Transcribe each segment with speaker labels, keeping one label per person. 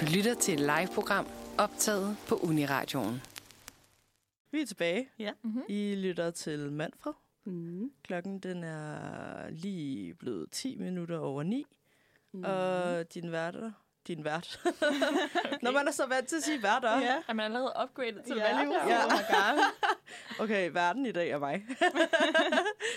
Speaker 1: Du lytter til et live-program optaget på Uniradioen.
Speaker 2: Vi er tilbage.
Speaker 3: Ja.
Speaker 2: Mm-hmm. I lytter til Manfred.
Speaker 3: Mm.
Speaker 2: Klokken den er lige blevet 10 minutter over 9.
Speaker 3: Mhm.
Speaker 2: Mm. Og din værter... Din vært. okay. Når man er så vant til at sige værter.
Speaker 3: Ja. Oh Er man allerede upgradet til
Speaker 2: Ja,
Speaker 3: ja,
Speaker 2: lige præcis. Okay, verden i dag er mig.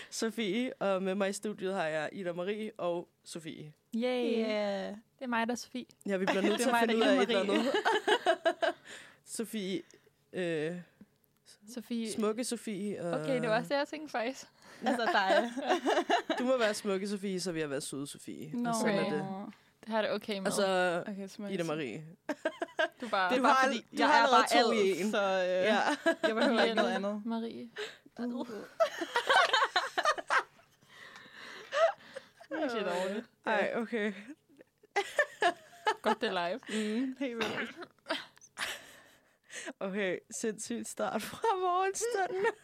Speaker 2: Sofie, og med mig i studiet har jeg Ida Marie og Sofie.
Speaker 3: Yeah. yeah. Det er mig, der er Sofie.
Speaker 2: Ja, vi bliver nødt
Speaker 3: Det
Speaker 2: til
Speaker 3: er
Speaker 2: at
Speaker 3: mig,
Speaker 2: finde ud
Speaker 3: der
Speaker 2: af
Speaker 3: er
Speaker 2: et
Speaker 3: Ida
Speaker 2: eller andet. Sofie, øh,
Speaker 3: Sofie.
Speaker 2: smukke Sofie. Og
Speaker 3: Okay, det var også det, jeg tænkte faktisk. Altså dig.
Speaker 2: Du må være smukke Sofie, så vil jeg være søde Sofie.
Speaker 4: Nå,
Speaker 2: Og sådan er det.
Speaker 3: Det har jeg det okay med.
Speaker 2: Altså,
Speaker 4: Okay, smukt.
Speaker 2: Ida Marie.
Speaker 3: du er bare...
Speaker 2: det
Speaker 4: Det
Speaker 2: var-
Speaker 4: var Ah, fordi,
Speaker 2: du
Speaker 4: jeg
Speaker 2: har
Speaker 4: er
Speaker 2: allerede
Speaker 4: bare
Speaker 2: to i en.
Speaker 4: alt, så øh,
Speaker 2: Ja.
Speaker 4: ja. jeg behøver ikke noget andet.
Speaker 3: Marie.
Speaker 4: Jeg er dårligt.
Speaker 2: Ej, okay.
Speaker 3: Godt, det er live.
Speaker 2: Mm, helt vildt. Okay, sindssygt start fra morgenstunden.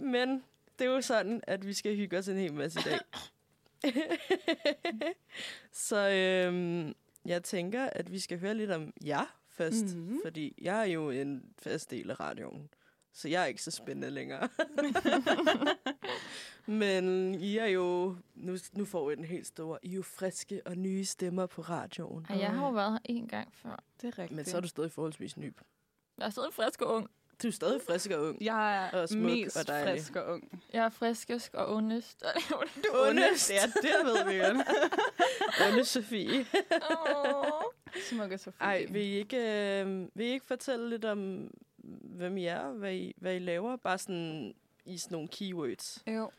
Speaker 2: Men det er jo sådan, at vi skal hygge os en hel masse i dag. Så øhm, jeg tænker, at vi skal høre lidt om jer først. Mm-hmm.
Speaker 4: Mhm.
Speaker 2: Fordi jeg er jo en fast del af radioen. Så jeg er ikke så spændende længere. Men I er jo... Nu, nu får I den helt store. I er jo friske og nye stemmer på radioen.
Speaker 3: Ej, jeg har jo været her en gang før.
Speaker 4: Det er rigtigt.
Speaker 2: Men så er du stadig forholdsvis ny.
Speaker 3: Jeg er stadig frisk og ung.
Speaker 2: Du er stadig frisk og ung.
Speaker 4: Jeg er
Speaker 2: Og smuk
Speaker 4: mest
Speaker 2: og dejlig.
Speaker 4: frisk og ung.
Speaker 3: Jeg er friskest og ondest.
Speaker 2: Du
Speaker 4: Ondest. Ja, det ved vi godt.
Speaker 2: Onde Sofie.
Speaker 3: Åh.
Speaker 4: Smuk og Sofie.
Speaker 2: Ej, vil I, ikke, øh, vil I ikke fortælle lidt om, hvem I er, hvad I, hvad I laver? Bare sådan i sådan nogle keywords.
Speaker 3: jo.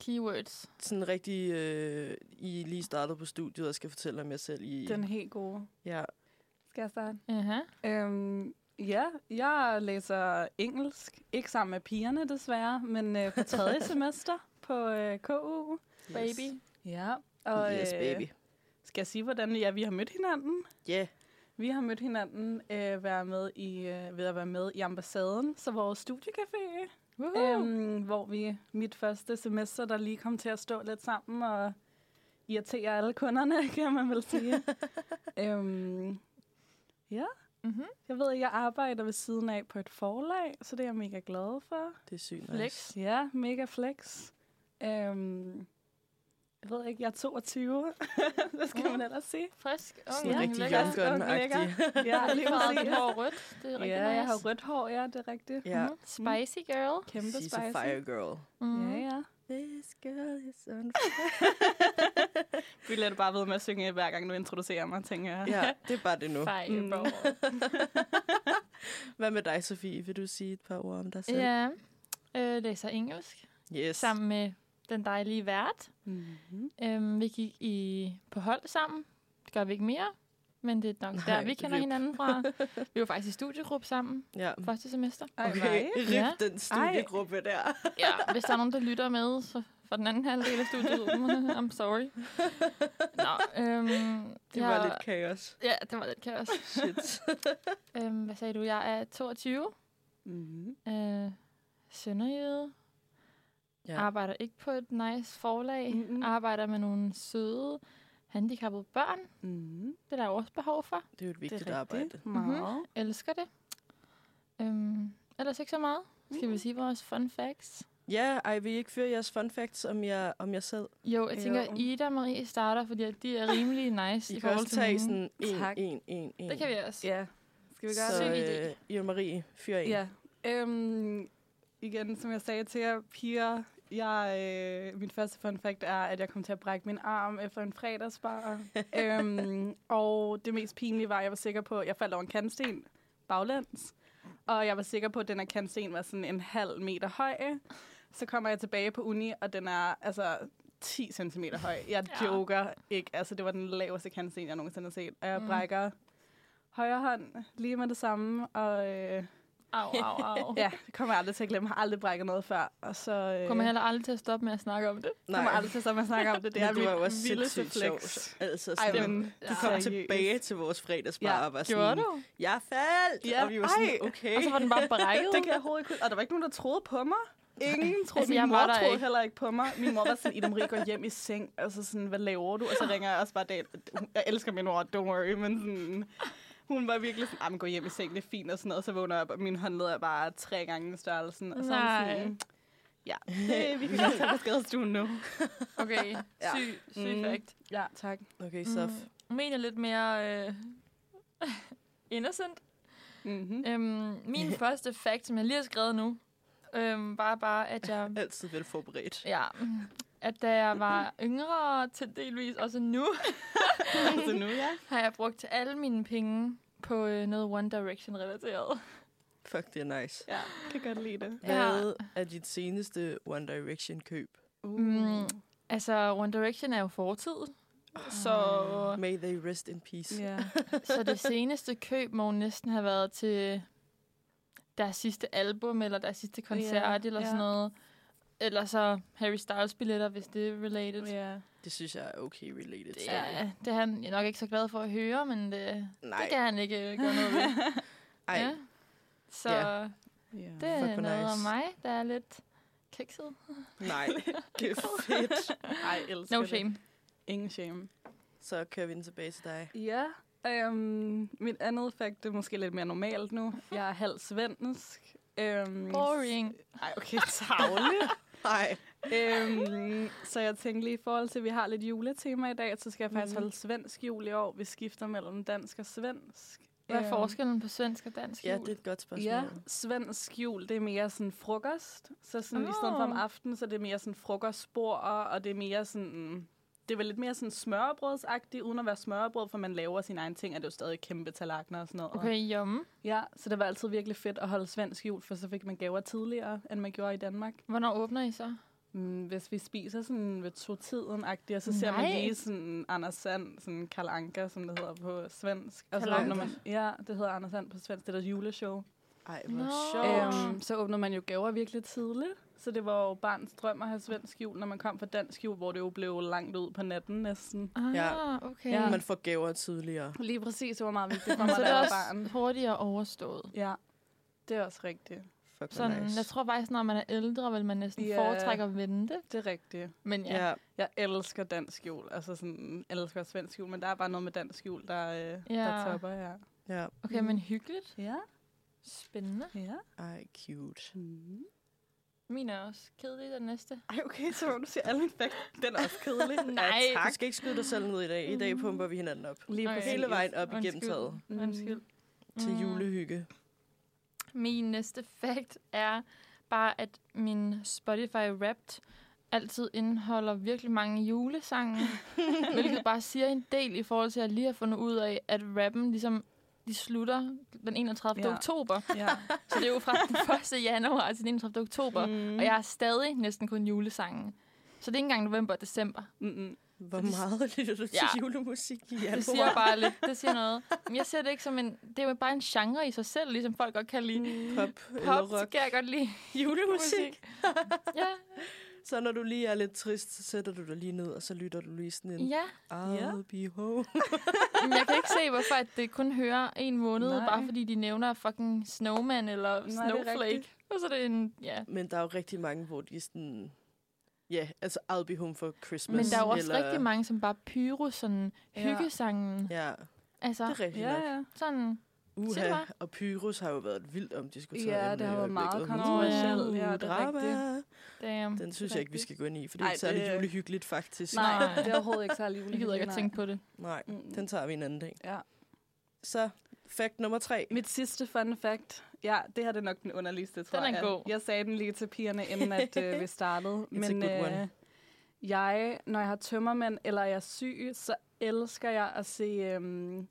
Speaker 3: Keywords.
Speaker 2: Sådan rigtig, øh, I er lige startet på studiet og skal fortælle om jer selv. I,
Speaker 4: Den helt gode.
Speaker 2: Ja,
Speaker 4: Skal jeg starte?
Speaker 3: Aha.
Speaker 4: Øhm, ja, jeg læser engelsk. Ikke sammen med pigerne, desværre, men øh, på tredje semester på øh, KU.
Speaker 2: yes.
Speaker 3: Baby.
Speaker 4: Ja.
Speaker 2: Og,
Speaker 4: Og,
Speaker 2: yes,
Speaker 4: øh,
Speaker 2: baby.
Speaker 4: Skal jeg sige, hvordan ja, vi har mødt hinanden?
Speaker 2: Yeah.
Speaker 4: Vi har mødt hinanden øh, være med i, øh, ved at være med i ambassaden, så vores studiecafé,
Speaker 3: Woohoo.
Speaker 4: uh. øhm, hvor vi mit første semester, der lige kom til at stå lidt sammen og irritere alle kunderne, kan man vel sige. øhm, ja,
Speaker 3: Mhm.
Speaker 4: jeg ved, at jeg arbejder ved siden af på et forlag, så det er jeg mega glad for.
Speaker 2: Det er sygt nice.
Speaker 3: Flex.
Speaker 4: Ja, mega flex. Øhm, jeg ved ikke, jeg er 22, det skal man ellers sige.
Speaker 3: Frisk, ung,
Speaker 2: Sådan
Speaker 4: Ja,
Speaker 2: rigtig
Speaker 3: lækker.
Speaker 2: young gun-agtig.
Speaker 4: Ja, lige
Speaker 3: Farvet dit
Speaker 4: præcis.
Speaker 3: hår rødt. Det er rigtig
Speaker 4: Ja, jeg har
Speaker 3: nice.
Speaker 4: rødt hår, ja, det er rigtigt. Mm-hmm.
Speaker 2: Ja.
Speaker 3: Mhm. Spicy girl.
Speaker 4: Kæmpe
Speaker 2: She's
Speaker 4: spicy.
Speaker 2: a fire girl.
Speaker 3: Mm.
Speaker 4: Ja, ja.
Speaker 2: This girl is on
Speaker 4: Vi lader det bare ved med at synge, hver gang du introducerer mig, tænker jeg.
Speaker 2: Ja, det er bare det nu.
Speaker 3: Fire girl.
Speaker 2: Hvad med dig, Sofie? Vil du sige et par ord om dig selv?
Speaker 3: Ja, øh, læser engelsk
Speaker 2: Yes.
Speaker 3: sammen med den dejlige vært.
Speaker 4: Mm-hmm.
Speaker 3: Øhm, vi gik i, på hold sammen. Det gør vi ikke mere, men det er nok
Speaker 2: Nej,
Speaker 3: Nej, der, vi
Speaker 2: det
Speaker 3: kender
Speaker 2: rip.
Speaker 3: hinanden fra. Vi var faktisk i studiegruppe sammen
Speaker 2: Ja.
Speaker 3: første semester.
Speaker 2: Okay,
Speaker 3: Ja.
Speaker 2: rip den studiegruppe der.
Speaker 3: Ja, hvis der er nogen, der lytter med så for den anden halvdel af studiegruppen, I'm sorry. Nå, øhm,
Speaker 2: Det
Speaker 3: jeg-
Speaker 2: var lidt kaos.
Speaker 3: Ja, det var lidt kaos.
Speaker 2: Shit.
Speaker 3: Øhm, hvad sagde du? Jeg er 22,
Speaker 4: Mm-hmm.
Speaker 3: øh, sønderjyde,
Speaker 2: Ja.
Speaker 3: ja. arbejder ikke på et nice forlag,
Speaker 4: Mhm.
Speaker 2: Mm.
Speaker 3: mm-hmm. arbejder med nogle søde, handicappede børn.
Speaker 4: Mm-hmm.
Speaker 3: Det er der jo også behov for.
Speaker 2: Det er jo et vigtigt arbejde.
Speaker 4: Meget.
Speaker 3: elsker det. Øhm, ellers ikke så meget. Skal
Speaker 2: Mm.
Speaker 3: vi sige vores fun facts?
Speaker 2: Ja, ej, vil I ikke føre jeres fun facts om jer, om jer selv?
Speaker 3: Jo, jeg tænker,
Speaker 4: Jo.
Speaker 3: Ida og Marie starter, fordi at de er rimelig
Speaker 2: Øh, um.
Speaker 3: nice
Speaker 2: I
Speaker 3: i
Speaker 2: kan
Speaker 3: forhold
Speaker 2: også
Speaker 3: til
Speaker 2: tage
Speaker 3: hinanden.
Speaker 2: sådan en,
Speaker 4: Tak.
Speaker 2: en, en, en.
Speaker 3: Det kan vi også.
Speaker 4: Ja. Skal vi gøre
Speaker 2: Så,
Speaker 4: det?
Speaker 3: Syg idé.
Speaker 2: øh, Ida Marie, fyr en.
Speaker 4: Ja. Øhm, igen, som jeg sagde til jer, piger, jeg, øh, mit første fun fact er, at jeg kom til at brække min arm efter en fredagsbar. øhm, og det mest pinlige var, at jeg var sikker på, at jeg faldt over en kantsten baglæns. Og jeg var sikker på, at den her kantsten var sådan en halv meter høj. Så kommer jeg tilbage på uni, og den er altså 10 cm høj. Jeg
Speaker 3: Ja.
Speaker 4: ja. joker ikke. Altså, det var den laveste kantsten, jeg nogensinde har set. Og jeg
Speaker 3: Mm.
Speaker 4: brækker højre hånd lige med det samme, og... Øh,
Speaker 3: Au, au, au.
Speaker 4: Ja, det kommer jeg aldrig til at glemme. Jeg har aldrig brækket noget før. Og så, øh,
Speaker 3: Kommer heller aldrig til at stoppe med at snakke om det.
Speaker 4: Nej. kommer aldrig til at stoppe med at snakke om det. Det er
Speaker 2: Men det var jo
Speaker 4: mit
Speaker 2: også
Speaker 4: vildeste
Speaker 2: sindssygt
Speaker 4: flex.
Speaker 2: sjovt. Altså,
Speaker 4: Ej,
Speaker 2: sådan,
Speaker 4: men
Speaker 2: du kom
Speaker 4: seriøst.
Speaker 2: tilbage til vores fredagsbar
Speaker 4: Ja,
Speaker 2: og var sådan,
Speaker 3: Gjorde du?
Speaker 2: jeg faldt!
Speaker 4: Ja,
Speaker 2: og vi var sådan,
Speaker 4: ej.
Speaker 2: okay.
Speaker 3: Og så var den bare brækket.
Speaker 4: Det kan jeg overhovedet ikke. Og der var ikke nogen, der troede på mig. Ingen troede,
Speaker 3: Altså,
Speaker 4: altså, min
Speaker 3: jeg
Speaker 4: mor
Speaker 3: var der
Speaker 4: troede
Speaker 3: ikke.
Speaker 4: heller ikke på mig. Min mor var sådan, Ida Marie går hjem i seng, og så sådan, hvad laver du? Og så ringer jeg også bare Dal. Jeg elsker min mor, don't worry, men sådan, hun var virkelig sådan, ah, men gå hjem i seng, det er fint og sådan noget. Og så vågner jeg op, og min håndled er bare tre gange størrelsen. Og så er hun
Speaker 3: Nej.
Speaker 4: sådan, ja, det, vi kan godt tage på skadestuen nu.
Speaker 3: Okay, syg, syg
Speaker 4: Mm.
Speaker 3: fact.
Speaker 4: Ja, tak.
Speaker 2: Okay, så...
Speaker 3: Mm. Min er lidt mere øh, innocent.
Speaker 4: Mm-hmm.
Speaker 3: Øhm, min første fact, som jeg lige har skrevet nu, øhm, var bare, at jeg
Speaker 2: Altid vel forberedt.
Speaker 3: Ja, at da jeg var yngre, til delvis også nu,
Speaker 4: altså nu, ja.
Speaker 3: har jeg brugt alle mine penge på øh, noget One Direction-relateret.
Speaker 2: Fuck, det er nice.
Speaker 4: Ja, kan godt lide det.
Speaker 2: Hvad er dit seneste One Direction-køb?
Speaker 4: Uh.
Speaker 3: Mm. Altså, One Direction er jo fortid, så,
Speaker 2: May they rest in peace.
Speaker 4: Ja.
Speaker 3: så det seneste køb må næsten have været til deres sidste album, eller deres sidste koncert, eller
Speaker 4: ja.
Speaker 3: sådan noget. Eller så Harry Styles-billetter, hvis det er related.
Speaker 4: Ja.
Speaker 2: Det synes jeg er okay related.
Speaker 3: Det er, det er han nok ikke så glad for at høre, men det,
Speaker 2: Nej,
Speaker 3: det kan han ikke øh, gøre noget ved.
Speaker 2: ej.
Speaker 3: Ja. Så
Speaker 2: Ja.
Speaker 4: Ja.
Speaker 3: det er
Speaker 2: Fuck, hvor
Speaker 3: noget
Speaker 2: nice.
Speaker 3: om mig, der er lidt kikset.
Speaker 2: Nej, det er fedt.
Speaker 4: Ej, elsker
Speaker 3: No
Speaker 4: det.
Speaker 3: shame.
Speaker 2: Mm.
Speaker 4: Ingen shame.
Speaker 2: Så kører vi den tilbage til dig.
Speaker 4: Ja, øhm, mit andet fakt, det er måske lidt mere normalt nu. Jeg er halv svensk. Øhm,
Speaker 3: Boring.
Speaker 4: Ej, okay, tavle.
Speaker 2: Nej.
Speaker 4: øhm, så jeg tænkte lige i forhold til, at vi har lidt juletema i dag, så skal jeg faktisk
Speaker 3: Mm.
Speaker 2: Mhm.
Speaker 4: holde svensk jul i år. Vi skifter mellem dansk og svensk.
Speaker 3: Hvad er
Speaker 4: Øhm,
Speaker 3: forskellen på svensk og dansk
Speaker 2: Ja,
Speaker 3: jul?
Speaker 2: det er et godt spørgsmål.
Speaker 4: Ja, svensk jul, det er mere sådan frokost. Så sådan, oh. i stedet for om
Speaker 3: Åh.
Speaker 4: aftenen, så er det mere sådan frokostspor, og det er mere sådan... Det er vel lidt mere sådan smørbrødsagtigt, uden at være smørbrød, for man laver sine egne ting, og det er jo stadig kæmpe tallerkener og sådan noget.
Speaker 3: Okay, jomme.
Speaker 4: Ja, så det var altid virkelig fedt at holde svensk jul, for så fik man gaver tidligere, end man gjorde i Danmark.
Speaker 3: Hvornår åbner I så?
Speaker 4: Mm, hvis vi spiser sådan ved to-tiden-agtigt, og så ser man
Speaker 3: Nej.
Speaker 4: lige sådan Anders Sand, sådan Karl Anker, som det hedder på svensk. Og så
Speaker 3: Karl
Speaker 4: åbner man,
Speaker 3: Anker.
Speaker 4: ja, det hedder Anders Sand på svensk, det er deres juleshow.
Speaker 2: Ej, hvor
Speaker 3: Nå.
Speaker 2: sjovt.
Speaker 3: Åh.
Speaker 4: Øhm, så åbner man jo gaver virkelig tidligt. Så det var jo barns drøm at have svensk jul, når man kom fra dansk jul, hvor det jo blev langt ud på natten næsten.
Speaker 3: Ah,
Speaker 2: Ja.
Speaker 3: okay.
Speaker 4: Ja.
Speaker 2: Man får gaver tidligere.
Speaker 4: Lige præcis, det var meget vigtigt for
Speaker 3: Så det
Speaker 4: mig, da
Speaker 3: er
Speaker 4: jeg
Speaker 3: også
Speaker 4: var barn.
Speaker 3: hurtigere overstået.
Speaker 4: Ja, det er også rigtigt.
Speaker 2: Fuck, hvor
Speaker 3: Sådan,
Speaker 2: nice.
Speaker 3: Jeg tror faktisk, når man er ældre, vil man næsten
Speaker 4: Ja.
Speaker 3: yeah. foretrække at vente.
Speaker 4: Det er rigtigt.
Speaker 3: Men ja,
Speaker 2: ja.
Speaker 4: Jeg elsker dansk jul, altså sådan, elsker også svensk jul, men der er bare noget med dansk jul, der, øh,
Speaker 3: Ja.
Speaker 4: der topper her.
Speaker 2: ja.
Speaker 3: okay, men
Speaker 2: Mm.
Speaker 3: hyggeligt.
Speaker 4: Ja,
Speaker 3: Spændende.
Speaker 4: ja.
Speaker 2: Ej, cute.
Speaker 4: Mm.
Speaker 3: Min er også kedelig, den næste.
Speaker 4: Ej, okay, så må du siger alle mine facts. Den er også kedelig.
Speaker 3: Nej.
Speaker 2: Ja, tak. Du skal ikke skyde dig selv ned i dag. I dag pumper vi hinanden op.
Speaker 4: Lige
Speaker 3: Okay.
Speaker 4: præcis.
Speaker 2: Hele vejen op igennem
Speaker 3: Undskyld.
Speaker 2: taget
Speaker 4: Mm.
Speaker 3: Undskyld.
Speaker 2: til
Speaker 3: Mm.
Speaker 2: julehygge.
Speaker 3: Min næste fact er bare, at min Spotify Wrapped altid indeholder virkelig mange julesange, hvilket bare siger en del i forhold til, at jeg lige har fundet ud af, at rappen ligesom de slutter den 31.
Speaker 4: Ja.
Speaker 3: Ja. oktober.
Speaker 4: Ja.
Speaker 3: Så det er jo fra den 1. januar til den 31. oktober. Mm. Og jeg har stadig næsten kun julesange. Så det er ikke engang november og december.
Speaker 4: Mm-mm.
Speaker 2: Hvor
Speaker 3: det-
Speaker 2: meget lytter du til
Speaker 3: Ja.
Speaker 2: julemusik i
Speaker 3: Det siger bare lidt. Det siger noget. Men jeg ser det ikke som en... Det er jo bare en genre i sig selv, ligesom folk godt kan lide.
Speaker 2: Pop, eller
Speaker 3: Pop, så
Speaker 2: rock.
Speaker 3: kan jeg godt lide
Speaker 2: Julemusik.
Speaker 3: musik. Ja,
Speaker 2: Så når du lige er lidt trist, så sætter du dig lige ned, og så lytter du lige sådan en
Speaker 3: ja.
Speaker 2: I'll be home.
Speaker 3: Men jeg kan ikke se, hvorfor at det kun hører en måned,
Speaker 4: Nej.
Speaker 3: Nej. bare fordi de nævner fucking snowman eller
Speaker 4: det er
Speaker 3: snowflake.
Speaker 4: rigtigt.
Speaker 3: Og så er det en, ja.
Speaker 2: Men der er jo rigtig mange, hvor de sådan... Ja, altså I'll be home for Christmas.
Speaker 3: Men der er jo også
Speaker 2: eller-
Speaker 3: rigtig mange, som bare pyro, sådan
Speaker 4: Ja.
Speaker 3: hyggesangen.
Speaker 2: Ja,
Speaker 3: Altså,
Speaker 2: det er rigtigt
Speaker 4: Ja,
Speaker 2: nok.
Speaker 4: ja.
Speaker 3: sådan, Sig det
Speaker 2: Uha,
Speaker 3: bare.
Speaker 2: og Pyrus har jo været et vildt omdiskuteret
Speaker 4: Ja,
Speaker 2: emne
Speaker 4: det har
Speaker 2: i
Speaker 4: været meget
Speaker 2: øjeblikket.
Speaker 4: kontroversielt.
Speaker 2: Uh,
Speaker 4: Ja, det er
Speaker 2: drama.
Speaker 3: damn.
Speaker 2: Den synes jeg ikke, vi skal gå ind i, for det er
Speaker 4: Ej,
Speaker 2: ikke særlig
Speaker 4: det-
Speaker 2: julehyggeligt faktisk.
Speaker 4: Nej,
Speaker 3: Nej.
Speaker 4: det er overhovedet ikke særlig jul.
Speaker 3: Jeg gider ikke at tænke på det.
Speaker 2: Nej,
Speaker 4: Mm.
Speaker 2: den tager vi en anden dag.
Speaker 4: Ja.
Speaker 2: Så, fact nummer tre.
Speaker 4: Mit sidste fun fact. Ja, det her det er nok den underligste, tror
Speaker 3: Den er
Speaker 4: jeg.
Speaker 3: god.
Speaker 4: Jeg sagde den lige til pigerne, inden at, øh, vi startede.
Speaker 2: a good one.
Speaker 4: øh, jeg, når jeg har tømmermænd, eller jeg er syg, så elsker jeg at se øhm,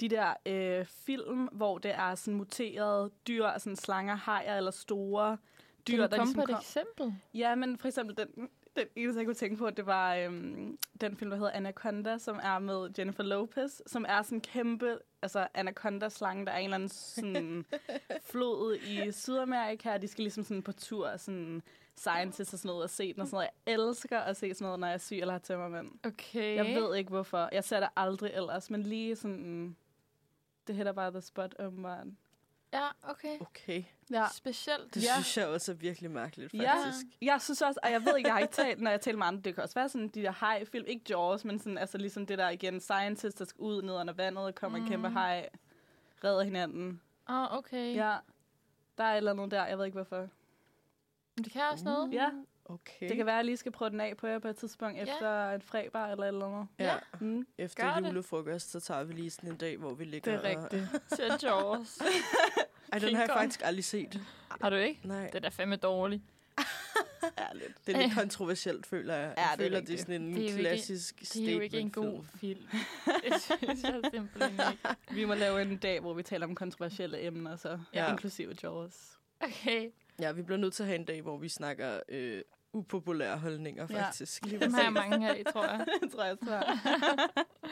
Speaker 4: de der øh, film, hvor det er sådan muterede dyr, sådan slanger, hajer eller store dyr,
Speaker 3: Kan du
Speaker 4: der
Speaker 3: komme
Speaker 4: ligesom
Speaker 3: på et
Speaker 4: kom-
Speaker 3: eksempel?
Speaker 4: Ja, men for eksempel den, den eneste, jeg kunne tænke på, det var øhm, den film, der hedder Anaconda, som er med Jennifer Lopez, som er sådan en kæmpe, altså Anaconda-slange, der er en eller anden sådan flod i Sydamerika, og de skal ligesom sådan på tur, sådan scientists og sådan noget, og se den og sådan noget. Jeg elsker at se sådan noget, når jeg er syg eller har tømmermænd.
Speaker 3: Okay.
Speaker 4: Jeg ved ikke, hvorfor. Jeg ser det aldrig ellers, men lige sådan... Det hætter bare the spot, åbenbart.
Speaker 3: Ja, okay.
Speaker 2: Okay.
Speaker 4: Ja.
Speaker 3: Specielt.
Speaker 2: Det
Speaker 4: Ja.
Speaker 2: ja. synes jeg også er virkelig mærkeligt,
Speaker 4: Ja.
Speaker 2: faktisk.
Speaker 4: Jeg synes også, og jeg ved ikke, jeg har ikke talt, når jeg taler med andre, det kan også være sådan de der haj-film, ikke Jaws, men sådan, altså ligesom det der igen, scientist, der skal ud ned under vandet, kommer mm. en kæmpe haj, redder hinanden.
Speaker 3: Åh, oh, okay. Ja.
Speaker 4: Ja, der er et eller andet der, jeg ved ikke hvorfor.
Speaker 3: Det kan også noget.
Speaker 4: Ja,
Speaker 2: Okay.
Speaker 4: det kan være, at jeg lige skal prøve den af på jer på et tidspunkt,
Speaker 3: Mm. Ja.
Speaker 4: efter en fredag eller et eller andet.
Speaker 2: Ja.
Speaker 4: Mm.
Speaker 2: Efter
Speaker 3: Gør det.
Speaker 2: julefrokost, så tager vi lige sådan en dag, hvor vi
Speaker 4: Det
Speaker 2: ligger
Speaker 4: er rigtigt.
Speaker 3: Til Jaws.
Speaker 2: Og... Ej, den har jeg
Speaker 3: King Kong.
Speaker 2: faktisk aldrig set.
Speaker 3: Har du ikke?
Speaker 2: Nej,
Speaker 3: Det er da fandme dårligt.
Speaker 4: Ærligt.
Speaker 2: det er lidt kontroversielt, føler jeg.
Speaker 4: Ja,
Speaker 2: jeg
Speaker 4: det er
Speaker 2: føler, det er
Speaker 4: rigtigt.
Speaker 2: sådan en
Speaker 3: Det er jo ikke-
Speaker 2: klassisk
Speaker 3: Det er jo ikke en god film. Det synes jeg simpelthen ikke.
Speaker 4: Vi må lave en dag, hvor vi taler om kontroversielle emner, så ja.
Speaker 2: Ja.
Speaker 4: inklusive Jaws.
Speaker 3: Okay.
Speaker 2: Ja, vi bliver nødt til at have en dag, hvor vi snakker øh, upopulære holdninger,
Speaker 4: Ja.
Speaker 2: faktisk.
Speaker 3: Dem har jeg mange af, tror jeg.
Speaker 4: det tror jeg, så.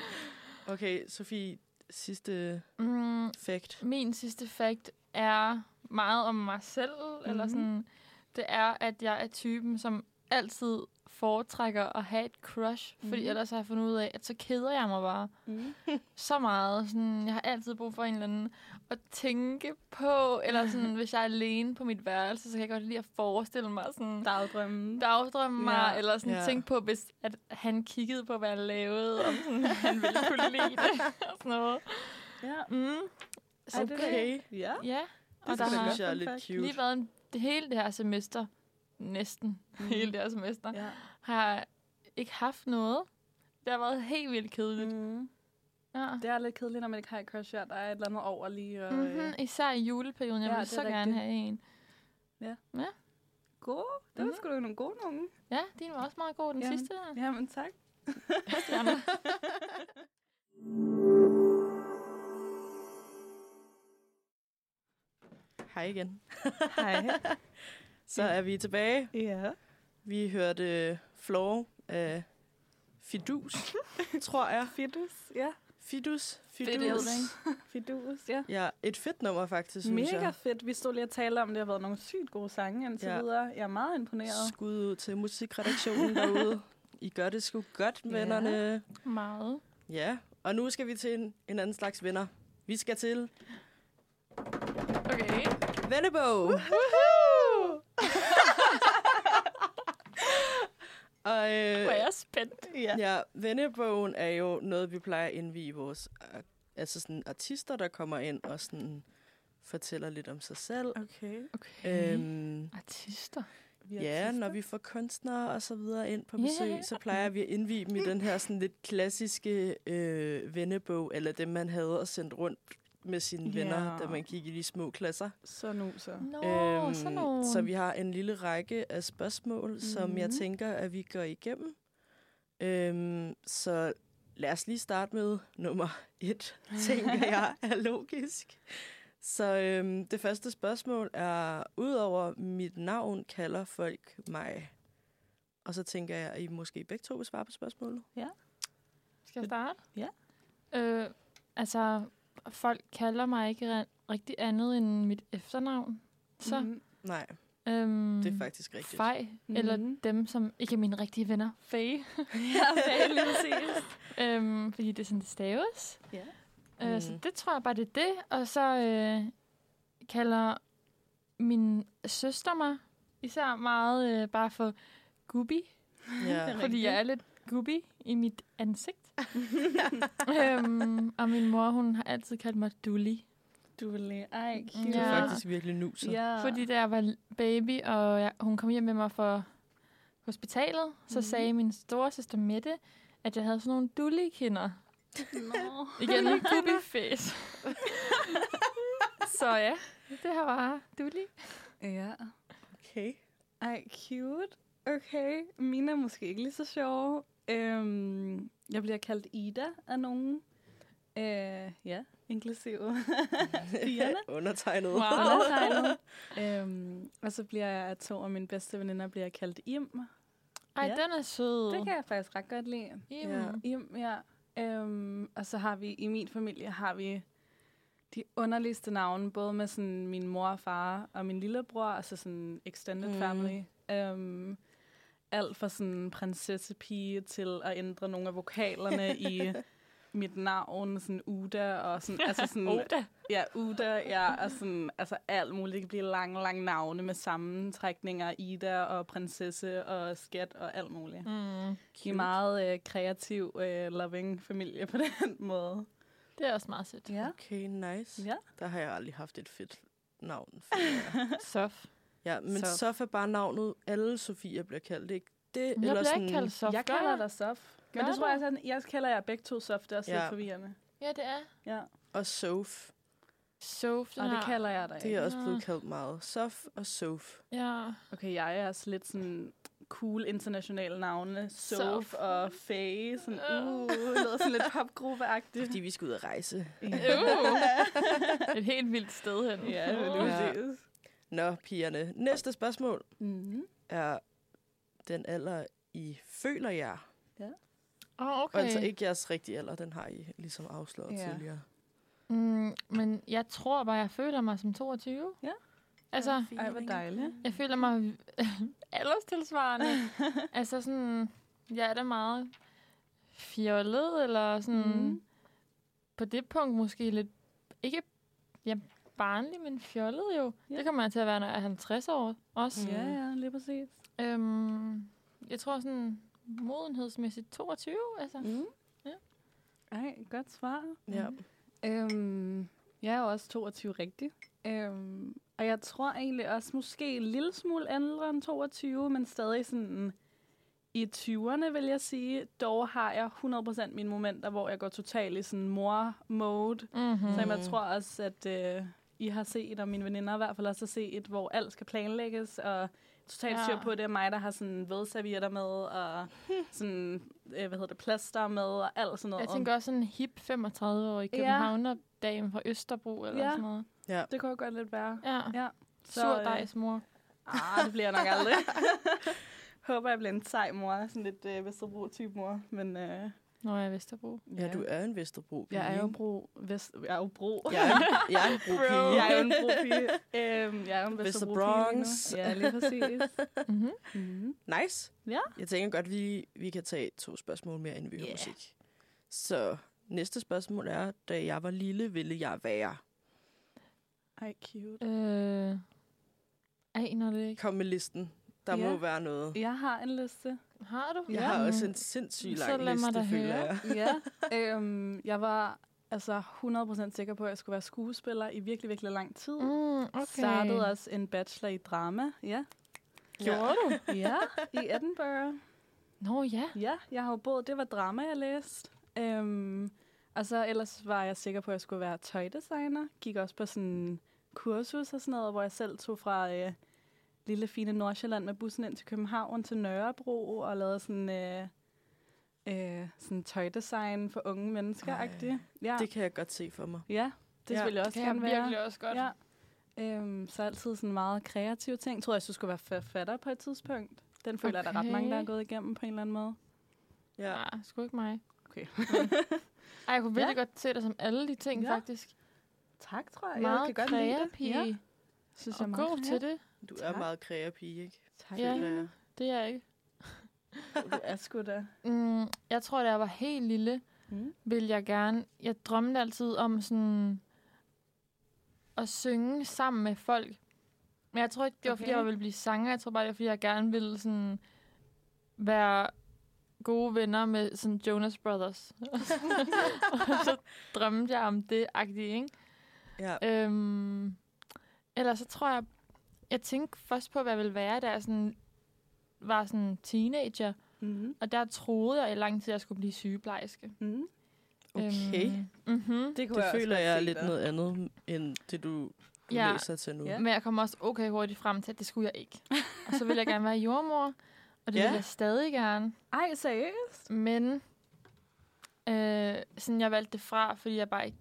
Speaker 2: Okay, Sofie, sidste
Speaker 3: Mm,
Speaker 2: fact.
Speaker 3: min sidste fact er meget om mig selv, mm-hmm. eller
Speaker 4: Mhm.
Speaker 3: sådan, det er, at jeg er typen, som altid foretrækker at have et crush, mm-hmm. fordi ellers har jeg fundet ud af, at så keder jeg mig bare
Speaker 4: Mhm. Mm.
Speaker 3: så meget. Sådan, jeg har altid brug for en eller anden at tænke på, eller sådan, hvis jeg er alene på mit værelse, så kan jeg godt lide at forestille mig sådan,
Speaker 4: Dagdrømmen.
Speaker 3: dagdrømme mig,
Speaker 4: Ja.
Speaker 3: ja. eller sådan
Speaker 2: Ja.
Speaker 3: ja. tænke på, hvis at han kiggede på, hvad jeg lavede, om sådan, han ville kunne lide det, og sådan noget.
Speaker 4: Ja.
Speaker 3: Mm. Så
Speaker 4: Er det
Speaker 3: det,
Speaker 2: Okay,
Speaker 4: Ja.
Speaker 3: ja, og
Speaker 2: det
Speaker 3: der har
Speaker 2: synes jeg er lidt
Speaker 4: Fun fact.
Speaker 2: cute.
Speaker 3: lige været en, det hele det her semester, næsten mm. hele det her semester, ja.
Speaker 4: ja.
Speaker 3: har jeg ikke haft noget. Det har været helt vildt kedeligt. Mm.
Speaker 4: Mm.
Speaker 3: Ja.
Speaker 4: Det er lidt kedeligt, når man ikke har et crush her. Der er et eller andet over lige. Og, mm-hmm.
Speaker 3: Mm-hmm. Især i juleperioden, jeg
Speaker 4: Ja,
Speaker 3: ja, ville
Speaker 4: det er
Speaker 3: så rigtigt. gerne
Speaker 4: rigtigt.
Speaker 3: have en.
Speaker 4: Gode. Det var sgu da nogle gode nogen.
Speaker 3: Ja, din var også meget god, den
Speaker 4: Ja.
Speaker 3: sidste der.
Speaker 4: Jamen tak.
Speaker 2: Hej igen.
Speaker 4: Hej.
Speaker 2: Så er vi tilbage.
Speaker 4: ja.
Speaker 2: Vi hørte Floor af Fidus, tror jeg.
Speaker 4: Fidus. Ja.
Speaker 2: Fidus.
Speaker 3: Fedt, jeg ved det ikke.
Speaker 4: Fidus, ja.
Speaker 2: Ja, et fedt nummer faktisk, synes
Speaker 4: Mega
Speaker 2: jeg.
Speaker 4: fedt. Vi stod lige og talte om, det har været nogle sygt gode sange indtil
Speaker 2: Ja.
Speaker 4: ja. videre. Jeg er meget imponeret.
Speaker 2: Skud ud til musikredaktionen derude. I gør det sgu godt,
Speaker 4: Ja.
Speaker 2: vennerne.
Speaker 3: Meget.
Speaker 2: Ja, og nu skal vi til en, en anden slags venner. Vi skal til
Speaker 3: Okay.
Speaker 2: Vennebog.
Speaker 3: Uh.
Speaker 2: og, øh,
Speaker 3: Hvor er jeg spændt.
Speaker 4: Ja.
Speaker 2: Ja, vennebogen er jo noget, vi plejer at indvige vores øh, altså sådan artister, der kommer ind og sådan fortæller lidt om sig selv.
Speaker 4: Okay.
Speaker 3: Okay. Øhm.
Speaker 2: Øhm,
Speaker 3: Artister.
Speaker 4: Vi er
Speaker 2: ja,
Speaker 4: artister.
Speaker 2: når vi får kunstnere og så videre ind på
Speaker 3: Ja.
Speaker 2: besøg, yeah. så plejer vi at indvige dem i den her sådan lidt klassiske øh, vennebog, eller dem, man havde og sendt rundt med sine yeah. venner,
Speaker 4: Ja.
Speaker 2: da man gik i de små klasser.
Speaker 4: Så nu så.
Speaker 3: Nå, øhm, sådan nogle.
Speaker 2: så vi har en lille række af spørgsmål, mm-hmm. som jeg
Speaker 4: Mhm.
Speaker 2: tænker, at vi går igennem. Øhm, så lad os lige starte med nummer et, tænker jeg er logisk. Så øhm, det første spørgsmål er, udover mit navn kalder folk mig. Og så tænker jeg, at I måske begge to vil svare på spørgsmålet.
Speaker 3: Skal jeg starte?
Speaker 4: Ja.
Speaker 3: Øh, altså, folk kalder mig ikke ri- rigtig andet end mit efternavn. Så,
Speaker 4: Mm.
Speaker 2: Nej,
Speaker 3: mm, øhm,
Speaker 2: det er faktisk rigtigt.
Speaker 3: Fej,
Speaker 4: Mhm.
Speaker 3: mm. eller dem, som ikke er mine rigtige venner. Fage.
Speaker 4: Ja, det er lige præcis.
Speaker 3: øhm, fordi det er sådan, det staves.
Speaker 4: Ja.
Speaker 3: Øh,
Speaker 2: Mm.
Speaker 3: så det tror jeg bare, det er det. Og så øh, kalder min søster mig især meget øh, bare for gubbi.
Speaker 2: Ja.
Speaker 3: Fordi jeg er lidt gubbi i mit ansigt. øhm, og min mor, hun har altid kaldt mig Dulli.
Speaker 4: Du vil lige. Ej,
Speaker 2: Du
Speaker 4: cute.
Speaker 2: er
Speaker 3: Ja.
Speaker 2: faktisk virkelig nuset.
Speaker 4: Ja.
Speaker 3: Ja. Fordi da jeg var baby, og jeg, hun kom hjem med mig fra hospitalet, så
Speaker 4: Mhm.
Speaker 3: mm. sagde min store søster Mette, at jeg havde sådan nogle dulli-kinder.
Speaker 4: Nå.
Speaker 3: Igen, en gubbi-face. så ja, det her var dulli.
Speaker 4: Ja.
Speaker 2: Okay.
Speaker 4: Ej, cute. Okay, mine er måske ikke lige så sjove. Øhm, jeg bliver kaldt Ida af nogen. Øh, ja, inklusive pigerne.
Speaker 2: Undertegnet.
Speaker 4: Undertegnet. øhm, og så bliver jeg af to af mine bedste veninder bliver kaldt Im.
Speaker 3: Ej,
Speaker 4: Ja.
Speaker 3: ja. den er sød.
Speaker 4: Det kan jeg faktisk ret godt lide.
Speaker 2: Ja.
Speaker 3: Jamen.
Speaker 4: Im, ja. Øhm, og så har vi, i min familie har vi de underligste navne, både med sådan min mor og far og min lillebror, altså sådan extended
Speaker 2: Mm.
Speaker 4: mm. family. Øhm, alt fra sådan prinsessepige til at ændre nogle af vokalerne i mit navn, sådan Uda, og sådan, altså sådan,
Speaker 3: Oda.
Speaker 4: ja, Uda, ja, og sådan, altså alt muligt. Det kan blive lange, lange navne med sammentrækninger, Ida og prinsesse og skat og alt muligt.
Speaker 3: Mm.
Speaker 4: De er meget øh, kreativ, øh, loving familie på den måde.
Speaker 3: Det er også meget sødt.
Speaker 4: Ja.
Speaker 2: Okay, nice.
Speaker 4: Ja.
Speaker 2: Der har jeg aldrig haft et fedt navn. føler jeg.
Speaker 3: Sof.
Speaker 2: Ja, men
Speaker 3: Sof.
Speaker 2: Sof. Sof er bare navnet, alle Sofia bliver kaldt, ikke? Det,
Speaker 3: Jeg bliver ikke kaldt Sof.
Speaker 4: Jeg
Speaker 3: gør
Speaker 4: kalder dig Sof.
Speaker 3: Gør
Speaker 4: Men det
Speaker 3: du?
Speaker 4: tror jeg sådan, jeg kalder jer begge to Sof. Det er også
Speaker 2: Ja.
Speaker 4: lidt forvirrende.
Speaker 3: Ja, det er.
Speaker 4: Ja,
Speaker 2: Og Sof.
Speaker 3: Sof, den
Speaker 4: og det
Speaker 3: her-
Speaker 4: kalder jeg dig.
Speaker 2: Det er
Speaker 4: ikke.
Speaker 2: også blevet
Speaker 3: Nå.
Speaker 2: kaldt meget. Sof og Sof.
Speaker 3: Ja.
Speaker 4: Okay, jeg er også lidt sådan cool internationale navne.
Speaker 3: Sof.
Speaker 4: Sof og Faye. Sådan,
Speaker 3: Ja.
Speaker 4: uh, lyder sådan lidt popgruppeagtigt.
Speaker 2: Fordi vi skal ud og rejse.
Speaker 3: Uh. Et helt vildt sted hen.
Speaker 4: Ja, det er
Speaker 2: Ja.
Speaker 4: præcis.
Speaker 2: Nå, pigerne. Næste spørgsmål
Speaker 4: Mm.
Speaker 2: er den alder, I føler jer.
Speaker 3: Åh,
Speaker 2: Okay.
Speaker 3: okay.
Speaker 2: Og altså ikke jeres rigtige alder, den har I ligesom afsløret
Speaker 4: Ja.
Speaker 2: ja. tidligere.
Speaker 3: Mm, men jeg tror bare, jeg føler mig som 22.
Speaker 4: Ja.
Speaker 3: Altså,
Speaker 4: Ej, hvor dejligt.
Speaker 3: jeg føler mig alderstilsvarende. altså sådan, jeg er da meget fjollet, eller sådan
Speaker 4: Mm.
Speaker 3: mm. på det punkt måske lidt, ikke ja, barnlig, men fjollet jo.
Speaker 4: Ja.
Speaker 3: Ja. Det kommer jeg til at være, når jeg er 50 år også.
Speaker 4: Ja, ja, lige præcis.
Speaker 3: Øhm, jeg tror sådan modenhedsmæssigt 22, altså.
Speaker 4: Mm.
Speaker 3: Ja.
Speaker 4: Ej, godt svar.
Speaker 2: Ja.
Speaker 4: Øhm, jeg er jo også 22 rigtig. Øhm, og jeg tror egentlig også måske en lille smule ældre end 22, men stadig sådan i 20'erne, vil jeg sige. Dog har jeg 100% mine momenter, hvor jeg går totalt i sådan mor-mode.
Speaker 3: Mm-hmm.
Speaker 4: Mm. Så jeg
Speaker 2: Mm.
Speaker 4: tror også, at øh, I har set, og mine veninder i hvert fald også har set, hvor alt skal planlægges, og totalt
Speaker 3: Ja.
Speaker 4: styr på det. er Mig, der har sådan vedservietter med, og sådan, øh, hvad hedder det, plaster med, og alt sådan noget.
Speaker 3: Jeg tænker også sådan en hip 35-årig
Speaker 4: Ja.
Speaker 3: københavnerdame fra Østerbro eller
Speaker 4: Ja.
Speaker 3: ja. sådan noget.
Speaker 4: Det kunne godt lidt være.
Speaker 3: Ja.
Speaker 4: Ja.
Speaker 3: Så, Sur
Speaker 4: øh,
Speaker 3: mor.
Speaker 4: Ah, det bliver jeg nok aldrig. Håber, jeg bliver en sej mor. Sådan lidt øh, Vesterbro-type mor. Men, øh,
Speaker 3: Nå, jeg er Vesterbro.
Speaker 2: ja, du er en Vesterbro.
Speaker 4: Jeg er jo bro. Vest, jeg er jo bro.
Speaker 2: Jeg er, jeg er en bro
Speaker 4: jeg er jo en bropige. øhm, jeg er jo en
Speaker 2: Vester
Speaker 4: Vesterbro
Speaker 2: Bronx.
Speaker 4: Ja, lige præcis.
Speaker 3: Mm-hmm.
Speaker 4: Mm-hmm.
Speaker 2: Nice.
Speaker 4: Ja.
Speaker 2: Jeg tænker godt, vi, vi kan tage to spørgsmål mere, inden vi hører
Speaker 4: Ja.
Speaker 2: musik. Så næste spørgsmål er, da jeg var lille, ville jeg være?
Speaker 4: Ej, cute.
Speaker 3: Øh, aner det ikke.
Speaker 2: Kom med listen. Der
Speaker 4: Ja.
Speaker 2: må være noget.
Speaker 4: Jeg har en liste.
Speaker 3: Har du?
Speaker 2: Jeg har også en sindssygt
Speaker 3: Så
Speaker 2: lang
Speaker 3: lad mig
Speaker 2: liste,
Speaker 3: da
Speaker 2: føler
Speaker 3: høre.
Speaker 2: jeg.
Speaker 4: Ja. øhm, jeg var altså 100% sikker på, at jeg skulle være skuespiller i virkelig, virkelig lang tid.
Speaker 3: Mm, okay.
Speaker 4: Startede også en bachelor i drama. Ja.
Speaker 3: Gjorde du?
Speaker 4: Ja, i Edinburgh.
Speaker 3: Nå ja.
Speaker 4: Ja, jeg har jo boet, det var drama, jeg læste. Øhm, og så ellers var jeg sikker på, at jeg skulle være tøjdesigner. Gik også på sådan en kursus og sådan noget, hvor jeg selv tog fra øh, lille fine Nordsjælland med bussen ind til København til Nørrebro og lavede sådan, øh, øh, sådan tøjdesign for unge mennesker -agtigt. Ja,
Speaker 2: Det kan jeg godt se for mig.
Speaker 4: ja, det
Speaker 2: Ja,
Speaker 4: ja, ville jeg
Speaker 3: Det
Speaker 4: også
Speaker 3: kan jeg
Speaker 4: gerne være.
Speaker 3: virkelig også godt.
Speaker 4: Ja. Øhm, så altid sådan meget kreative ting. Jeg troede, jeg så skulle være forfatter på et tidspunkt. Den føler okay. jeg, der er ret mange, der er
Speaker 3: Okay.
Speaker 4: gået igennem på en eller anden måde.
Speaker 2: Ja.
Speaker 3: Nej, Ah, sgu ikke mig.
Speaker 4: Okay.
Speaker 3: Men- Ej, jeg kunne virkelig godt se dig som alle de ting,
Speaker 4: Ja.
Speaker 3: ja. faktisk.
Speaker 4: Tak, tror jeg.
Speaker 3: Meget
Speaker 4: jeg kan godt lide
Speaker 3: kreapige.
Speaker 4: det. Ja. Synes
Speaker 3: Og god til det.
Speaker 2: Du
Speaker 4: Tak.
Speaker 2: er meget kreapige, ikke?
Speaker 4: Tak.
Speaker 3: Ja.
Speaker 2: Føler jeg.
Speaker 3: Det er jeg ikke.
Speaker 4: Du er sgu da.
Speaker 3: Mm, jeg tror, da jeg var helt lille,
Speaker 4: Mm.
Speaker 3: mm. ville jeg gerne... Jeg drømte altid om sådan at synge sammen med folk. Men jeg tror ikke, det var, okay. fordi
Speaker 4: Okay.
Speaker 3: jeg ville blive sanger. Jeg tror bare, det var, fordi jeg gerne ville sådan være gode venner med sådan Jonas Brothers. Og så drømte jeg om det, agtigt, ikke?
Speaker 2: Ja.
Speaker 3: Øhm, ellers så tror jeg, jeg tænkte først på, hvad jeg ville være, da jeg sådan, var sådan teenager.
Speaker 2: Mhm,
Speaker 4: Mm.
Speaker 3: Og der troede jeg i lang tid, at jeg skulle blive sygeplejerske.
Speaker 4: Mm.
Speaker 2: Okay.
Speaker 3: Øhm, mm-hmm.
Speaker 4: Det,
Speaker 2: mhm. Det føler jeg er lidt
Speaker 4: ned.
Speaker 2: noget andet, end det, du
Speaker 3: Ja.
Speaker 2: ja. læser til nu.
Speaker 4: Ja.
Speaker 2: Ja.
Speaker 3: Men jeg kom også okay hurtigt frem til, at det skulle jeg ikke. Og så ville jeg gerne være jordmor, og det
Speaker 2: Ja.
Speaker 3: ville jeg stadig gerne.
Speaker 4: Ej, seriøst?
Speaker 3: Men øh, sådan, jeg valgte det fra, fordi jeg bare ikke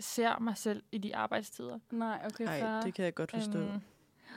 Speaker 3: ser mig selv i de arbejdstider.
Speaker 4: Nej, okay,
Speaker 2: Ej,
Speaker 4: far.
Speaker 2: det kan jeg godt forstå.
Speaker 3: Øhm,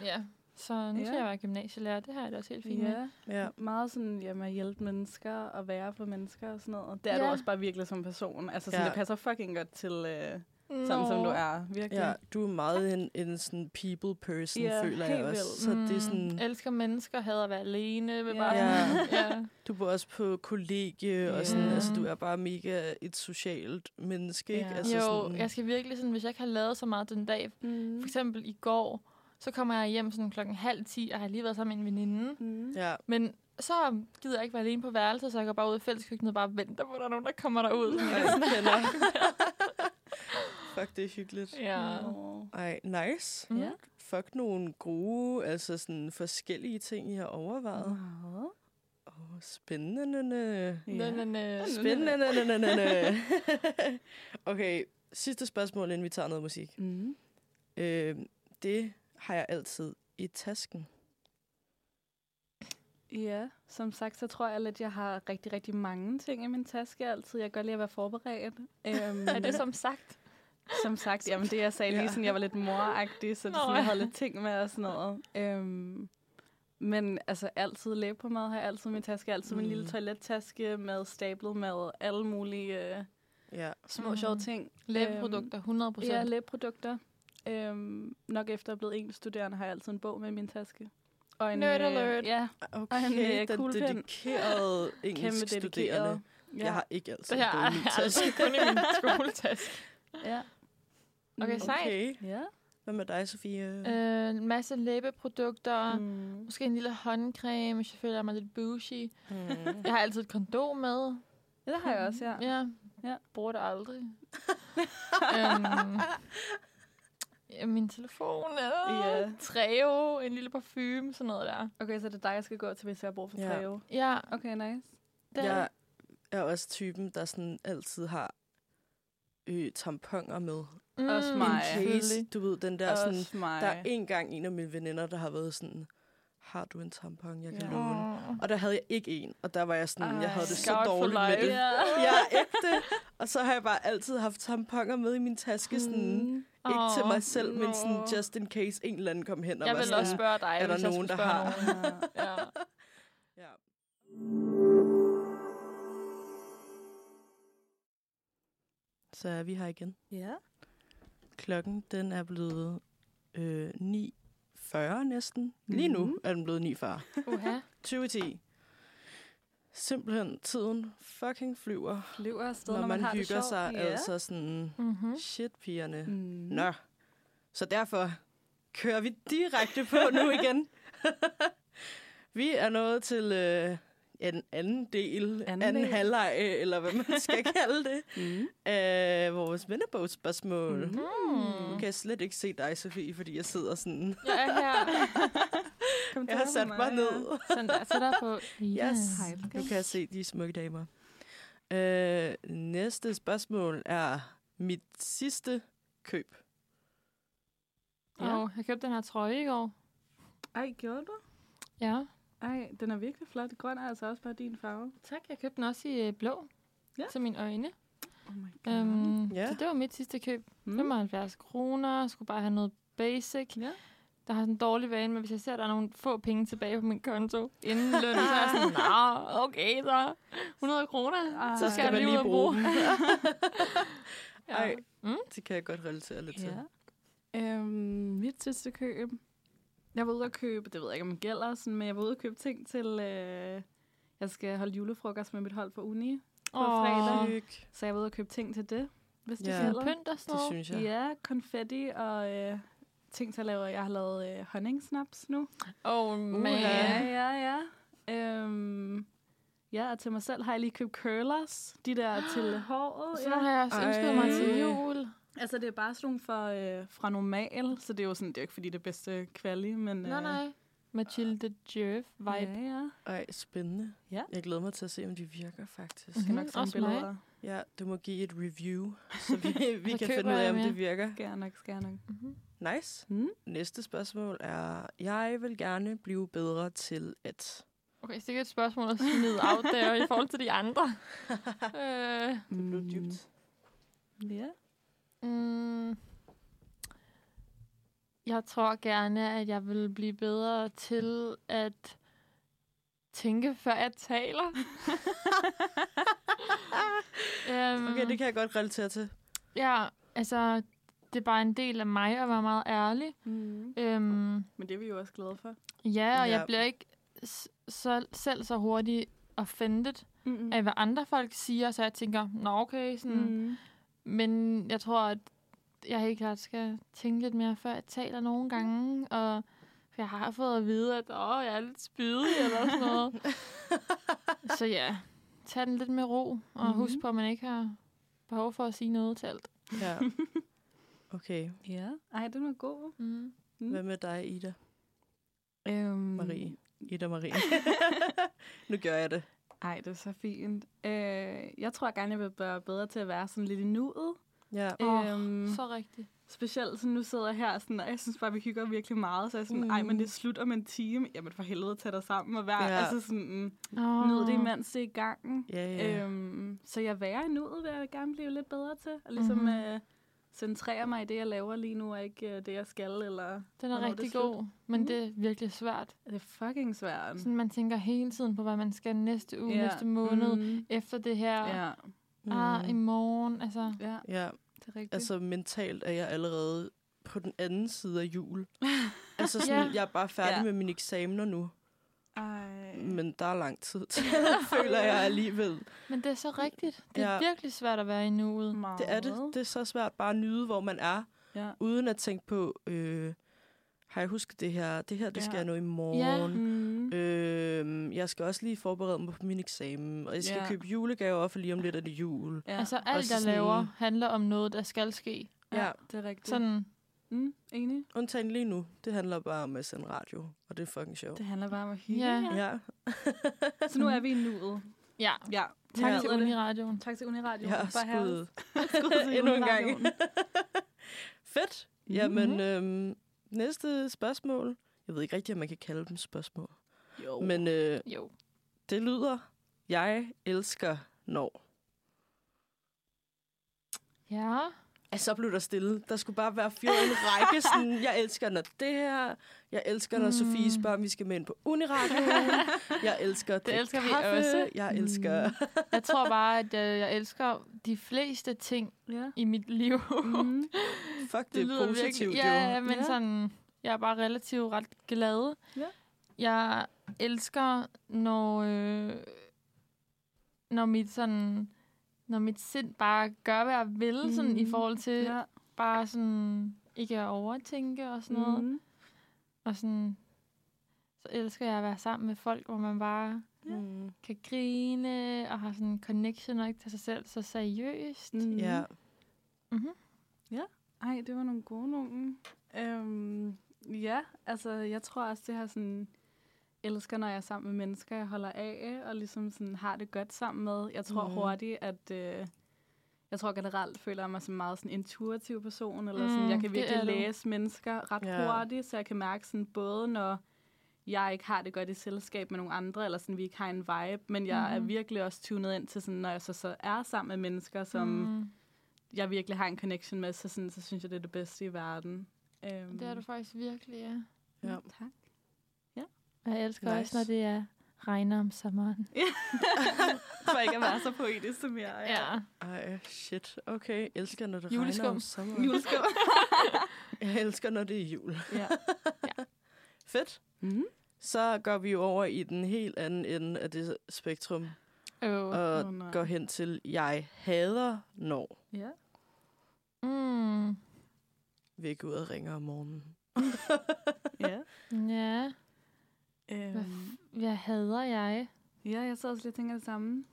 Speaker 3: ja, så nu
Speaker 4: Ja.
Speaker 3: skal jeg være gymnasielærer. Det her er det også helt fint med.
Speaker 4: Ja,
Speaker 2: Ja.
Speaker 4: meget sådan jamen, at hjælpe mennesker og være for mennesker og sådan noget. Det er ja. du
Speaker 3: Ja.
Speaker 4: også bare virkelig som person. Altså, sådan, ja.
Speaker 2: Ja.
Speaker 4: det passer fucking godt til, øh, sådan som du
Speaker 3: Nå.
Speaker 4: er, virkelig.
Speaker 2: Ja, du er meget en, en sådan people person,
Speaker 4: Ja,
Speaker 2: føler jeg
Speaker 4: helt
Speaker 2: også.
Speaker 4: vildt.
Speaker 2: Så det er
Speaker 3: Mm,
Speaker 2: sådan,
Speaker 3: elsker mennesker, hader at være alene. Vil
Speaker 4: Ja.
Speaker 3: bare
Speaker 2: Ja.
Speaker 3: sådan, ja.
Speaker 2: du bor også på kollegie, og sådan,
Speaker 3: Ja.
Speaker 2: altså, du er bare mega et socialt menneske, ikke?
Speaker 4: Ja.
Speaker 2: Altså,
Speaker 3: Jo,
Speaker 2: sådan,
Speaker 3: jeg skal virkelig sådan, hvis jeg ikke har lavet så meget den dag,
Speaker 4: Mm.
Speaker 3: for eksempel i går, så kommer jeg hjem sådan klokken halv ti, og har lige været sammen med en veninde.
Speaker 4: Mm.
Speaker 2: ja.
Speaker 3: Men så gider jeg ikke være alene på værelset, så jeg går bare ud i fælleskøkkenet og bare venter på, at der er nogen, der kommer derud.
Speaker 2: Ej, jeg kender. Fuck, det er hyggeligt.
Speaker 3: Ja.
Speaker 4: Nå.
Speaker 2: Ej, nice.
Speaker 3: Mm.
Speaker 4: Ja.
Speaker 2: Fuck nogle gode, altså sådan forskellige ting, I har overvejet.
Speaker 4: Mm. Meget.
Speaker 2: Åh, oh, spændende.
Speaker 3: Men, men, øh,
Speaker 2: Spændende. okay, sidste spørgsmål, inden vi tager noget musik.
Speaker 4: Mm.
Speaker 2: Øh, det har jeg altid i tasken.
Speaker 4: Ja, som sagt, så tror jeg lidt, at jeg har rigtig, rigtig mange ting i min taske altid. Jeg kan godt lide at være forberedt. Øhm,
Speaker 3: er det som sagt?
Speaker 4: Som sagt, jamen det jeg sagde lige,
Speaker 2: Ja.
Speaker 4: sådan, jeg var lidt moragtig, så det,
Speaker 3: Nå,
Speaker 4: sådan, jeg havde
Speaker 3: ja.
Speaker 4: lidt ting med og sådan noget. Øhm, men altså altid læbepomade har jeg altid i min taske, altid min lille
Speaker 2: Mm.
Speaker 4: toilettaske med stablet med alle mulige øh,
Speaker 2: Ja.
Speaker 4: små
Speaker 3: Mm.
Speaker 4: mm. sjove ting.
Speaker 3: Læbeprodukter, 100 procent.
Speaker 4: Ja, læbeprodukter. Øhm, nok efter at blive en studerende, har jeg altid en bog med i min taske. Og øh,
Speaker 3: Nerd alert.
Speaker 4: Ja,
Speaker 2: Okay,
Speaker 4: Og en, øh,
Speaker 2: den
Speaker 4: kuglepen.
Speaker 2: dedikerede
Speaker 4: kæmpe
Speaker 2: engelsk studerende.
Speaker 4: dedikeret.
Speaker 2: Ja. Jeg har ikke altid
Speaker 3: det her
Speaker 2: en bog i min
Speaker 3: er altså
Speaker 2: taske.
Speaker 3: kun i min skoletaske.
Speaker 4: Ja.
Speaker 3: Okay,
Speaker 4: Mm.
Speaker 3: sejt.
Speaker 2: Okay.
Speaker 4: Ja.
Speaker 2: Hvad med dig, Sofie?
Speaker 3: Øh, en masse læbeprodukter, mm.
Speaker 4: Mm.
Speaker 3: måske en lille håndcreme, hvis jeg føler mig lidt bougie.
Speaker 2: Mm.
Speaker 3: Jeg har altid et kondom med.
Speaker 4: ja, det har jeg også, ja.
Speaker 3: Mm. Ja.
Speaker 4: Ja.
Speaker 3: Bruger det aldrig. øhm, ja, min telefon. Ja.
Speaker 4: Ja.
Speaker 3: Yeah. Treo, en lille parfume, sådan noget der.
Speaker 4: Okay, så det er dig, jeg skal gå til, hvis jeg har brug for
Speaker 2: Ja.
Speaker 4: Treo.
Speaker 3: Ja,
Speaker 4: Okay, nice.
Speaker 3: den.
Speaker 2: Jeg er også typen, der sådan altid har øh, tamponer med.
Speaker 3: Mm,
Speaker 4: Også
Speaker 2: In
Speaker 4: mig.
Speaker 2: case, du ved, den der sådan...
Speaker 4: Også mig.
Speaker 2: Der er en gang en af mine veninder, der har været sådan, har du en tampon, jeg kan
Speaker 4: Ja.
Speaker 2: ja. låne? Og der havde jeg ikke en, og der var jeg sådan, Ej, jeg
Speaker 4: Ej.
Speaker 2: havde det så
Speaker 3: Scout for
Speaker 2: dårligt med
Speaker 3: life.
Speaker 2: det.
Speaker 3: Ja.
Speaker 2: Jeg er ægte, og så har jeg bare altid haft tamponer med i min taske, sådan,
Speaker 4: Mm.
Speaker 2: ikke til mig
Speaker 3: Åh,
Speaker 2: selv, men sådan
Speaker 3: nå.
Speaker 2: just in case en eller anden kom hen og
Speaker 3: Jeg
Speaker 2: var
Speaker 3: vil
Speaker 2: sådan,
Speaker 3: også spørge dig,
Speaker 2: er der
Speaker 3: hvis jeg
Speaker 2: nogen,
Speaker 3: skulle
Speaker 2: der
Speaker 3: spørge
Speaker 2: har-
Speaker 4: Ja.
Speaker 3: nogen. Ja.
Speaker 2: Ja. Så er vi her igen.
Speaker 4: ja.
Speaker 2: Klokken, den er blevet øh, 9.40 næsten. Lige nu
Speaker 4: Mhm.
Speaker 2: er den blevet 9.40.
Speaker 3: Uha.
Speaker 2: 2010. Simpelthen, tiden fucking flyver,
Speaker 4: Løber afsted,
Speaker 2: når,
Speaker 4: når,
Speaker 2: man,
Speaker 4: har det
Speaker 2: hygger
Speaker 4: sjovt.
Speaker 2: sig.
Speaker 4: Ja.
Speaker 2: Altså sådan,
Speaker 3: Mm-hmm.
Speaker 2: shit pigerne. Mm.
Speaker 4: Mm.
Speaker 2: Nå, så derfor kører vi direkte på nu igen. vi er nået til øh, en anden del, anden,
Speaker 4: Anden
Speaker 2: anden
Speaker 4: del.
Speaker 2: halvleg, øh, eller hvad man skal kalde det,
Speaker 4: Mm.
Speaker 2: af vores vennebogsspørgsmål. Mm. Nu
Speaker 3: Mm.
Speaker 2: kan jeg slet ikke se dig, Sofie, fordi jeg sidder sådan.
Speaker 3: Jeg er her.
Speaker 4: Kom
Speaker 2: Jeg har
Speaker 4: tættere
Speaker 2: sat
Speaker 4: på
Speaker 2: mig ned.
Speaker 3: Sådan der, så der på.
Speaker 2: Yes.
Speaker 4: Hej,
Speaker 2: Nu kan jeg se de smukke damer. Øh, næste spørgsmål er mit sidste køb.
Speaker 3: Ja. Og jeg købte den her trøje i går.
Speaker 4: Ja. Ej, gjorde du?
Speaker 3: Ja.
Speaker 4: Ej, den er virkelig flot. Grøn er altså også bare din farve.
Speaker 3: Tak, jeg købte den også i øh, blå.
Speaker 4: Ja.
Speaker 3: Til mine øjne.
Speaker 4: Oh my god.
Speaker 3: Øhm,
Speaker 2: Ja.
Speaker 3: ja. Så det var mit sidste køb.
Speaker 4: Mm.
Speaker 3: 75 kroner, skulle bare have noget basic.
Speaker 4: Ja.
Speaker 3: Der har sådan en dårlig vane, men hvis jeg ser, at der er nogle få penge tilbage på min konto inden løn, så er jeg sådan, nå, okay så. 100 kroner, så skal,
Speaker 4: Ej. Skal
Speaker 3: jeg
Speaker 2: man
Speaker 3: lige ud
Speaker 2: lige
Speaker 3: og bruge.
Speaker 2: bruge
Speaker 3: ja.
Speaker 2: Ej.
Speaker 3: Mm.
Speaker 2: Det kan jeg godt relatere lidt til.
Speaker 4: Ja. Øhm, mit sidste køb. Jeg var ude at købe, det ved jeg ikke, om det gælder, sådan, men jeg var ude at købe ting til... Øh, jeg skal holde julefrokost med mit hold på uni,
Speaker 3: På
Speaker 4: fredag.
Speaker 3: fredag.
Speaker 2: Hyg.
Speaker 4: så jeg var ude at købe ting til det, hvis det
Speaker 2: Ja.
Speaker 4: gælder.
Speaker 3: Pynt og sådan
Speaker 2: Det
Speaker 3: noget.
Speaker 2: synes jeg.
Speaker 4: Ja, konfetti og øh, ting til at lave. Jeg har lavet øh, honningsnaps nu.
Speaker 3: Oh
Speaker 4: Ja,
Speaker 3: man.
Speaker 4: ja, ja. Øhm, ja, og til mig selv har jeg lige købt curlers. De der til håret.
Speaker 3: Så
Speaker 4: Ja.
Speaker 3: har jeg også ønsket mig
Speaker 2: Ej.
Speaker 3: til jul.
Speaker 4: Altså, det er bare sådan nogle for, øh, fra normal, så det er jo sådan, det er jo ikke fordi det er bedste kvali, men... øh,
Speaker 3: Nej, nej. Mathilde Jerv vibe.
Speaker 4: Ja, ja.
Speaker 2: Ej, spændende.
Speaker 4: Ja.
Speaker 2: Jeg glæder mig til at se, om de virker faktisk.
Speaker 4: Jeg skal
Speaker 3: Mhm,
Speaker 4: nok sende
Speaker 3: også
Speaker 4: billeder.
Speaker 2: Ja, du må give et review, så vi, vi
Speaker 3: Så
Speaker 2: kan
Speaker 3: køber
Speaker 2: finde ud af,
Speaker 3: jeg
Speaker 2: om
Speaker 3: mere.
Speaker 2: det virker.
Speaker 4: Skal jeg nok, skal jeg nok.
Speaker 3: Mm-hmm.
Speaker 2: Nice.
Speaker 4: Mm.
Speaker 2: Næste spørgsmål er, jeg vil gerne blive bedre til at...
Speaker 3: Okay, så det er et spørgsmål at smide out der i forhold til de andre. øh,
Speaker 2: Det blev dybt.
Speaker 4: Ja.
Speaker 3: mm, jeg tror gerne, at jeg vil blive bedre til at tænke, før jeg taler. um, Mm.
Speaker 2: Okay, det kan jeg godt relatere til.
Speaker 3: Øhm, Ja, altså, det er bare en del af mig at være meget ærlig.
Speaker 4: Mm.
Speaker 3: Øhm,
Speaker 4: Men det er vi jo også glade for.
Speaker 3: ja, og
Speaker 2: Ja.
Speaker 3: jeg bliver ikke s- så, selv så hurtigt offended
Speaker 4: Mm.
Speaker 3: af, hvad andre folk siger, så jeg tænker, nå okay,
Speaker 4: Mhm.
Speaker 3: sådan... Mm. Men jeg tror, at jeg helt klart skal tænke lidt mere, før jeg taler nogle gange. Og for jeg har fået at vide, at Åh, jeg er lidt spydig eller sådan noget. så ja, tag den lidt med ro, og mm-hmm. husk på, at man ikke har behov for at sige noget til alt.
Speaker 2: Ja. Okay,
Speaker 4: Ja. Ej, den var god.
Speaker 3: Mm.
Speaker 2: hvad med dig, Ida
Speaker 4: Øhm,
Speaker 2: Marie? Ida Marie. nu gør jeg det.
Speaker 4: Ej, det er så fint. Øh, jeg tror gerne, jeg vil være bedre til at være sådan lidt i nuet.
Speaker 2: Ja.
Speaker 3: Åh,
Speaker 4: Øhm,
Speaker 3: Så rigtigt.
Speaker 4: Specielt sådan, nu sidder jeg her, sådan, og jeg synes bare, vi hygger virkelig meget. Så jeg er sådan, mm. ej, men det er slut om en time. Jamen for helvede, tag dig sammen og vær.
Speaker 2: Ja.
Speaker 4: Ja. Altså sådan,
Speaker 3: Oh.
Speaker 4: nyd det, imens det er i gangen.
Speaker 2: Ja, ja.
Speaker 4: Øhm, så jeg være i nuet, vil jeg gerne blive lidt bedre til. Og ligesom
Speaker 3: Mhm.
Speaker 4: mm-hmm. øh, centrere mig i det, jeg laver lige nu, og ikke øh, det, jeg skal. Eller,
Speaker 3: Den er
Speaker 4: Hvornår er det
Speaker 3: rigtig
Speaker 4: slut?
Speaker 3: god, men
Speaker 4: Mm.
Speaker 3: det er virkelig svært.
Speaker 4: det er fucking svært.
Speaker 3: Sådan, man tænker hele tiden på, hvad man skal næste uge,
Speaker 4: Ja.
Speaker 3: næste måned, mm.
Speaker 4: Mm.
Speaker 3: efter det her,
Speaker 4: Ja.
Speaker 2: Mm.
Speaker 3: ah, i morgen. Altså,
Speaker 4: ja,
Speaker 2: ja.
Speaker 4: det er rigtigt.
Speaker 2: Altså mentalt er jeg allerede på den anden side af jul. altså sådan,
Speaker 3: Ja.
Speaker 2: jeg er bare færdig
Speaker 4: Ja. Mm.
Speaker 2: med mine eksamener nu,
Speaker 4: ej.
Speaker 2: men der er lang tid til, føler jeg alligevel.
Speaker 3: Men det er så rigtigt. Det er
Speaker 2: Ja.
Speaker 3: ja. virkelig svært at være i nuet.
Speaker 4: Meget.
Speaker 2: Det er det. Det er så svært bare at nyde, hvor man er,
Speaker 4: Ja.
Speaker 2: uden at tænke på, øh, har jeg husket det her? Det her, det skal
Speaker 4: Ja.
Speaker 2: jeg nå i
Speaker 3: Ja.
Speaker 2: morgen.
Speaker 4: Mm.
Speaker 2: Øh, jeg skal også lige forberede mig på min eksamen, og jeg skal
Speaker 4: Ja.
Speaker 2: købe julegaver, for lige om lidt er det jul.
Speaker 4: Ja.
Speaker 3: Altså
Speaker 4: Altså,
Speaker 3: alt,
Speaker 2: Også
Speaker 3: jeg
Speaker 2: sådan-
Speaker 3: laver, handler om noget, der skal ske.
Speaker 4: ja.
Speaker 2: ja.
Speaker 4: ja, det er rigtigt.
Speaker 3: Sådan,
Speaker 4: Mm, enig.
Speaker 2: Undtagen lige nu, det handler bare om at sende radio, og det er fucking sjovt.
Speaker 4: Det handler bare om at hygge.
Speaker 3: Ja.
Speaker 4: Ja.
Speaker 2: Ja,
Speaker 4: Så nu er vi i nuet.
Speaker 3: ja.
Speaker 4: Ja.
Speaker 3: Tak
Speaker 4: Ja.
Speaker 3: til Uniradioen.
Speaker 4: Tak til Uniradio.
Speaker 2: jeg har
Speaker 4: for at have os.
Speaker 2: skudt
Speaker 4: Skud til
Speaker 2: endnu en gang.
Speaker 4: Uniradioen.
Speaker 2: Fedt. Jamen,
Speaker 3: Mhm.
Speaker 2: øhm, næste spørgsmål. Jeg ved ikke rigtigt, om man kan kalde dem spørgsmål.
Speaker 4: Jo.
Speaker 2: Oh. Men øh,
Speaker 3: Jo.
Speaker 2: det lyder, jeg elsker når.
Speaker 3: Ja.
Speaker 2: Altså, så blev der stille. Der skulle bare være fire en række. Sådan, jeg elsker, når det her. Jeg elsker, når mm. Sofie spørger, om vi skal med ind på Uniradioen. Jeg elsker det
Speaker 3: elsker vi
Speaker 2: kaffe.
Speaker 3: også.
Speaker 2: Jeg elsker... Mm.
Speaker 3: Jeg tror bare, at jeg, jeg elsker de fleste ting
Speaker 4: Ja.
Speaker 3: i mit liv.
Speaker 4: Mm.
Speaker 2: Fuck, det, det er positivt,
Speaker 3: virkelig, ja,
Speaker 2: jo.
Speaker 3: men
Speaker 4: Ja.
Speaker 3: sådan, jeg er bare relativt ret glad.
Speaker 4: Ja.
Speaker 3: Jeg elsker, når, øh, når mit sådan, når mit sind bare gør, hvad jeg vil, mm. sådan, i
Speaker 4: Mhm.
Speaker 3: forhold til
Speaker 4: Ja.
Speaker 3: bare sådan, ikke at overtænke og sådan noget. Mm.
Speaker 4: Mm.
Speaker 3: Og sådan, så elsker jeg at være sammen med folk, hvor man bare
Speaker 2: Mm.
Speaker 3: kan grine og har sådan en connection og ikke tager sig selv så seriøst. Mm.
Speaker 4: Mm.
Speaker 2: Ja.
Speaker 3: Mm-hmm.
Speaker 4: Ej, det var nogle gode nogen. Øhm, ja, altså jeg tror også, det her sådan elsker, når jeg er sammen med mennesker, jeg holder af, og ligesom sådan har det godt sammen med. Jeg tror
Speaker 2: Mhm.
Speaker 4: mm. hurtigt, at øh, jeg tror generelt føler jeg mig som meget sådan intuitiv person, eller sådan,
Speaker 3: Mm,
Speaker 4: jeg kan
Speaker 3: det
Speaker 4: virkelig
Speaker 3: er du.
Speaker 4: læse mennesker ret
Speaker 2: Ja.
Speaker 4: yeah. hurtigt, så jeg kan mærke sådan både, når jeg ikke har det godt i selskab med nogle andre, eller sådan, vi ikke har en vibe, men jeg mm. er
Speaker 3: Mhm.
Speaker 4: virkelig også tunet ind til sådan, når jeg så, så er sammen med mennesker, som mm jeg virkelig har en connection med, så, sådan, så synes jeg, det er det bedste i verden. Um,
Speaker 3: Mm, Det er du faktisk virkelig, ja.
Speaker 2: Ja.
Speaker 4: Tak.
Speaker 3: Og jeg elsker
Speaker 2: Nice.
Speaker 3: nice. også, når det er regner om sommeren.
Speaker 4: For ikke at være så poetisk som jeg er.
Speaker 2: Ej, shit. Okay, elsker, når det
Speaker 3: Juleskum.
Speaker 2: regner om sommeren.
Speaker 4: Juleskov.
Speaker 2: Jeg elsker, når det er jul.
Speaker 4: ja.
Speaker 2: Fedt.
Speaker 4: Mm.
Speaker 2: Så går vi jo over i den helt anden ende af det spektrum,
Speaker 3: Oh.
Speaker 2: og
Speaker 4: Åh, nej.
Speaker 2: går hen til, jeg hader, når
Speaker 4: ja.
Speaker 3: Mm.
Speaker 2: vi går ud og ringer om morgenen.
Speaker 4: Ja.
Speaker 3: Ja.
Speaker 4: Øhm,
Speaker 3: Hvad hader jeg?
Speaker 4: ja, jeg sad også lidt og tænker det samme.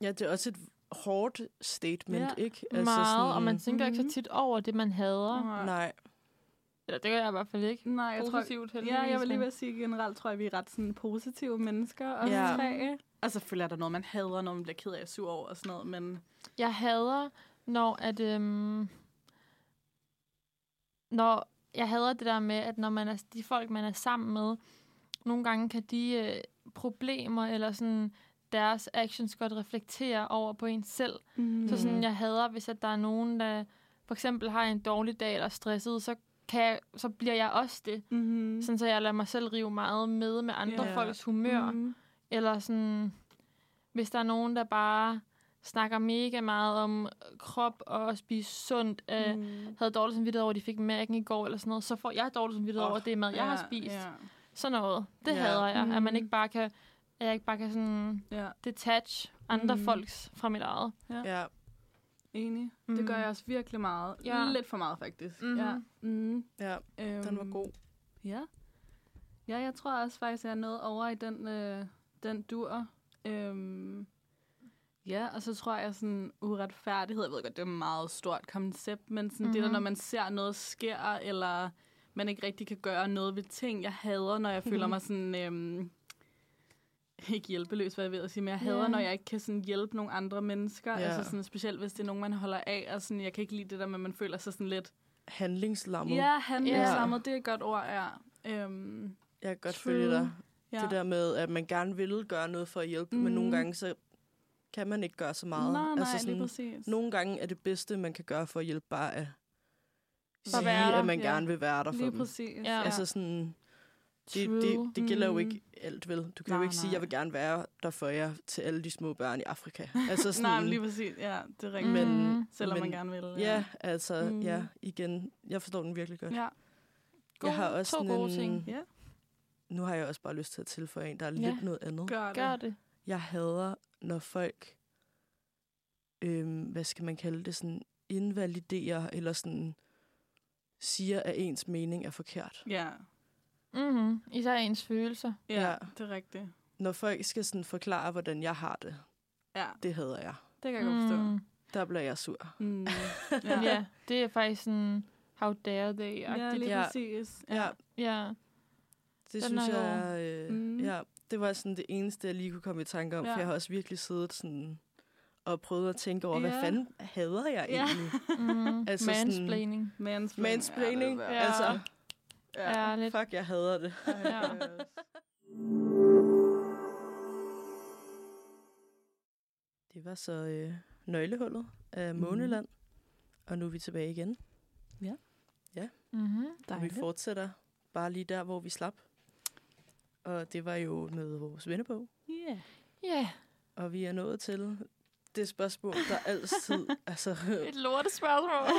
Speaker 2: Ja, det er også et hårdt statement,
Speaker 4: Ja,
Speaker 2: ikke?
Speaker 3: Altså Meget, sådan... og man
Speaker 2: sådan,
Speaker 3: tænker ikke
Speaker 4: Mhm.
Speaker 3: så tit over det, man hader. Mm.
Speaker 2: Nej,
Speaker 3: Eller det gør jeg i hvert fald ikke.
Speaker 4: Nej, jeg tror,
Speaker 3: Positivt
Speaker 4: ja, jeg vil lige ved
Speaker 3: men-
Speaker 4: at sige generelt, tror jeg, vi er ret sådan, positive mennesker, os
Speaker 2: Ja.
Speaker 4: ja. tre. Og selvfølgelig er der noget, man hader, når man bliver ked af at sur over og sådan noget, men...
Speaker 3: Jeg hader, når at... Øhm, når jeg hader det der med, at når man er, de folk, man er sammen med, nogle gange kan de øh, problemer eller sådan deres actions godt reflektere over på en selv.
Speaker 4: Mm.
Speaker 3: Så sådan,
Speaker 2: Mhm.
Speaker 3: jeg hader, hvis at der er nogen, der for eksempel har en dårlig dag eller er stresset, så, kan jeg, så bliver jeg også det.
Speaker 4: Mm-hmm.
Speaker 3: Sådan, så jeg lader mig selv rive meget med med andre
Speaker 4: Ja. Mm-hmm.
Speaker 3: yeah. folks humør. Mm. Eller sådan, hvis der er nogen, der bare snakker mega meget om krop og at spise sundt. Øh,
Speaker 4: Mm.
Speaker 3: havde dårlig samvittighed over, at de fik mærken i går eller sådan noget, så får jeg dårlig samvittighed
Speaker 4: Åh,
Speaker 3: over, at det er mad, jeg har
Speaker 4: Ja,
Speaker 3: spist.
Speaker 4: Ja,
Speaker 3: Sådan noget. Det
Speaker 2: Ja.
Speaker 3: hader jeg. At man
Speaker 4: Mm.
Speaker 3: ikke bare kan, at jeg ikke bare kan sådan
Speaker 4: ja.
Speaker 3: detach andre
Speaker 4: Mm.
Speaker 3: folks fra mit eget.
Speaker 2: Ja.
Speaker 4: enig. Mm. Det gør jeg også virkelig meget.
Speaker 3: Ja.
Speaker 4: Ja. Lidt for meget, faktisk.
Speaker 3: Mhm.
Speaker 4: Ja. Mm.
Speaker 2: ja,
Speaker 4: Øhm,
Speaker 2: Mm-hmm. den var god.
Speaker 4: Ja. Ja, jeg tror også faktisk, jeg er noget over i den, øh, den dur. Øhm, ja, og så tror jeg sådan uretfærdighed, jeg ved godt, det er et meget stort koncept, men sådan mm-hmm. det der,
Speaker 3: Mhm.
Speaker 4: når man ser noget sker, eller man ikke rigtig kan gøre noget ved ting, jeg hader, når jeg
Speaker 3: Mhm.
Speaker 4: føler mig sådan... Øhm, ikke hjælpeløs, hvad jeg ved at sige, men jeg hader,
Speaker 3: Ja.
Speaker 4: yeah. når jeg ikke kan sådan hjælpe nogle andre mennesker.
Speaker 2: Ja.
Speaker 4: Yeah. Altså sådan, specielt hvis det er nogen, man holder af, og sådan, jeg kan ikke lide det der med, at man føler sig sådan lidt
Speaker 2: Handlingslammet.
Speaker 4: Ja, handlingslammet, det er et godt ord, ja. Øhm,
Speaker 2: Jeg kan godt
Speaker 3: True.
Speaker 2: følge dig.
Speaker 4: ja.
Speaker 2: Det der med, at man gerne vil gøre noget for at hjælpe, mm. men nogle
Speaker 4: Mhm.
Speaker 2: gange så kan man ikke gøre så meget.
Speaker 4: Nej, nej,
Speaker 2: altså sådan,
Speaker 4: lige præcis.
Speaker 2: nogle gange er det bedste, man kan gøre for at hjælpe, bare at
Speaker 3: For at
Speaker 2: sige,
Speaker 3: være der,
Speaker 2: at man
Speaker 4: ja.
Speaker 2: gerne vil være der for
Speaker 4: lige
Speaker 2: dem.
Speaker 4: præcis.
Speaker 3: Ja.
Speaker 2: Altså sådan, det,
Speaker 3: True.
Speaker 2: det, det gælder jo
Speaker 4: Mm.
Speaker 2: ikke alt, vel? Du kan jo
Speaker 4: Nej,
Speaker 2: ikke sige, at jeg vil gerne være der for jer til alle de små børn i Afrika. Altså sådan,
Speaker 4: nej, lige præcis. Ja, det er rigtigt. Mm.
Speaker 2: men-
Speaker 3: Mhm.
Speaker 4: Selvom
Speaker 2: men-
Speaker 4: man gerne vil.
Speaker 2: ja, altså,
Speaker 4: Mm.
Speaker 2: ja, igen, jeg forstår den virkelig godt.
Speaker 4: ja.
Speaker 3: Gode,
Speaker 2: jeg har også
Speaker 3: to
Speaker 2: sådan
Speaker 3: gode
Speaker 2: en,
Speaker 3: ting.
Speaker 4: Ja.
Speaker 2: Nu har jeg også bare lyst til at tilføje en, der er
Speaker 3: Ja.
Speaker 2: lidt noget andet.
Speaker 4: Gør det.
Speaker 3: Gør det.
Speaker 2: Jeg hader, når folk, øhm, hvad skal man kalde det, sådan invaliderer eller sådan siger, at ens mening er forkert.
Speaker 4: Ja.
Speaker 3: Mm-hmm. Især ens følelser.
Speaker 4: ja,
Speaker 2: Ja.
Speaker 4: ja, det er rigtigt.
Speaker 2: Når folk skal sådan forklare, hvordan jeg har det,
Speaker 4: Ja,
Speaker 2: det hader jeg.
Speaker 4: det kan jeg godt forstå.
Speaker 3: Mm.
Speaker 2: Der bliver jeg sur.
Speaker 4: Mm.
Speaker 3: Ja.
Speaker 4: Ja.
Speaker 3: ja, det er faktisk sådan, how dare they
Speaker 4: ja,
Speaker 3: ja,
Speaker 4: lige
Speaker 2: Ja.
Speaker 4: præcis.
Speaker 2: Ja,
Speaker 3: ja.
Speaker 2: det
Speaker 3: Den
Speaker 2: synes
Speaker 3: er
Speaker 2: jeg er... Øh,
Speaker 4: Mm.
Speaker 2: ja, det var sådan det eneste, jeg lige kunne komme i tanke om, ja.
Speaker 4: Ja.
Speaker 2: for jeg har også virkelig siddet sådan og prøvet at tænke over, ja. hvad
Speaker 4: Ja.
Speaker 2: fanden hader jeg
Speaker 4: Ja.
Speaker 2: egentlig?
Speaker 3: Mm.
Speaker 2: Altså
Speaker 3: altså
Speaker 2: sådan-
Speaker 3: Mansplaining.
Speaker 4: Mansplaining.
Speaker 2: Mansplaining,
Speaker 4: Ja,
Speaker 2: ja.
Speaker 4: det er
Speaker 3: Ja.
Speaker 2: altså,
Speaker 4: værd. ja.
Speaker 3: Ærligt.
Speaker 2: fuck, jeg hader det.
Speaker 3: Ja.
Speaker 2: Det var så øh, nøglehullet af
Speaker 4: Mhm.
Speaker 2: Måneland, og nu er vi tilbage igen.
Speaker 3: Mm-hmm.
Speaker 2: Og vi
Speaker 4: Dejligt.
Speaker 2: fortsætter bare lige der, hvor vi slap. Og det var jo med vores vennebog.
Speaker 4: Yeah.
Speaker 3: Ja,
Speaker 2: Og vi er nået til det spørgsmål, der altid... altså,
Speaker 3: et lortet spørgsmål.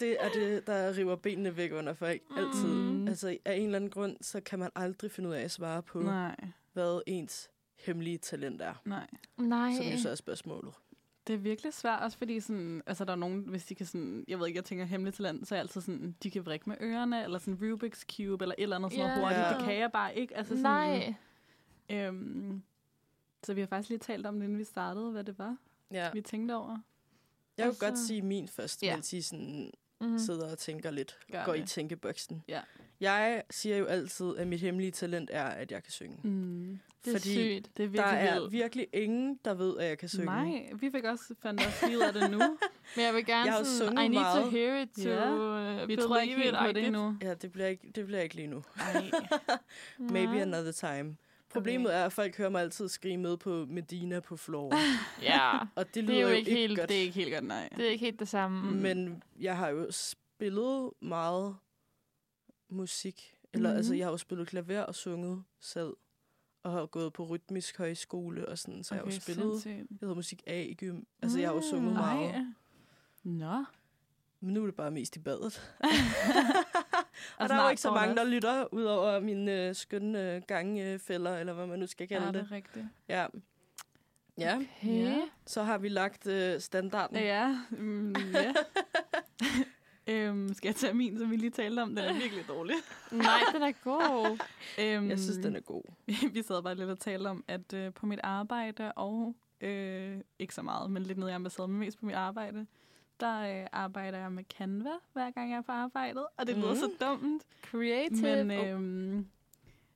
Speaker 2: det er det, der river benene væk under folk. Altid.
Speaker 4: Mm.
Speaker 2: Altså, af en eller anden grund, så kan man aldrig finde ud af at svare på, Nej.
Speaker 4: Nej,
Speaker 2: hvad ens hemmelige talent er.
Speaker 4: nej.
Speaker 3: Nej.
Speaker 2: Som jo så er spørgsmålet.
Speaker 4: Det er virkelig svært, også fordi sådan, altså, der er nogen, hvis de kan sådan, jeg ved ikke, jeg tænker hemmeligt talent, så er jeg altid sådan, de kan vrikke med ørerne, eller sådan Rubik's Cube, eller et eller andet sådan
Speaker 3: Ja.
Speaker 4: noget hurtigt.
Speaker 2: Ja.
Speaker 4: Det kan jeg bare ikke. Altså, sådan,
Speaker 3: Nej.
Speaker 4: Øhm, så vi har faktisk lige talt om, det, inden vi startede, hvad det var,
Speaker 2: Ja.
Speaker 4: vi tænkte over.
Speaker 2: Jeg altså,
Speaker 3: Altså-
Speaker 2: kunne godt sige min først,
Speaker 4: Ja.
Speaker 2: ja. mens I sådan
Speaker 3: Mm.
Speaker 2: sidder og tænker lidt.
Speaker 4: Gør
Speaker 2: går i
Speaker 4: det.
Speaker 2: tænkeboksen.
Speaker 4: Ja.
Speaker 2: Jeg siger jo altid, at mit hemmelige talent er, at jeg kan synge.
Speaker 4: Mm,
Speaker 3: Det er
Speaker 2: fordi
Speaker 3: sygt.
Speaker 4: det er virkelig
Speaker 2: Der er
Speaker 4: vildt.
Speaker 2: virkelig ingen, der ved, at jeg kan synge.
Speaker 4: Nej, vi fik også fandt også lige ud af det nu.
Speaker 3: Men jeg vil gerne
Speaker 2: Jeg har jo
Speaker 3: sådan,
Speaker 2: sunget
Speaker 3: I need to
Speaker 2: meget.
Speaker 3: hear it to
Speaker 4: Ja.
Speaker 3: yeah. uh,
Speaker 4: Vi tror ikke helt på det endnu.
Speaker 2: Ja, det bliver ikke, det bliver ikke lige nu.
Speaker 4: Ej.
Speaker 2: Maybe another time. Problemet
Speaker 4: Okay.
Speaker 2: er, at folk hører mig altid skrige med på Medina på floor.
Speaker 3: Ja,
Speaker 2: Og det
Speaker 3: det
Speaker 2: lyder
Speaker 3: er jo
Speaker 2: jo
Speaker 3: ikke helt
Speaker 2: godt.
Speaker 4: Det er ikke helt godt, nej.
Speaker 3: det er ikke helt det samme.
Speaker 4: Mm.
Speaker 2: Men jeg har jo spillet meget musik. Eller
Speaker 4: Mhm.
Speaker 2: altså, jeg har jo spillet klaver og sunget selv. Og har gået på rytmisk højskole og sådan. Så okay, jeg har jo spillet...
Speaker 4: sindssygt.
Speaker 2: Jeg hedder musik A i gym. Altså, jeg har jo sunget
Speaker 3: Mm.
Speaker 2: meget.
Speaker 4: Ej. Nå.
Speaker 2: Men nu er det bare mest i badet. og,
Speaker 4: Og
Speaker 2: der er jo
Speaker 4: snart
Speaker 2: ikke så
Speaker 4: går det
Speaker 2: mange, der
Speaker 4: også.
Speaker 2: lytter, udover mine øh, skønne øh, gangfælder, eller hvad man nu skal kalde
Speaker 4: Ja,
Speaker 2: ja,
Speaker 4: det
Speaker 2: det.
Speaker 4: er rigtigt.
Speaker 2: Ja. ja,
Speaker 3: Okay.
Speaker 2: så har vi lagt øh, standarden.
Speaker 4: Ja. Mm, ja. øhm, skal jeg tage min, som vi lige talte om? Den er virkelig dårlig.
Speaker 3: Nej, den er god.
Speaker 4: Øhm,
Speaker 2: Jeg synes, den er god.
Speaker 4: vi sad bare lidt og talte om, at øh, på mit arbejde og, øh, ikke så meget, men lidt nede i ambassaden, men mest på mit arbejde, der øh, arbejder jeg med Canva, hver gang jeg er på arbejdet, og det lyder
Speaker 2: Mm.
Speaker 4: så dumt.
Speaker 3: Creative.
Speaker 4: Men
Speaker 2: Uh.
Speaker 4: øh,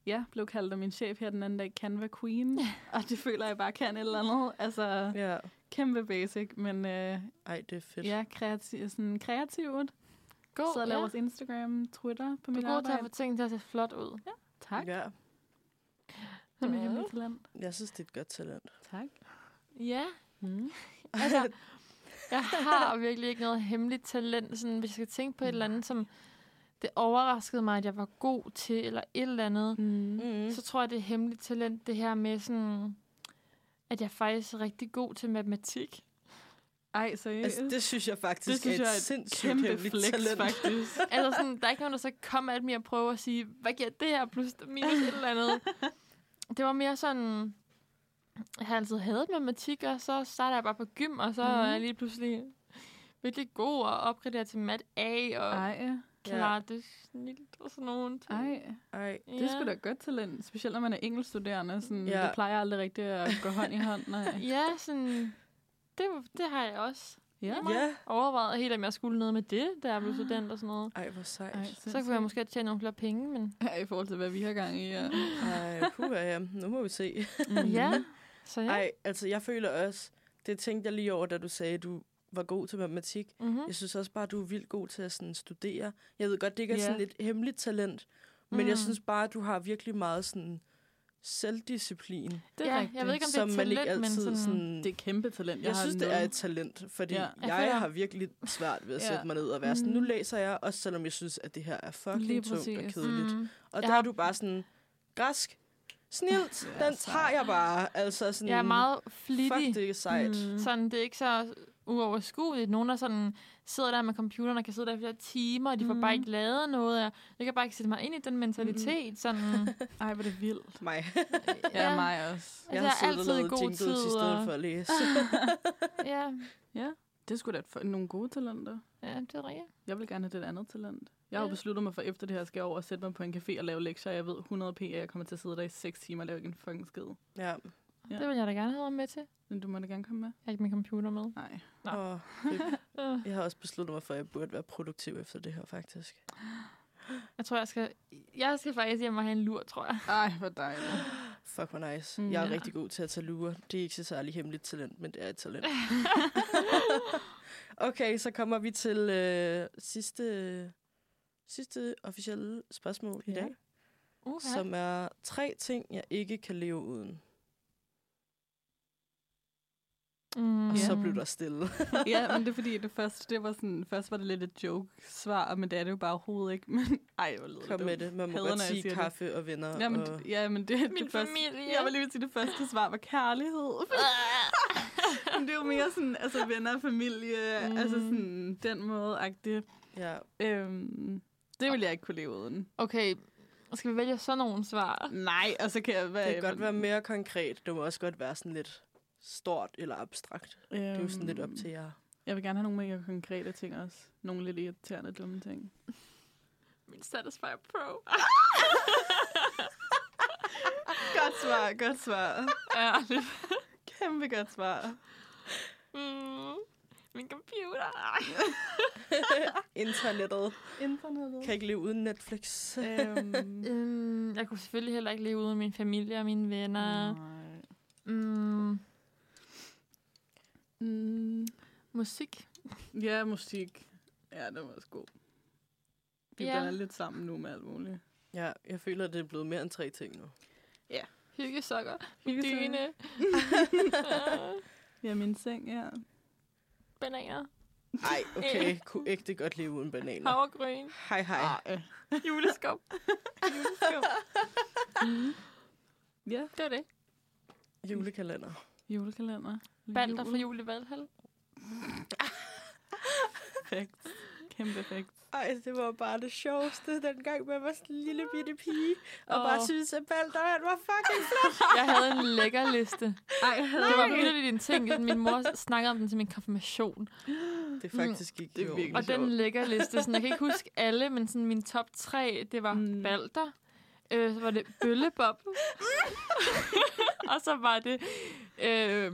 Speaker 4: ja, blev kaldt af min chef her den anden dag Canva Queen, og det føler jeg bare kan et eller andet. Altså,
Speaker 2: Ja.
Speaker 4: kæmpe basic, men øh,
Speaker 2: Ej, det er fedt.
Speaker 4: ja, kreativ, sådan kreativt.
Speaker 3: god,
Speaker 4: Så jeg
Speaker 3: ja.
Speaker 4: laver ja. Instagram, Twitter på
Speaker 3: Du
Speaker 4: mit
Speaker 3: er god til at
Speaker 4: arbejde.
Speaker 3: få ting til at se flot ud.
Speaker 4: Tak,
Speaker 2: ja.
Speaker 4: det er mit hemmelige talent.
Speaker 2: Jeg synes, det er et godt talent.
Speaker 4: Tak.
Speaker 3: Ja,
Speaker 4: Mm.
Speaker 3: altså, jeg har virkelig ikke noget hemmeligt talent. Sådan, hvis jeg skal tænke på et eller andet, som det overraskede mig, at jeg var god til, eller et eller andet,
Speaker 4: Mm.
Speaker 2: Mm.
Speaker 3: så tror jeg, det er hemmeligt talent, det her med sådan at jeg faktisk er rigtig god til matematik.
Speaker 4: Ej, seriøst.
Speaker 2: Altså, det synes jeg faktisk
Speaker 4: Det synes
Speaker 2: er
Speaker 4: jeg er
Speaker 2: et
Speaker 4: et
Speaker 2: sindssygt
Speaker 4: Kæmpe
Speaker 2: hemmeligt
Speaker 4: flex,
Speaker 2: talent.
Speaker 4: faktisk.
Speaker 3: Altså sådan, der er ikke nogen, der så kom alt mere og prøve at sige, hvad giver det her plus minus et eller andet. Det var mere sådan, jeg har altid hadet matematik, og så starter jeg bare på gym, og så mm.
Speaker 4: Mhm.
Speaker 3: er jeg lige pludselig virkelig god og opgraderer til mat A og
Speaker 4: Ej,
Speaker 3: klar det snilt og sådan nogle ting.
Speaker 4: ej.
Speaker 2: Ej.
Speaker 4: Det er sgu da et godt talent, specielt når man er engelskstuderende. Sådan,
Speaker 2: Ja.
Speaker 4: ja. Det plejer aldrig rigtigt at gå hånd i hånd. Nej.
Speaker 3: Ja, sådan, det, det har jeg også
Speaker 4: Ja.
Speaker 2: Ja.
Speaker 3: overvejet helt, om jeg skulle noget med det, da jeg blev
Speaker 4: Ah.
Speaker 3: student og sådan noget.
Speaker 2: Ej, hvor sejt.
Speaker 4: Ej,
Speaker 3: Så kunne jeg måske tjene nogle flere penge, men
Speaker 4: Ja, I forhold til, hvad vi har gang i. Ja.
Speaker 2: Ej, puha, ja. Nu må vi se.
Speaker 4: Mm.
Speaker 3: Mm. ja. Så ja.
Speaker 2: Ej, altså jeg føler også, det tænkte jeg lige over, da du sagde, at du var god til matematik.
Speaker 3: Mm-hmm.
Speaker 2: Jeg synes også bare, at du er vildt god til at sådan, studere. Jeg ved godt, det ikke er
Speaker 4: Ja.
Speaker 2: sådan et hemmeligt talent, men
Speaker 3: Mm.
Speaker 2: jeg synes bare, at du har virkelig meget sådan selvdisciplin,
Speaker 4: Det er
Speaker 3: Ja,
Speaker 4: rigtigt.
Speaker 3: jeg ved ikke, om det er
Speaker 2: som
Speaker 3: et
Speaker 2: man
Speaker 3: talent,
Speaker 2: ikke
Speaker 3: men
Speaker 2: altid
Speaker 3: sådan... sådan...
Speaker 4: Det er et kæmpe talent. Jeg,
Speaker 2: Jeg, jeg
Speaker 4: har
Speaker 2: synes, det
Speaker 4: nul.
Speaker 2: er et talent, fordi
Speaker 4: Ja.
Speaker 2: ja.
Speaker 4: Jeg
Speaker 2: jeg,
Speaker 3: føler-
Speaker 2: jeg har virkelig svært ved at
Speaker 4: Ja.
Speaker 2: sætte mig ned og være sådan, nu
Speaker 3: Mm.
Speaker 2: læser jeg, også selvom jeg synes, at det her er fucking
Speaker 4: Lige
Speaker 2: tungt og
Speaker 4: præcis.
Speaker 2: kedeligt. Mm. Og
Speaker 3: Jeg
Speaker 2: der
Speaker 3: har-
Speaker 2: er du bare sådan, græsk, snilt,
Speaker 4: Ja,
Speaker 2: den tager jeg bare. Altså sådan,
Speaker 3: Jeg er meget flittig.
Speaker 2: fuck, det er sejt.
Speaker 4: Mm.
Speaker 3: Sådan, det er ikke så uoverskueligt. Nogen er sådan, sidder der med computeren og kan sidde der i flere timer, og de får
Speaker 4: Mm.
Speaker 3: bare ikke lavet noget. Jeg, jeg kan bare ikke sætte mig ind i den mentalitet. Sådan,
Speaker 4: Ej, hvor er det vildt.
Speaker 2: Mig.
Speaker 4: Ja, mig også.
Speaker 3: Altså, jeg er altid i god tid.
Speaker 2: i stedet
Speaker 3: og,
Speaker 2: for at læse.
Speaker 3: ja,
Speaker 4: Det skulle sgu da et- nogle gode talenter.
Speaker 3: ja, det er rigtigt.
Speaker 4: Jeg vil gerne have det et andet talent. Jeg har jo
Speaker 3: Ja.
Speaker 4: besluttet mig for, efter det her skal jeg over og sætte mig på en café og lave lektier. Jeg ved 100 p, at jeg kommer til at sidde der i 6 timer og lave ikke en fucking skid.
Speaker 2: Ja.
Speaker 4: Ja.
Speaker 3: Det vil jeg da gerne have været med til.
Speaker 4: Men du må da gerne komme med.
Speaker 3: Jeg har ikke min computer med.
Speaker 4: Nej.
Speaker 3: Nå.
Speaker 2: Og
Speaker 3: Øh,
Speaker 2: jeg har også besluttet mig for, at jeg burde være produktiv efter det her, faktisk.
Speaker 3: Jeg tror, jeg skal, jeg skal faktisk hjem og have en lur, tror jeg.
Speaker 4: Ej, hvor dejligt.
Speaker 2: Fuck, hvor nice.
Speaker 4: Mm,
Speaker 2: Mm, jeg er
Speaker 3: ja.
Speaker 2: ja. rigtig god til at tage lurer. Det er ikke så særlig hemmeligt talent, men det er et talent. okay, så kommer vi til øh, sidste, sidste officielle spørgsmål ja. i
Speaker 4: Ja.
Speaker 2: dag,
Speaker 3: Uh,
Speaker 2: okay. som er tre ting, jeg ikke kan leve uden.
Speaker 3: mm,
Speaker 2: Og
Speaker 4: Ja.
Speaker 2: så blev der stille.
Speaker 4: ja, men det er fordi, det først, det var sådan, først var det lidt et joke-svar, men det er det jo bare overhovedet ikke. Men ej, hvor lyder
Speaker 2: Kom med det. Man må
Speaker 4: Hader,
Speaker 2: godt
Speaker 4: når jeg
Speaker 2: sige
Speaker 4: siger det.
Speaker 2: kaffe og venner.
Speaker 4: Ja, men,
Speaker 2: og...
Speaker 4: ja, men det,
Speaker 3: Min
Speaker 4: det første,
Speaker 3: familie.
Speaker 4: Jeg vil lige sige, det første svar var kærlighed. men det er jo mere sådan, altså venner, familie,
Speaker 3: Mm.
Speaker 4: mm. altså sådan den måde agtigt.
Speaker 2: ja.
Speaker 4: Øhm, det ville jeg ikke kunne leve uden.
Speaker 3: Okay, skal vi vælge sådan nogle svar?
Speaker 4: Nej, og så kan jeg være...
Speaker 2: Det kan godt være mere konkret. Det må også godt være sådan lidt stort eller abstrakt.
Speaker 4: øhm,
Speaker 2: Det er jo sådan lidt op til jer.
Speaker 4: Jeg vil gerne have nogle mere konkrete ting også. Nogle lidt irriterende, dumme ting.
Speaker 3: Min Satisfy Pro.
Speaker 4: Godt svar, godt svar.
Speaker 3: Ærligt.
Speaker 4: Kæmpe godt svar.
Speaker 3: Mm, min computer.
Speaker 2: Internettet
Speaker 4: Internettet.
Speaker 2: kan ikke leve uden Netflix.
Speaker 4: Øhm,
Speaker 3: Øhm, jeg kunne selvfølgelig heller ikke leve uden min familie og mine venner.
Speaker 4: nej.
Speaker 3: Mm,
Speaker 4: Mm.
Speaker 3: musik.
Speaker 4: Ja, musik. Ja, den var også god. Vi
Speaker 3: Ja.
Speaker 4: ja. blander lidt sammen nu med alt muligt.
Speaker 2: Ja, jeg føler, at det er blevet mere end tre ting nu.
Speaker 3: Hyggesokker. Min
Speaker 4: Hyggesokker.
Speaker 3: dyne. øh,
Speaker 4: Ja, min seng, ja.
Speaker 3: bananer.
Speaker 2: Ej, okay. Kunne ægte godt leve uden bananer.
Speaker 3: Havregryn.
Speaker 2: Hej, hej.
Speaker 4: Ej.
Speaker 3: Juleskov. Juleskov.
Speaker 4: Mm. Ja,
Speaker 3: Det var det.
Speaker 2: Julekalender.
Speaker 4: julekalender.
Speaker 3: Balder fra jul i Valhall.
Speaker 4: Perfekt. Kæmpe effekt.
Speaker 2: Ej, det var bare det sjoveste, dengang man var sådan en lille bitte pige,
Speaker 3: og bare
Speaker 2: synes, at Balder, han var fucking
Speaker 3: Jeg havde en lækker liste.
Speaker 4: Ej,
Speaker 3: Det var virkelig en ting. sådan, Min mor snakkede om den til min konfirmation.
Speaker 2: Det er faktisk ikke
Speaker 4: Det er
Speaker 2: i orden.
Speaker 4: virkelig-
Speaker 3: Og den lækker liste. Sådan, jeg kan ikke huske alle, men sådan min top tre, det var
Speaker 4: Mm.
Speaker 3: mm. Balder. Øh, så var det Bøllebob. og så var det øh,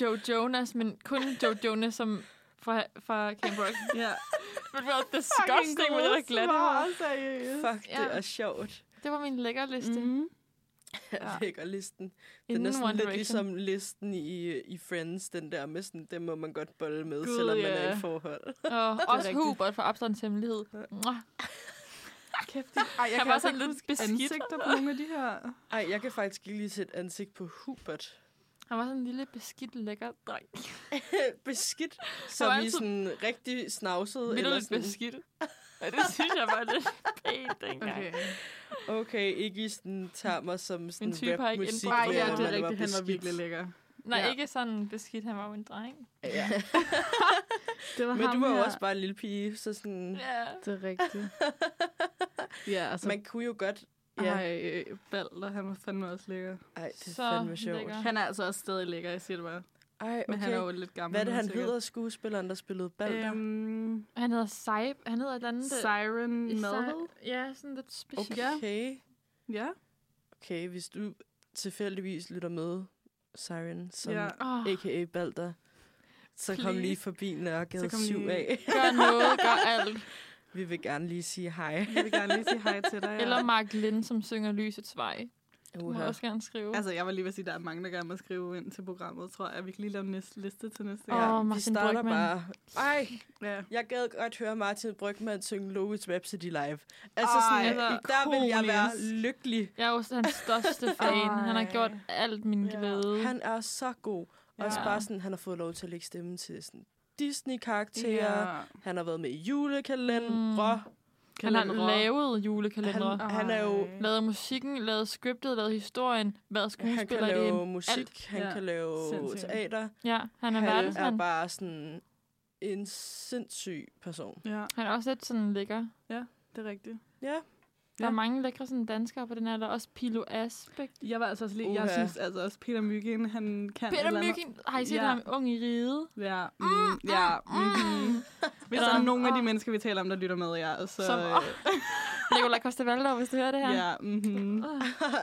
Speaker 3: Joe Jonas, men kun Joe Jonas, som fra, fra Camp Rock.
Speaker 4: Ja.
Speaker 3: Men det var disgusting med det der glatte hår.
Speaker 4: seriøst.
Speaker 2: Fuck, det
Speaker 3: Ja.
Speaker 2: er sjovt.
Speaker 3: Det var min lækker liste. Mm.
Speaker 4: Mm.
Speaker 2: Jeg lægger listen. Den
Speaker 3: Inden
Speaker 2: er sådan
Speaker 3: One
Speaker 2: lidt
Speaker 3: Direction.
Speaker 2: ligesom listen i, i Friends, den der med sådan, dem må man godt bolle med,
Speaker 4: Gud,
Speaker 2: selvom man
Speaker 4: ja.
Speaker 2: er i forhold.
Speaker 3: Og også
Speaker 4: rigtigt.
Speaker 3: Hubert fra Absalons Hemmelighed. Mwah.
Speaker 4: Kæft, det- Ej,
Speaker 3: Jeg
Speaker 4: jeg,
Speaker 3: var
Speaker 4: kan altså
Speaker 3: sådan
Speaker 4: ikke
Speaker 3: lidt
Speaker 4: huske
Speaker 3: beskidt.
Speaker 4: ansigter på nogle af de her.
Speaker 2: Ej, jeg kan faktisk ikke lige sætte ansigt på Hubert.
Speaker 3: Han var sådan en lille beskidt lækker dreng.
Speaker 2: Beskidt,
Speaker 3: var
Speaker 2: som i
Speaker 3: altid-
Speaker 2: sådan rigtig snavset. Eller
Speaker 3: Vildt
Speaker 2: sådan,
Speaker 3: beskidt. Ja, det synes jeg var lidt pænt dengang.
Speaker 4: Okay.
Speaker 2: okay, ikke i sådan termer som sådan
Speaker 3: type har ikke
Speaker 2: rapmusik,
Speaker 3: ændret
Speaker 4: Ej,
Speaker 3: Ej,
Speaker 2: hvor
Speaker 4: ja,
Speaker 3: hvor
Speaker 4: det
Speaker 2: man
Speaker 4: er rigtigt. Han var
Speaker 2: beskidt.
Speaker 4: virkelig lækker.
Speaker 3: Nej,
Speaker 2: Ja.
Speaker 3: ja. ikke sådan beskidt. Han var jo en dreng.
Speaker 2: Ja.
Speaker 4: Det var
Speaker 2: Men
Speaker 4: ham
Speaker 2: du var jo
Speaker 4: her.
Speaker 2: også bare en lille pige, så sådan...
Speaker 3: Ja.
Speaker 4: Det er rigtigt. ja, altså, Man,
Speaker 2: Man kunne jo godt...
Speaker 4: ja.
Speaker 2: Ja.
Speaker 4: Ej, øh, Balder, han var fandme også lækker.
Speaker 2: Ej, det er
Speaker 3: Så
Speaker 2: fandme sjovt.
Speaker 3: lækker.
Speaker 4: Han er altså også stadig lækker, jeg siger det bare.
Speaker 2: Ej,
Speaker 4: Men okay. han er jo
Speaker 2: okay.
Speaker 4: lidt gammel.
Speaker 2: Hvad er det,
Speaker 4: nu,
Speaker 2: han
Speaker 4: sikkert.
Speaker 2: hedder, skuespilleren, der spillede Balder?
Speaker 4: Øhm,
Speaker 3: Han hedder Saib. Han hedder et eller andet.
Speaker 4: Siren
Speaker 3: Si-
Speaker 4: Melville.
Speaker 3: Ja, sådan lidt specielt. Okay.
Speaker 2: Okay.
Speaker 4: Ja.
Speaker 2: Okay, hvis du tilfældigvis lytter med Siren, som
Speaker 4: ja.
Speaker 2: ja.
Speaker 3: Oh,
Speaker 2: a.k.a. Balder, så Please. kom
Speaker 4: Please.
Speaker 2: lige forbi Nørregade
Speaker 4: Så kom
Speaker 2: 7
Speaker 4: lige-
Speaker 2: af.
Speaker 3: gør noget, gør alt.
Speaker 2: Vi vil gerne lige sige hej.
Speaker 4: Jeg vil gerne lige sige hej til dig. ja.
Speaker 3: Eller Mark Lind, som synger Lysets vej. Du må
Speaker 2: Uha.
Speaker 3: også gerne skrive.
Speaker 4: Altså, jeg var lige ved at sige, at der er mange, der gerne må skrive ind til programmet, tror jeg. Vi kan lige lave en næste liste til næste
Speaker 3: Åh,
Speaker 4: gang.
Speaker 3: Åh,
Speaker 2: vi
Speaker 3: Martin
Speaker 2: starter
Speaker 3: Brygmann.
Speaker 2: bare. Ej,
Speaker 4: Ja.
Speaker 2: jeg gad godt høre Martin Brygman synge Lois Rhapsody live. Altså, sådan,
Speaker 3: Ej,
Speaker 2: altså, der vil jeg være
Speaker 4: ikonisk.
Speaker 2: lykkelig.
Speaker 3: Jeg er jo hans største fan. Han har gjort alt min
Speaker 4: Ja.
Speaker 3: glæde.
Speaker 2: Han er så god. Ja. Også
Speaker 4: Ja.
Speaker 2: bare sådan, han har fået lov til at lægge stemme til sådan Disney-karakterer. Ja. Han har været med i julekalendere. Mm.
Speaker 3: Han har
Speaker 4: Kalendere.
Speaker 3: lavet
Speaker 2: Han,
Speaker 3: julekalendere. Han...
Speaker 2: han er jo
Speaker 4: Ej.
Speaker 3: Lavet musikken, lavet scriptet, lavet historien, været
Speaker 2: Han kan
Speaker 3: skuespiller i
Speaker 2: lave
Speaker 3: det.
Speaker 2: musik, alt. han
Speaker 4: Ja.
Speaker 2: kan lave
Speaker 4: Sindssygt.
Speaker 2: teater.
Speaker 3: Ja, han er
Speaker 2: han er
Speaker 3: verdensmand.
Speaker 2: bare sådan en sindssyg person.
Speaker 4: Ja,
Speaker 3: Han er også lidt sådan lækker.
Speaker 4: det er rigtigt.
Speaker 2: Ja,
Speaker 3: Der er
Speaker 4: Ja.
Speaker 3: mange lækre sådan danskere på den her. Der er også Pilo Asbæk.
Speaker 4: Jeg var altså også lige, jeg
Speaker 2: Uha.
Speaker 4: synes altså også, Peter Myggen, han kan et
Speaker 3: Peter
Speaker 4: eller andet.
Speaker 3: Myggen. Har I set
Speaker 4: Ja.
Speaker 3: ham ung i ride?
Speaker 4: Ja, mm, ja. Mm. Hvis der er
Speaker 3: Eller-
Speaker 4: nogen af de mennesker, vi taler om, der lytter med, ja, så...
Speaker 3: Som-
Speaker 4: øh,
Speaker 3: Nicolai Costa hvis du hører det her. Øh,
Speaker 4: ja, mm-hmm.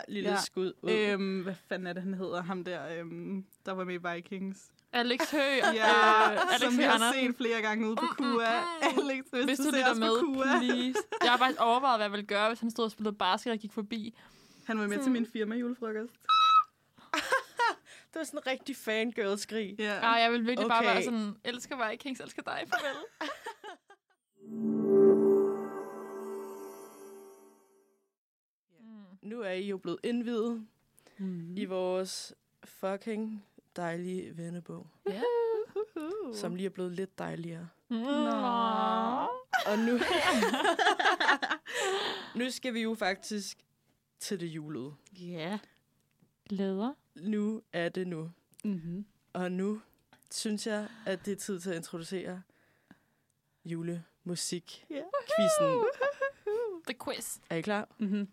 Speaker 2: lille
Speaker 4: Ja.
Speaker 2: skud ud.
Speaker 4: øhm, hvad fanden er det, han hedder? Ham der, øhm, der var med i Vikings.
Speaker 3: Alex Høgh.
Speaker 4: Ja,
Speaker 3: øh, Alex
Speaker 4: som vi
Speaker 3: Høgh
Speaker 4: har
Speaker 3: Andersen.
Speaker 4: set flere gange ude på
Speaker 3: Mm, mm,
Speaker 4: Kua.
Speaker 3: mm.
Speaker 4: Alex, hvis,
Speaker 3: Hvis
Speaker 4: du,
Speaker 3: du
Speaker 4: ser
Speaker 3: lytter
Speaker 4: os
Speaker 3: med,
Speaker 4: på Kua.
Speaker 3: please. Jeg har faktisk overvejet, hvad jeg ville gøre, hvis han stod og spillede basket og gik forbi.
Speaker 4: Han var med
Speaker 3: Mm.
Speaker 4: til min firma julefrokost.
Speaker 2: Det var sådan en rigtig fangirl-skrig.
Speaker 4: Ja.
Speaker 3: Nej, Ah, jeg ville virkelig okay. bare
Speaker 2: Okay.
Speaker 3: være sådan, elsker Vikings, elsker dig, farvel. Mm.
Speaker 2: Nu er I jo blevet indvidet mm. i vores fucking dejlige vennebog,
Speaker 3: Ja.
Speaker 2: som lige er blevet lidt dejligere.
Speaker 3: Nå.
Speaker 2: Og nu... nu skal vi jo faktisk til det julede.
Speaker 4: Ja.
Speaker 3: Glæder.
Speaker 2: Nu er det nu.
Speaker 4: Mm-hmm.
Speaker 2: Og nu synes jeg, at det er tid til at introducere julemusik.
Speaker 4: Ja.
Speaker 2: Quizzen.
Speaker 3: The quiz.
Speaker 2: Er I klar?
Speaker 3: Mm.
Speaker 4: Mm-hmm.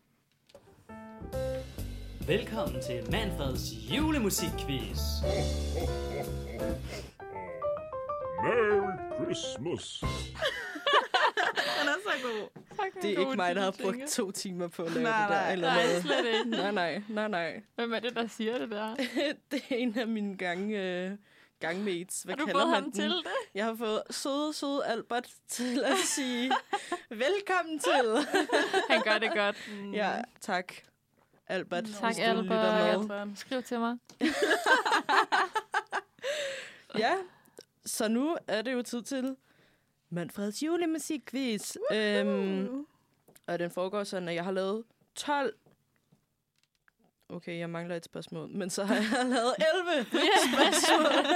Speaker 5: Velkommen til Manfreds julemusikquiz.
Speaker 6: Merry Christmas.
Speaker 4: Den er så god.
Speaker 3: Tak,
Speaker 2: Det er ikke mig, der har brugt to timer på at lave
Speaker 4: Nej,
Speaker 2: det der.
Speaker 4: nej,
Speaker 2: eller
Speaker 3: Nej,
Speaker 2: noget.
Speaker 3: slet ikke.
Speaker 2: nej, nej, nej, nej.
Speaker 3: Hvem er det, der siger det der?
Speaker 2: det er en af mine gang, øh, gangmates. Hvad
Speaker 3: Har du
Speaker 2: kalder
Speaker 3: fået
Speaker 2: man
Speaker 3: ham
Speaker 2: den?
Speaker 3: til det?
Speaker 2: Jeg har fået søde, søde Albert til at sige velkommen til.
Speaker 3: Han gør det godt.
Speaker 4: Mm.
Speaker 2: ja, tak. Albert,
Speaker 3: Tak,
Speaker 2: hvis du lytter
Speaker 3: Albert.
Speaker 2: med.
Speaker 3: Skriv til mig.
Speaker 2: Ja, så nu er det jo tid til Manfreds julemusikquiz. Øhm,
Speaker 4: Uh.
Speaker 2: og den foregår sådan, at jeg har lavet 12... Okay, jeg mangler et spørgsmål, men så har jeg lavet 11 spørgsmål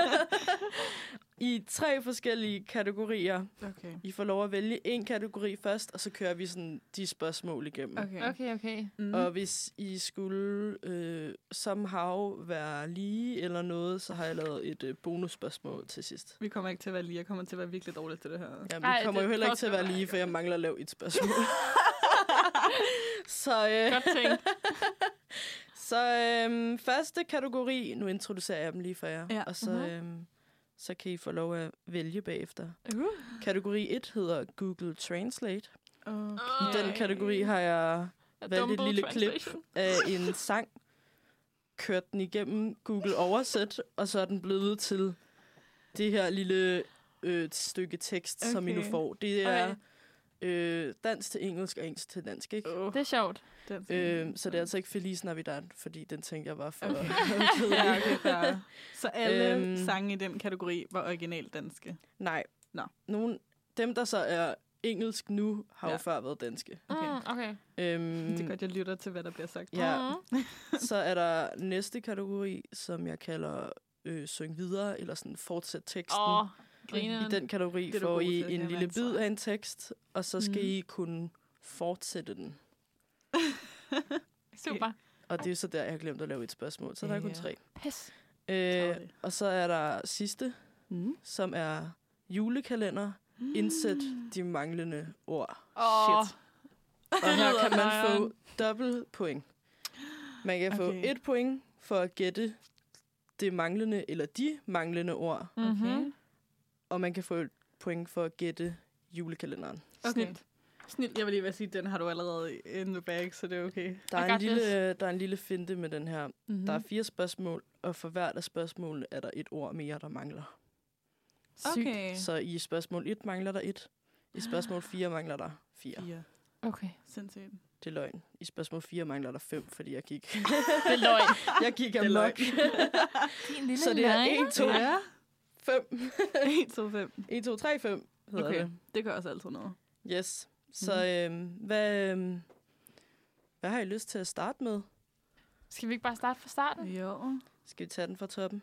Speaker 2: i tre forskellige kategorier.
Speaker 4: Okay.
Speaker 2: I får lov at vælge en kategori først, og så kører vi sådan de spørgsmål igennem. Okay.
Speaker 4: Okay.
Speaker 3: Okay, okay.
Speaker 4: Mm.
Speaker 2: Og hvis I skulle øh, somehow være lige eller noget, så har jeg lavet et øh, bonusspørgsmål til sidst.
Speaker 4: Vi kommer ikke til at være lige. Jeg kommer til at være virkelig dårlig til det her.
Speaker 2: Jamen,
Speaker 3: Ej,
Speaker 2: vi kommer
Speaker 3: det
Speaker 2: jo heller ikke til at være
Speaker 3: forestiller jeg
Speaker 2: lige,
Speaker 3: mig
Speaker 2: for jeg mangler at lave et spørgsmål. så øh,
Speaker 3: Godt tænkt.
Speaker 2: så øh, første kategori, nu introducerer jeg dem lige for jer,
Speaker 4: Ja.
Speaker 2: og så,
Speaker 3: Mhm.
Speaker 2: øh, så kan I få lov at vælge bagefter.
Speaker 3: Uh.
Speaker 2: Kategori 1 hedder Google Translate. I
Speaker 3: Okay.
Speaker 2: den kategori har jeg valgt et
Speaker 3: Dumble
Speaker 2: lille klip
Speaker 3: translation.
Speaker 2: af en sang, kørt den igennem Google Oversæt, og så er den blevet til det her lille øh, stykke tekst, okay. som I nu
Speaker 4: Okay.
Speaker 2: får. Det er øh, dansk til engelsk og engelsk til dansk, ikke?
Speaker 4: Oh.
Speaker 3: Det er sjovt.
Speaker 4: Den,
Speaker 2: Øh, så det er altså ikke Feliz Navidad, fordi den tænkte jeg var for
Speaker 4: Okay.
Speaker 2: kedelig.
Speaker 4: ja, okay, fair. Så alle
Speaker 2: Øhm.
Speaker 4: øhm. sange i den kategori var originalt danske.
Speaker 2: Nej.
Speaker 4: Nå.
Speaker 2: Nogen, dem, der så er engelsk nu, har ja. jo
Speaker 4: Ja.
Speaker 2: før været danske.
Speaker 4: Okay.
Speaker 3: Mm, okay.
Speaker 2: Øhm,
Speaker 4: Mm. Det er godt, jeg lytter til, hvad der bliver sagt.
Speaker 2: Ja.
Speaker 3: Mhm.
Speaker 2: Så er der næste kategori, som jeg kalder øh, syng videre, eller sådan fortsæt teksten.
Speaker 3: Åh, oh,
Speaker 2: I
Speaker 3: grineren.
Speaker 2: den kategori
Speaker 4: Det er du
Speaker 2: får
Speaker 4: god til,
Speaker 2: I
Speaker 4: det kan
Speaker 2: en
Speaker 4: jeg
Speaker 2: lille
Speaker 4: mærke,
Speaker 2: bid
Speaker 4: tror jeg.
Speaker 2: af en tekst, og så skal
Speaker 4: Mhm.
Speaker 2: I kunne fortsætte den.
Speaker 3: Super.
Speaker 2: Og det er jo så der, jeg har glemt at lave et spørgsmål, så der er kun
Speaker 4: Ja.
Speaker 2: tre.
Speaker 3: Pis.
Speaker 2: Øh,
Speaker 4: Tarveligt.
Speaker 2: og så er der sidste,
Speaker 4: Mm.
Speaker 2: som er julekalender. Indsæt de manglende ord.
Speaker 3: Åh,
Speaker 4: Shit.
Speaker 2: Og her kan man
Speaker 3: Lyder
Speaker 2: få dobbelt point. Man kan få
Speaker 4: Okay.
Speaker 2: et point for at gætte det manglende eller de manglende ord,
Speaker 3: Mhm.
Speaker 2: og man kan få et point for at gætte julekalenderen.
Speaker 4: Okay.
Speaker 3: Okay.
Speaker 4: Snilt. Snilt. Jeg vil lige ved at sige, den har du allerede in the bag, så det er okay.
Speaker 2: Der
Speaker 3: I
Speaker 2: er, en
Speaker 3: got
Speaker 2: lille, øh, der er en lille finte med den her. Mm.
Speaker 4: Mm-hmm.
Speaker 2: Der er fire spørgsmål, og for hvert af spørgsmålene er der et ord mere, der mangler.
Speaker 3: Sygt.
Speaker 4: okay.
Speaker 2: Så i spørgsmål 1 mangler der et. I spørgsmål 4 mangler der fire.
Speaker 4: Fire.
Speaker 3: Okay.
Speaker 4: Sindssygt.
Speaker 2: Det er løgn. I spørgsmål 4 mangler der fem, fordi jeg gik,
Speaker 3: Det er løgn.
Speaker 2: jeg gik
Speaker 4: er løgn.
Speaker 2: amok.
Speaker 3: Din lille
Speaker 2: Så det er 1, 2,
Speaker 4: Ja.
Speaker 2: 5.
Speaker 4: 1, 2, 5.
Speaker 2: 1, 2, 3, 5 hedder
Speaker 4: Okay.
Speaker 2: okay.
Speaker 4: Mhm.
Speaker 2: det.
Speaker 4: Det gør også altid noget.
Speaker 2: Yes. Så øhm, hvad, øhm, hvad har I lyst til at starte med?
Speaker 3: Skal vi ikke bare starte fra starten?
Speaker 4: Jo.
Speaker 2: Skal vi tage den fra toppen?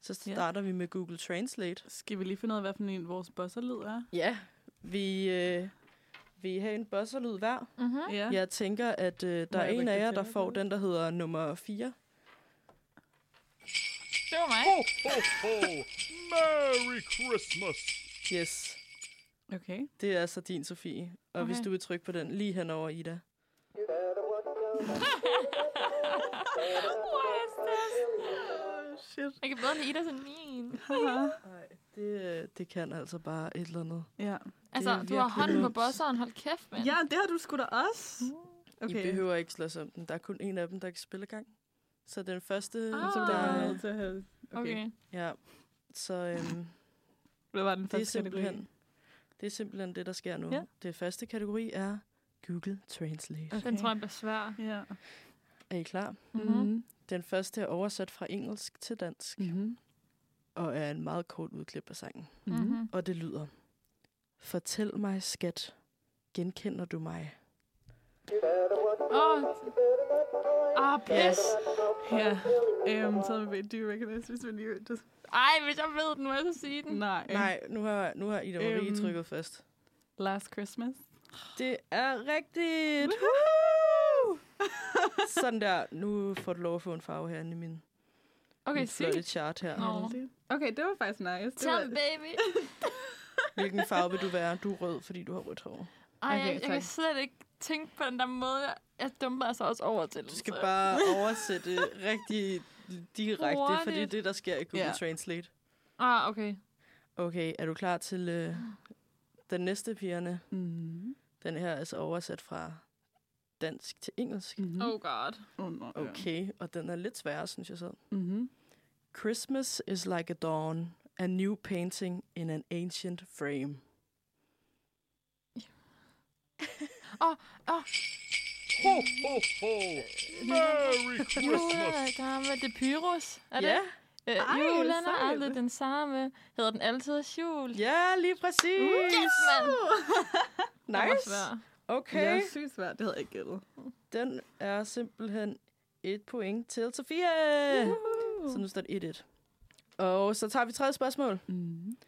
Speaker 2: Så
Speaker 4: Ja.
Speaker 2: starter vi med Google Translate.
Speaker 4: Skal vi lige finde ud af, hvad for en vores bosserlyd er?
Speaker 2: Ja. Vi, øh, vi har en buzzer-lyd hver.
Speaker 3: Mhm.
Speaker 4: Ja.
Speaker 2: Jeg tænker, at øh, der er
Speaker 4: jeg
Speaker 2: en
Speaker 4: rykke
Speaker 2: af jer,
Speaker 4: det
Speaker 2: der
Speaker 4: til?
Speaker 2: får den, der hedder nummer 4.
Speaker 3: Det var mig.
Speaker 6: Ho, ho! Oh, Merry Christmas!
Speaker 2: Yes.
Speaker 4: Okay.
Speaker 2: Det er altså din, Sofie. Og okay. hvis
Speaker 3: Okay.
Speaker 2: du vil trykke på den lige henover, Ida.
Speaker 3: What is this?
Speaker 4: Shit.
Speaker 3: Jeg kan bedre lide Ida sådan min.
Speaker 2: Det, øh, det kan altså bare et eller andet.
Speaker 4: ja.
Speaker 3: Altså, du har
Speaker 2: virkelig
Speaker 3: hånden på
Speaker 2: dumt.
Speaker 3: bosseren. Hold kæft, mand.
Speaker 4: ja, det har du sgu da også.
Speaker 2: Okay. I behøver ikke slås om den. Der er kun en af dem, der kan spille gang. Så den første,
Speaker 3: Ah.
Speaker 4: Så
Speaker 2: ah.
Speaker 4: bliver jeg
Speaker 2: der...
Speaker 4: nødt til at have...
Speaker 3: Okay.
Speaker 2: Ja. Så øhm,
Speaker 4: Hvad var den
Speaker 2: det, er
Speaker 4: første kategori?
Speaker 2: simpelthen, det er simpelthen det, der sker nu.
Speaker 4: Ja. Ah.
Speaker 2: Ja. Det første kategori er Google Translate.
Speaker 3: Den tror jeg bliver svær.
Speaker 4: Ja.
Speaker 2: Er I klar?
Speaker 3: Mhm.
Speaker 2: Den første er oversat fra engelsk til dansk,
Speaker 4: Mm-hmm.
Speaker 2: og er en meget kort udklip af sangen.
Speaker 4: Mm-hmm.
Speaker 3: Mhm.
Speaker 2: Og det lyder. Fortæl mig, skat. Genkender du mig?
Speaker 3: Åh. Ah, pis.
Speaker 4: Ja. Um, så er det, do you recognize this when you... Just...
Speaker 3: Ej, hvis jeg ved den, må jeg så sige den.
Speaker 4: Nej.
Speaker 2: Nej, nu har, nu har Ida Marie
Speaker 4: Øhm.
Speaker 2: trykket først.
Speaker 4: Last Christmas.
Speaker 2: Det er rigtigt! Sådan der. Nu får du lov at få en farve herinde i min,
Speaker 3: Okay,
Speaker 2: min flotte
Speaker 3: sygt.
Speaker 2: chart her.
Speaker 3: Nå.
Speaker 4: Okay, det var faktisk nice. Det
Speaker 3: Tell
Speaker 4: var...
Speaker 3: me, baby.
Speaker 2: Hvilken farve vil du være? Du er rød, fordi du har rødt hår.
Speaker 3: Ej,
Speaker 4: Okay,
Speaker 3: okay, jeg, jeg kan
Speaker 4: tak.
Speaker 3: slet ikke tænke på den der måde. Jeg- Jeg dumpede altså også over til den.
Speaker 2: Du skal
Speaker 3: så-
Speaker 2: bare oversætte rigtig direkte,
Speaker 3: Hurtigt.
Speaker 2: for det er det, der sker i Google
Speaker 4: Ja.
Speaker 2: yeah. Translate.
Speaker 3: Ah, okay.
Speaker 2: Okay, er du klar til øh, den næste, pigerne?
Speaker 4: Mm-hmm.
Speaker 2: Den her er altså oversat fra dansk til engelsk.
Speaker 4: Mm-hmm.
Speaker 3: Oh god.
Speaker 4: Oh, no, ja.
Speaker 2: Okay, og den er lidt sværere, synes jeg selv.
Speaker 3: mhm.
Speaker 4: Mm-hmm.
Speaker 2: Christmas is like a dawn, a new painting in an ancient frame.
Speaker 6: Ho, ho, ho! Merry
Speaker 3: Jule,
Speaker 6: Christmas!
Speaker 3: gammel, det øh, er Pyrus. Er det? Øh,
Speaker 4: Ej,
Speaker 3: julen er
Speaker 4: sejt.
Speaker 3: aldrig den samme. Hedder den altid jul?
Speaker 2: Ja, lige præcis!
Speaker 3: Uh, Yes, mand. Den var
Speaker 2: Nice!
Speaker 3: svær.
Speaker 4: Det
Speaker 2: Okay,
Speaker 4: er sygt svært. Det havde jeg ikke gættet.
Speaker 2: den er simpelthen et point til Sofie! Så nu står det 1-1. Og så tager vi tredje spørgsmål.
Speaker 4: Mm-hmm.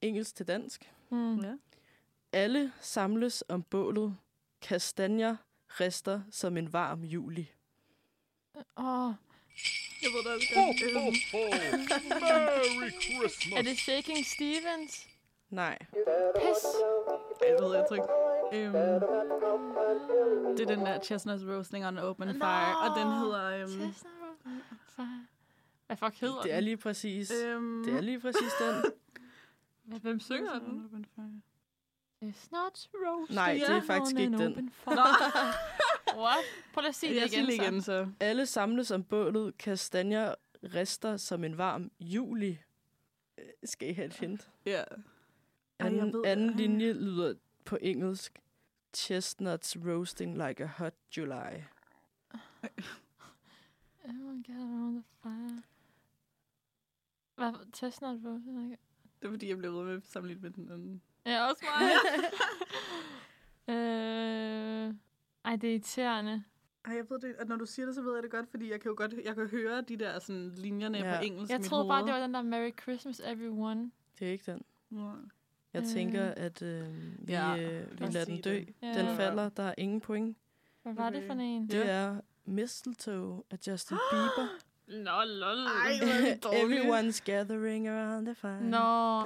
Speaker 2: Engelsk til dansk.
Speaker 3: Mm.
Speaker 4: Ja.
Speaker 2: Alle samles om bålet. Kastanjer rister som en varm juli.
Speaker 3: Åh,
Speaker 4: Jeg ved det også
Speaker 6: Ho,
Speaker 4: godt.
Speaker 6: ho, ho! Merry Christmas!
Speaker 3: er det Shaking Stevens?
Speaker 2: Nej.
Speaker 3: Pis.
Speaker 4: Ej, det ved jeg tror ikke. Øhm, det er den der chestnuts roasting on open
Speaker 3: Nå,
Speaker 4: fire, og den hedder... Øhm,
Speaker 3: Chestnut. Hvad fuck hedder
Speaker 2: Det er
Speaker 3: den?
Speaker 2: lige præcis.
Speaker 4: øhm,
Speaker 2: Det er lige præcis den.
Speaker 3: Hvad- Hvem synger den?
Speaker 4: Open fire.
Speaker 3: Chestnuts roast.
Speaker 2: Nej, det er faktisk ikke den.
Speaker 4: Nå,
Speaker 3: What? Prøv lige at sige det
Speaker 4: jeg siger
Speaker 3: igen,
Speaker 4: det
Speaker 3: så.
Speaker 4: igen, så.
Speaker 2: Alle samles om bålet. Kastanjer rister som en varm juli. Øh, Skal I have et hint?
Speaker 4: Ja. Ej, jeg ved
Speaker 2: Anden,
Speaker 4: det.
Speaker 2: anden
Speaker 4: Ej.
Speaker 2: linje lyder på engelsk. Chestnuts roasting like a hot July.
Speaker 3: Everyone gather around the fire. Hvad? Chestnut roast?
Speaker 4: Det er fordi, jeg blev ved med at sammenligne med den anden.
Speaker 3: Ja, også mig. øh, ej, det er irriterende.
Speaker 4: Ej, jeg ved det, og når du siger det, så ved jeg det godt, fordi jeg kan jo godt, jeg kan høre de der sådan, linjerne
Speaker 2: Ja.
Speaker 4: på engelsk
Speaker 3: Jeg troede bare, det var den der Merry Christmas, everyone.
Speaker 2: Det er ikke den.
Speaker 4: var...
Speaker 2: Jeg
Speaker 3: Øh.
Speaker 2: tænker, at øh, vi,
Speaker 4: Ja,
Speaker 2: øh, vi
Speaker 4: lad os
Speaker 2: lader
Speaker 4: sige
Speaker 2: den dø.
Speaker 4: det. Øh.
Speaker 3: Ja.
Speaker 2: Den falder. Der er ingen point.
Speaker 3: Øh, Hvad var det
Speaker 4: Okay.
Speaker 3: for en?
Speaker 2: Det er Mistletoe af Justin Bieber.
Speaker 3: Nå, lol.
Speaker 2: Everyone's gathering around the fire.
Speaker 3: Nå.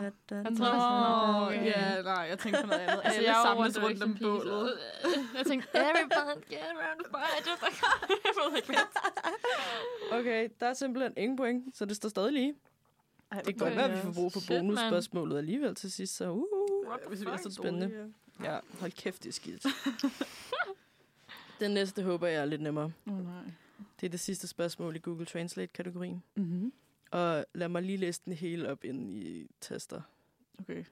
Speaker 2: Da, da,
Speaker 3: Jeg
Speaker 2: da,
Speaker 3: tror,
Speaker 2: da, da, da.
Speaker 3: Okay.
Speaker 4: Ja, nej, jeg tænkte på noget andet.
Speaker 3: Altså,
Speaker 4: Alle
Speaker 3: jeg er
Speaker 4: samles
Speaker 3: over
Speaker 4: rundt om
Speaker 3: Direction Peaks,
Speaker 4: bålet.
Speaker 3: og- Jeg tænkte, everybody get around the fire. Just like, jeg ved ikke, hvad.
Speaker 2: Okay, der er simpelthen ingen point, så det står stadig lige.
Speaker 4: Ej,
Speaker 2: Det kan
Speaker 3: hvor
Speaker 2: godt være, at vi
Speaker 3: nice.
Speaker 2: får brug for
Speaker 3: Shit, mand.
Speaker 2: bonusspørgsmålet alligevel til sidst, så uh,
Speaker 3: What the
Speaker 4: Hvis vi er
Speaker 3: fuck?
Speaker 4: så
Speaker 2: Spændende.
Speaker 4: dårlige.
Speaker 2: ja, hold kæft, det er skidt. Den næste håber jeg er lidt nemmere.
Speaker 4: Åh, nej.
Speaker 2: Det er det sidste spørgsmål i Google Translate-kategorien.
Speaker 4: Mhm.
Speaker 2: Og lad mig lige læse den hele op inden I taster.
Speaker 4: Okay.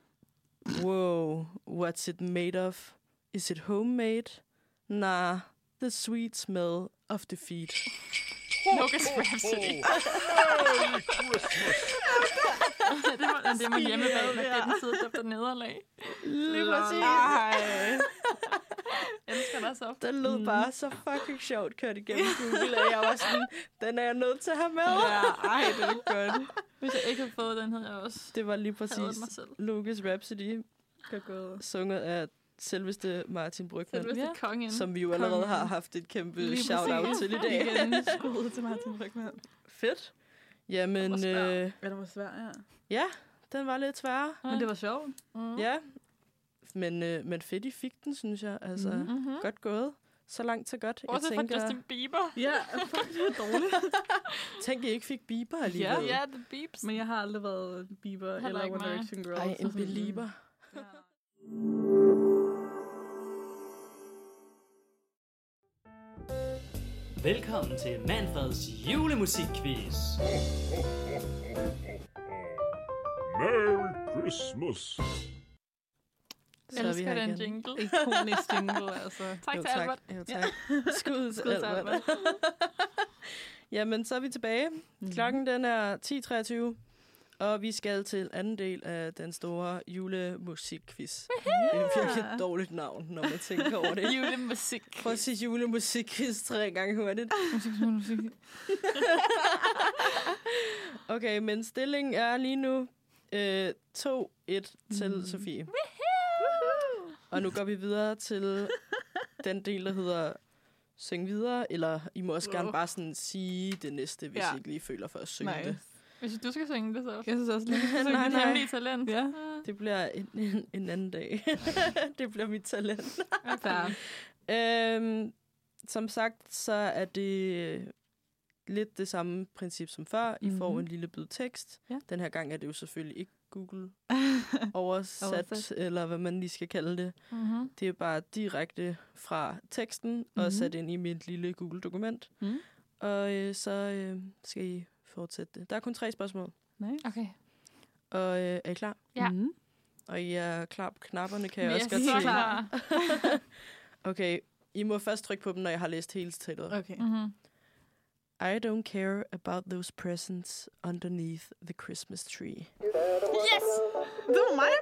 Speaker 2: Whoa, what's it made of? Is it homemade? Nah, the sweet smell of defeat.
Speaker 3: Lucas Rhapsody.
Speaker 6: Merry Christmas.
Speaker 3: det var, det var hjemmebane, og det er den side, der blev nederlag.
Speaker 2: Lige præcis.
Speaker 4: Ej.
Speaker 3: Jeg elsker dig så.
Speaker 2: Den lød mm. bare så fucking sjovt kørt igennem Google, at jeg var sådan, den er jeg nødt til at have med.
Speaker 4: Ja, ej, det er godt.
Speaker 3: Hvis jeg ikke havde fået den, havde jeg også
Speaker 2: Det var lige
Speaker 3: hadet mig
Speaker 2: præcis
Speaker 3: selv.
Speaker 2: Lucas Rhapsody,
Speaker 4: Godt gået.
Speaker 2: sunget af selveste Martin Brygman,
Speaker 3: Selveste
Speaker 4: Ja.
Speaker 3: kongen.
Speaker 2: som vi jo allerede
Speaker 4: Kongen.
Speaker 2: har haft et kæmpe
Speaker 4: Lige
Speaker 2: shout-out
Speaker 4: præcis.
Speaker 2: til i dag.
Speaker 4: Igen, skud til Martin Brygman.
Speaker 2: Fedt. Jamen,
Speaker 3: Det var svært.
Speaker 2: øh,
Speaker 4: Ja, det var svært, ja.
Speaker 2: ja, den var lidt sværere.
Speaker 4: Men det var sjovt.
Speaker 3: Mm.
Speaker 2: Ja, men, øh, men fedt, I fik den, synes jeg. Altså, mm.
Speaker 3: Mm-hmm.
Speaker 2: godt gået. Så langt, så godt.
Speaker 3: Også
Speaker 2: jeg
Speaker 3: for
Speaker 2: tænker,
Speaker 3: Justin Bieber.
Speaker 4: Ja, fuck, det var dårligt.
Speaker 2: tænk, I ikke fik Bieber
Speaker 3: Ja,
Speaker 2: alligevel.
Speaker 3: ja, The Beeps.
Speaker 4: Men jeg har aldrig været Bieber
Speaker 3: Heller
Speaker 4: eller
Speaker 3: ikke
Speaker 4: One
Speaker 3: mig.
Speaker 4: Direction Girl.
Speaker 2: Ej,
Speaker 4: så
Speaker 2: en
Speaker 4: sådan-
Speaker 2: belieber.
Speaker 4: Ja.
Speaker 5: Velkommen til Manfreds julemusikquiz.
Speaker 6: Merry Christmas.
Speaker 2: Så er vi
Speaker 3: elsker
Speaker 2: her
Speaker 3: den
Speaker 2: igen.
Speaker 3: jingle.
Speaker 4: Ikonisk jingle, altså.
Speaker 3: Tak
Speaker 2: Jo,
Speaker 3: til Albert.
Speaker 2: Jo, tak. Skud til
Speaker 4: Skud til
Speaker 2: Albert.
Speaker 4: Albert.
Speaker 2: Jamen, så er vi tilbage. Klokken den er 10.23, og vi skal til anden del af den store julemusikquiz. Det er virkelig et dårligt navn, når man tænker over det.
Speaker 3: Julemusik.
Speaker 2: Prøv at sige julemusikquiz tre gange hurtigt. Okay, men stillingen er lige nu øh, 2-1 til Sofie. Og nu går vi videre til den del, der hedder Syng videre, eller I må også gerne
Speaker 4: Wow.
Speaker 2: bare sådan sige det næste, hvis
Speaker 4: Ja.
Speaker 2: I ikke lige føler for at synge det.
Speaker 4: Nice.
Speaker 3: Hvis du skal synge det, så.
Speaker 4: Jeg synes også lige,
Speaker 3: Så
Speaker 2: Nej,
Speaker 3: er det
Speaker 2: nej.
Speaker 3: hemmelige talent.
Speaker 4: Ja.
Speaker 2: Det bliver en, en, en anden dag. det bliver mit talent.
Speaker 4: fair.
Speaker 2: Øhm, som sagt, så er det lidt det samme princip som før. I får
Speaker 4: Mhm.
Speaker 2: en lille bid tekst.
Speaker 4: Ja.
Speaker 2: Den her gang er det jo selvfølgelig ikke Google oversat,
Speaker 4: Oversat.
Speaker 2: eller hvad man lige skal kalde det.
Speaker 3: Mm-hmm.
Speaker 2: Det er bare direkte fra teksten mm-hmm.
Speaker 4: Mhm.
Speaker 2: og sat ind i mit lille Google-dokument.
Speaker 4: Mhm.
Speaker 2: Og øh, så øh, skal I fortsætte det. Der er kun tre spørgsmål.
Speaker 4: Nice.
Speaker 3: Okay.
Speaker 2: Og øh, er I klar?
Speaker 3: Ja.
Speaker 4: Mhm.
Speaker 2: Og I er klar på knapperne, kan
Speaker 3: Men
Speaker 2: jeg
Speaker 3: jeg
Speaker 2: også godt
Speaker 3: er
Speaker 2: se.
Speaker 3: så klar.
Speaker 2: Okay, I må først trykke på dem, når jeg har læst hele titlet.
Speaker 4: Okay.
Speaker 3: Mm-hmm.
Speaker 2: I don't care about those presents underneath the Christmas tree.
Speaker 3: Yes!
Speaker 4: Det var mig.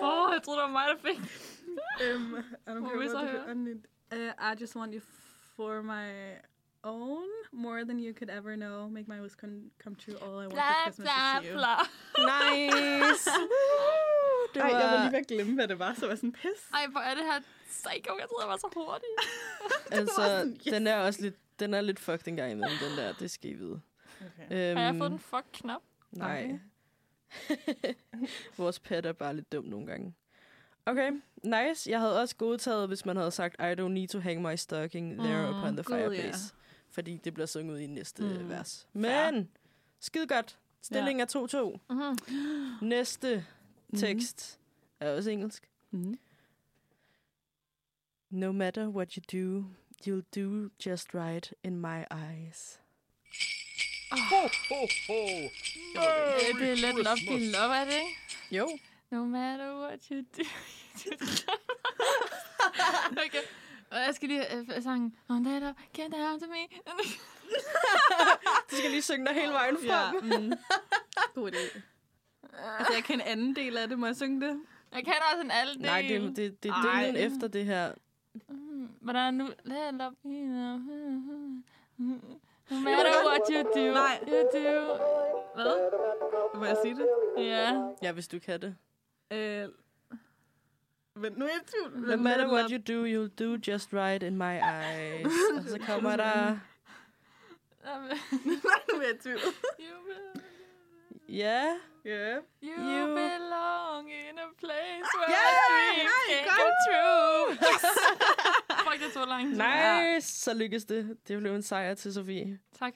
Speaker 3: Åh, oh, jeg troede, det var mig, der fik det.
Speaker 4: Um, I don't
Speaker 3: Må
Speaker 4: care
Speaker 3: vi så
Speaker 4: about
Speaker 3: høre?
Speaker 4: the underneath. Uh, I just want you for my own, more than you could ever know. Make my wish con- come true. All I want
Speaker 3: Bla,
Speaker 4: for Christmas
Speaker 3: bla,
Speaker 4: is you.
Speaker 3: bla.
Speaker 2: Nice! det
Speaker 4: Ej, jeg var
Speaker 2: var,
Speaker 4: lige ved at glemme, hvad det var, så jeg var sådan pis.
Speaker 3: Ej, hvor er det her psycho. Jeg troede, jeg var så hurtig.
Speaker 2: altså,
Speaker 4: sådan, yes.
Speaker 2: den er også lidt, den er lidt fucked en gang imellem, den der, det skal I vide.
Speaker 4: Okay.
Speaker 2: Øhm,
Speaker 3: Har jeg fået den fuck knap?
Speaker 2: Nej.
Speaker 4: Okay.
Speaker 2: Vores pet er bare lidt dum nogle gange. Okay, nice. Jeg havde også godtaget, hvis man havde sagt, I don't need to hang my stocking there
Speaker 3: Mm,
Speaker 2: upon the
Speaker 4: gud, ja.
Speaker 2: fireplace. Fordi det bliver sunget i næste mm.
Speaker 4: Mm.
Speaker 2: vers. Men, skide godt. Stilling ja. er 2-2.
Speaker 3: Mm-hmm.
Speaker 2: Næste tekst er også engelsk.
Speaker 4: Mm-hmm.
Speaker 2: No matter what you do, you'll do just right in my eyes.
Speaker 6: Ho, ho, ho. Merry
Speaker 3: Øh, Det er lidt love
Speaker 6: Christmas.
Speaker 3: be love, er det ikke?
Speaker 2: Jo.
Speaker 3: No matter what you do. okay. Og jeg skal lige øh, sangen. Oh, that up, get down to me.
Speaker 2: Du skal lige synge dig hele vejen
Speaker 4: Ja.
Speaker 2: frem.
Speaker 4: Mm. God idé. Altså, jeg kan en anden del af det. Må jeg synge det?
Speaker 3: jeg kan også en alle del.
Speaker 2: Nej, det, det, det, det er
Speaker 4: Ej.
Speaker 2: delen efter det her.
Speaker 3: Mm, Hvordan er nu? Let up, you know. No matter what you do.
Speaker 4: Nej.
Speaker 3: You do. Hvad?
Speaker 4: Må jeg sige det?
Speaker 3: Ja.
Speaker 2: Ja, hvis du kan det.
Speaker 4: Øh, men nu er jeg i tvivl.
Speaker 2: No matter what you do, you'll do just right in my eyes. Og så kommer der...
Speaker 3: Jamen,
Speaker 4: nu er jeg i tvivl.
Speaker 3: you, be-
Speaker 2: Ja.
Speaker 4: Ja.
Speaker 3: you,
Speaker 2: You-
Speaker 3: belong in a place where
Speaker 4: Ja,
Speaker 3: dreams
Speaker 4: nej,
Speaker 3: can
Speaker 4: godt.
Speaker 3: come true. Yes! Fuck, det tog lang tid.
Speaker 2: Nice! Så lykkedes det. Det blev en sejr til Sofie.
Speaker 3: Tak.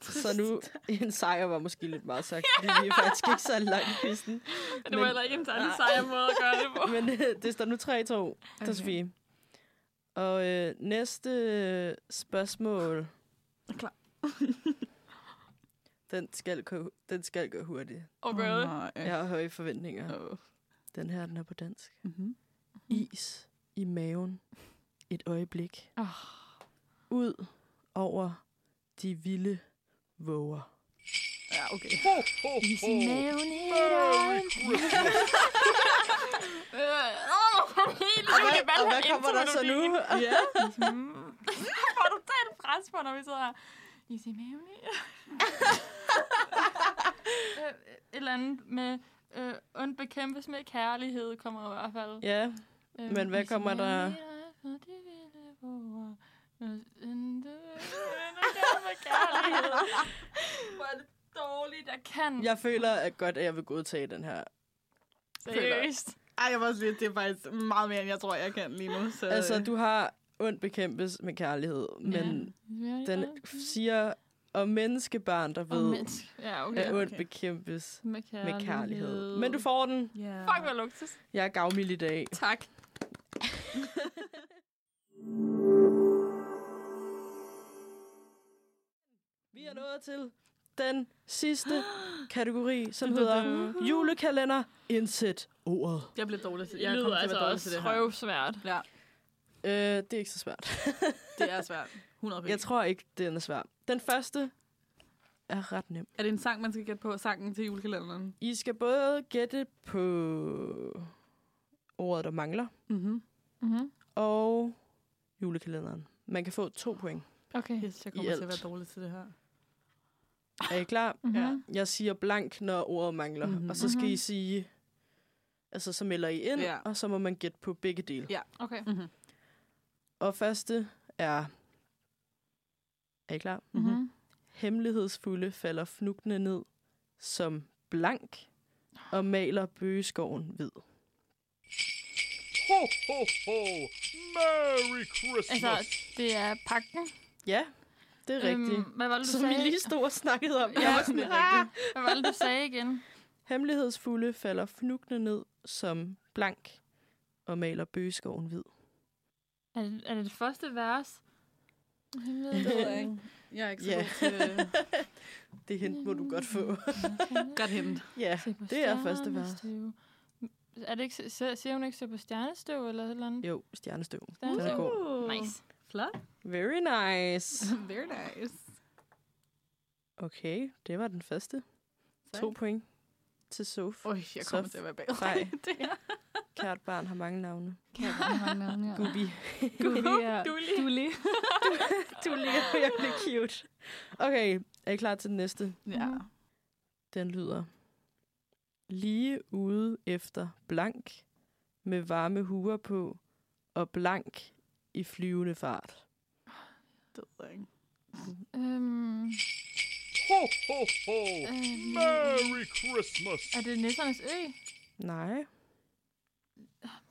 Speaker 2: Så nu, en sejr var måske lidt meget sagt, fordi vi er faktisk ikke så langt i quizzen.
Speaker 3: Det var
Speaker 2: Men- Ah.
Speaker 3: heller ikke en særlig sejr måde at gøre det på.
Speaker 2: Men øh, det står nu 3-2 okay.
Speaker 3: Okay.
Speaker 2: til Sofie. Og øh, næste øh, spørgsmål.
Speaker 4: Er klar.
Speaker 2: den, skal gå, den skal gå hurtigt.
Speaker 3: Oh, really?
Speaker 4: nej.
Speaker 2: Jeg har høje forventninger.
Speaker 4: Åh.
Speaker 2: Den her, den er på dansk.
Speaker 4: Mhm.
Speaker 2: Is i maven. Et øjeblik.
Speaker 3: Åh.
Speaker 2: Ud over de vilde våger.
Speaker 4: Ja, okay.
Speaker 3: Is i maven et
Speaker 2: Og
Speaker 3: ligesom
Speaker 2: hvad, og hvad kommer der så nu?
Speaker 4: Ja.
Speaker 3: Mm. Får du totalt pres på, når vi sidder her? Is i maven et Øh, Et eller andet med øh, ondt bekæmpes med kærlighed, kommer i hvert fald.
Speaker 2: Ja, Men
Speaker 3: Øhm,
Speaker 2: hvad
Speaker 3: hvis
Speaker 2: kommer
Speaker 3: man
Speaker 2: der-
Speaker 3: mener, for de vilde våger, hvis end du ender der med kærlighed. Hvor er det dårligt, jeg kan.
Speaker 2: jeg føler at godt, at jeg vil godtage den her.
Speaker 3: Seriøst.
Speaker 4: Ej, jeg var også lidt, det er faktisk meget mere, end jeg tror, jeg kan lige nu. Så... øh,
Speaker 2: Altså, du har ondt bekæmpes med kærlighed, men
Speaker 3: Ja.
Speaker 2: ja. den siger om menneskebarn, der
Speaker 3: Og
Speaker 2: ved,
Speaker 3: menneske- Ja, okay.
Speaker 2: at ondt
Speaker 4: okay.
Speaker 2: bekæmpes
Speaker 3: Med kærlighed.
Speaker 2: med kærlighed. Men du får den.
Speaker 4: Yeah.
Speaker 3: Fuck, hvor luksus.
Speaker 2: Jeg er gavmild i dag.
Speaker 3: Tak.
Speaker 2: Vi er nået til den sidste kategori, som hedder Uhuh. julekalender. Indsæt ordet.
Speaker 4: Jeg blev dårlig til
Speaker 3: Det
Speaker 4: jeg
Speaker 3: lyder
Speaker 4: kom til at
Speaker 3: altså
Speaker 4: være dårlig til
Speaker 3: også
Speaker 4: det her.
Speaker 3: røvsvært.
Speaker 4: Ja,
Speaker 2: Øh, det er ikke så svært.
Speaker 4: det er svært. 100
Speaker 2: Jeg tror ikke, den er svær. Den første er ret nem.
Speaker 4: Er det en sang, man skal gætte på? Sangen til julekalenderen?
Speaker 2: I skal både gætte på ordet, der mangler,
Speaker 4: Mhm.
Speaker 3: Mm-hmm.
Speaker 2: og julekalenderen. Man kan få to point.
Speaker 3: Okay.
Speaker 4: Yes, jeg kommer
Speaker 2: I
Speaker 4: til at
Speaker 2: alt.
Speaker 4: være dårlig til det her.
Speaker 2: Er I klar?
Speaker 3: Mm-hmm.
Speaker 4: Ja.
Speaker 2: Jeg siger blank, når ordet mangler,
Speaker 4: Mhm.
Speaker 2: mm-hmm. og så skal
Speaker 3: Mhm.
Speaker 2: I sige... Altså, så melder I ind,
Speaker 4: Ja.
Speaker 2: yeah. og så må man gætte på begge dele.
Speaker 3: Okay.
Speaker 4: Mhm.
Speaker 2: Og første er... Er I klar?
Speaker 4: Mhm.
Speaker 3: Mm-hmm.
Speaker 2: Hemmelighedsfulde falder fnugtende ned som blank og maler bøgeskoven hvid.
Speaker 6: Ho, ho, ho! Merry Christmas!
Speaker 3: Altså, det er pakken.
Speaker 2: Ja, det er rigtigt.
Speaker 3: Øhm, hvad var det, du
Speaker 2: Som vi
Speaker 3: sagde?
Speaker 2: lige stod og snakkede om.
Speaker 3: Ja.
Speaker 2: Jeg var sådan, ah!
Speaker 3: Hvad var det, du sagde igen?
Speaker 2: Hemmelighedsfulde falder fnugtende ned som blank og maler bøgeskoven hvid.
Speaker 3: Er det, er det det første vers? Jeg ved
Speaker 4: Det ved jeg ikke. Jeg er ikke så
Speaker 2: Ja.
Speaker 4: yeah. god til øh,
Speaker 2: Det hent må du godt få.
Speaker 4: godt hente.
Speaker 2: ja,
Speaker 3: Se på
Speaker 2: det er første vers.
Speaker 3: stjernestøv. Er det ikke, se- siger hun ikke se på stjernestøv eller et eller andet?
Speaker 2: Jo, stjernestøv. Den er
Speaker 3: Stjernestøv.
Speaker 2: god.
Speaker 3: Nice.
Speaker 4: Flot.
Speaker 2: Very nice.
Speaker 4: Very nice.
Speaker 2: Okay, det var den første.
Speaker 4: Tak.
Speaker 2: To point til Sof.
Speaker 4: Oj, jeg
Speaker 2: Så
Speaker 4: kommer til at være bag.
Speaker 2: Sej.
Speaker 4: det her.
Speaker 2: Kært barn har mange navne.
Speaker 4: Ja.
Speaker 2: Gubi.
Speaker 3: Dulli.
Speaker 2: Du ligner virkelig cute. Okay, er I klar til den næste?
Speaker 4: ja.
Speaker 2: Den lyder. Lige ude efter blank, med varme huer på, og blank i flyvende fart.
Speaker 4: Det ved jeg ikke.
Speaker 3: Øhm,
Speaker 6: Ho, ho, ho!
Speaker 3: øhm,
Speaker 6: Merry Christmas!
Speaker 3: er det Nissernes Ø? Ah,
Speaker 2: Nej.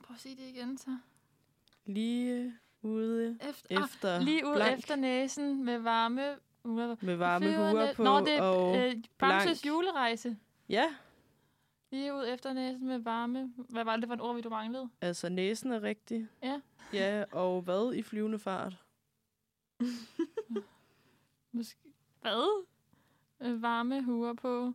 Speaker 3: Prøv at se det igen så.
Speaker 2: Lige ude
Speaker 3: Efter, ah,
Speaker 2: efter
Speaker 3: lige ud
Speaker 2: blank,
Speaker 3: efter næsen med varme... Ude,
Speaker 2: med varme
Speaker 3: Flyverne-
Speaker 2: huer på,
Speaker 3: Nå, det er
Speaker 2: og...
Speaker 3: øh, Bamses
Speaker 2: blank.
Speaker 3: julerejse.
Speaker 2: Ja,
Speaker 3: Lige ud efter næsen med varme... Hvad var det for en ord, vi du manglede?
Speaker 2: altså næsen er rigtig.
Speaker 3: Ja.
Speaker 2: Ja, og hvad i flyvende fart?
Speaker 3: Måske... Hvad? Øh, varme huer på... Er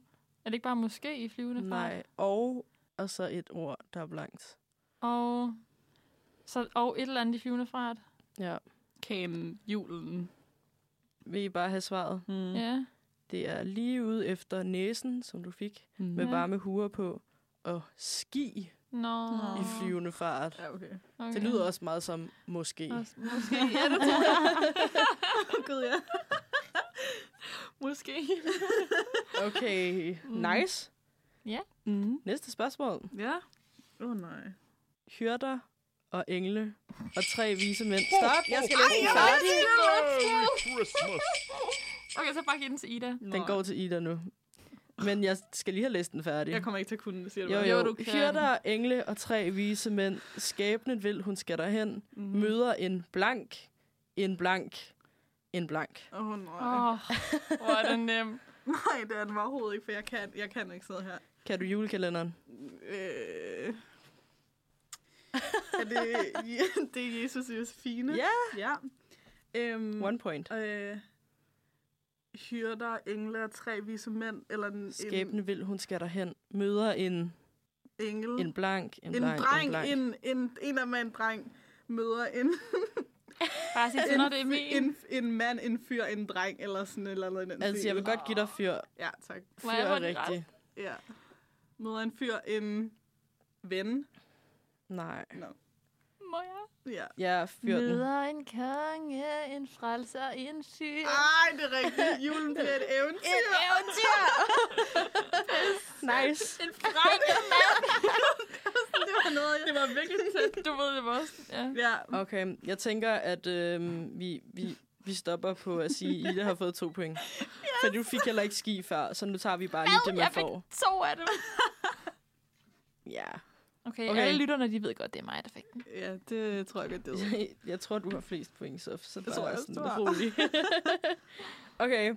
Speaker 3: det ikke bare måske i flyvende fart?
Speaker 2: Nej, og, og så et ord, der er blankt.
Speaker 3: Og, så, og et eller andet i flyvende fart.
Speaker 2: Ja.
Speaker 4: Kagen, julen.
Speaker 2: Vil I bare have svaret?
Speaker 4: Mm.
Speaker 3: Mm. Ja.
Speaker 2: Det er lige ude efter næsen, som du fik,
Speaker 4: Mm.
Speaker 2: med
Speaker 3: Ja.
Speaker 2: varme huer på, og ski
Speaker 3: Nå.
Speaker 4: Nå.
Speaker 2: i flyvende fart.
Speaker 4: Ja, okay.
Speaker 3: Okay.
Speaker 2: Det lyder også meget som måske.
Speaker 3: Også- Måske, ja, det tror jeg.
Speaker 4: Gud, ja. Måske.
Speaker 2: Okay, nice.
Speaker 4: Mm.
Speaker 2: Næste spørgsmål.
Speaker 4: Ja. Åh, oh, nej.
Speaker 2: Hyrder og engle og tre vise mænd. Stop, jeg skal læse den færdig.
Speaker 6: Merry Christmas!
Speaker 3: Okay, så bare giv den til Ida.
Speaker 2: Den går til Ida nu. Men jeg skal lige have læst den færdig.
Speaker 4: Jeg kommer ikke til at kunne det, siger du.
Speaker 2: Jo,
Speaker 4: bare.
Speaker 2: jo.
Speaker 3: Jo,
Speaker 2: jo
Speaker 3: du
Speaker 2: du
Speaker 3: kan.
Speaker 2: Hyrder, engle og tre vise mænd. Skæbnen vil, hun skal derhen. Mm. Møder en blank, en blank, en blank.
Speaker 4: Åh, oh, nej.
Speaker 3: Åh, oh, hvor er den nem.
Speaker 4: Nej, det er den overhovedet ikke, for jeg kan, jeg kan ikke sidde her.
Speaker 2: Kan du julekalenderen?
Speaker 4: Øh. er det, det er Jesus og Josefine?
Speaker 2: Ja,
Speaker 4: Ja. Øhm,
Speaker 2: one point.
Speaker 4: Øh, hyrder, engle og tre vise mænd, eller en, en
Speaker 2: Skæbnen vil, hun skal derhen. Møder en,
Speaker 4: engel.
Speaker 2: en blank, en,
Speaker 4: Mm. en
Speaker 2: blank, en
Speaker 4: dreng,
Speaker 2: blank.
Speaker 4: en, en, en, en af en dreng møder en,
Speaker 3: Bare sig til, når det er min.
Speaker 4: en, en mand, en fyr, en dreng, eller sådan et eller andet. i den
Speaker 2: Altså, jeg vil
Speaker 4: stil.
Speaker 2: godt give dig fyr.
Speaker 4: Ja, tak.
Speaker 2: Fyr
Speaker 3: Hvor er
Speaker 2: er
Speaker 3: den ret?
Speaker 2: rigtigt.
Speaker 4: Ja. Møder en fyr, en ven.
Speaker 2: Nej.
Speaker 4: No.
Speaker 3: Må jeg?
Speaker 4: Ja.
Speaker 2: Jeg er fyr den.
Speaker 3: Møder en konge, en frelser, en syg.
Speaker 2: Ah,
Speaker 4: Ej, det er rigtigt. Julen bliver et eventyr.
Speaker 3: Et eventyr!
Speaker 2: Nice.
Speaker 3: En frank mand!
Speaker 4: Det var noget, jeg...
Speaker 3: Det var virkelig tæt. Altså, Du ved det var også. Ja.
Speaker 4: Ja.
Speaker 2: Okay, jeg tænker, at øhm, vi, vi, vi stopper på at sige, at Ida har fået to point. Yes. For du fik heller ikke ski før, så nu tager vi bare lige det, man
Speaker 3: jeg fik
Speaker 2: får.
Speaker 3: to af dem.
Speaker 2: Ja.
Speaker 3: Okay,
Speaker 2: Okay.
Speaker 3: okay, alle lytterne de ved godt, det er mig, der fik den.
Speaker 4: ja, det tror jeg godt, det er.
Speaker 2: Jeg, jeg tror, du har flest point, så, så det
Speaker 4: tror
Speaker 2: er
Speaker 4: jeg
Speaker 2: sådan
Speaker 4: også, du har.
Speaker 2: rolig. okay.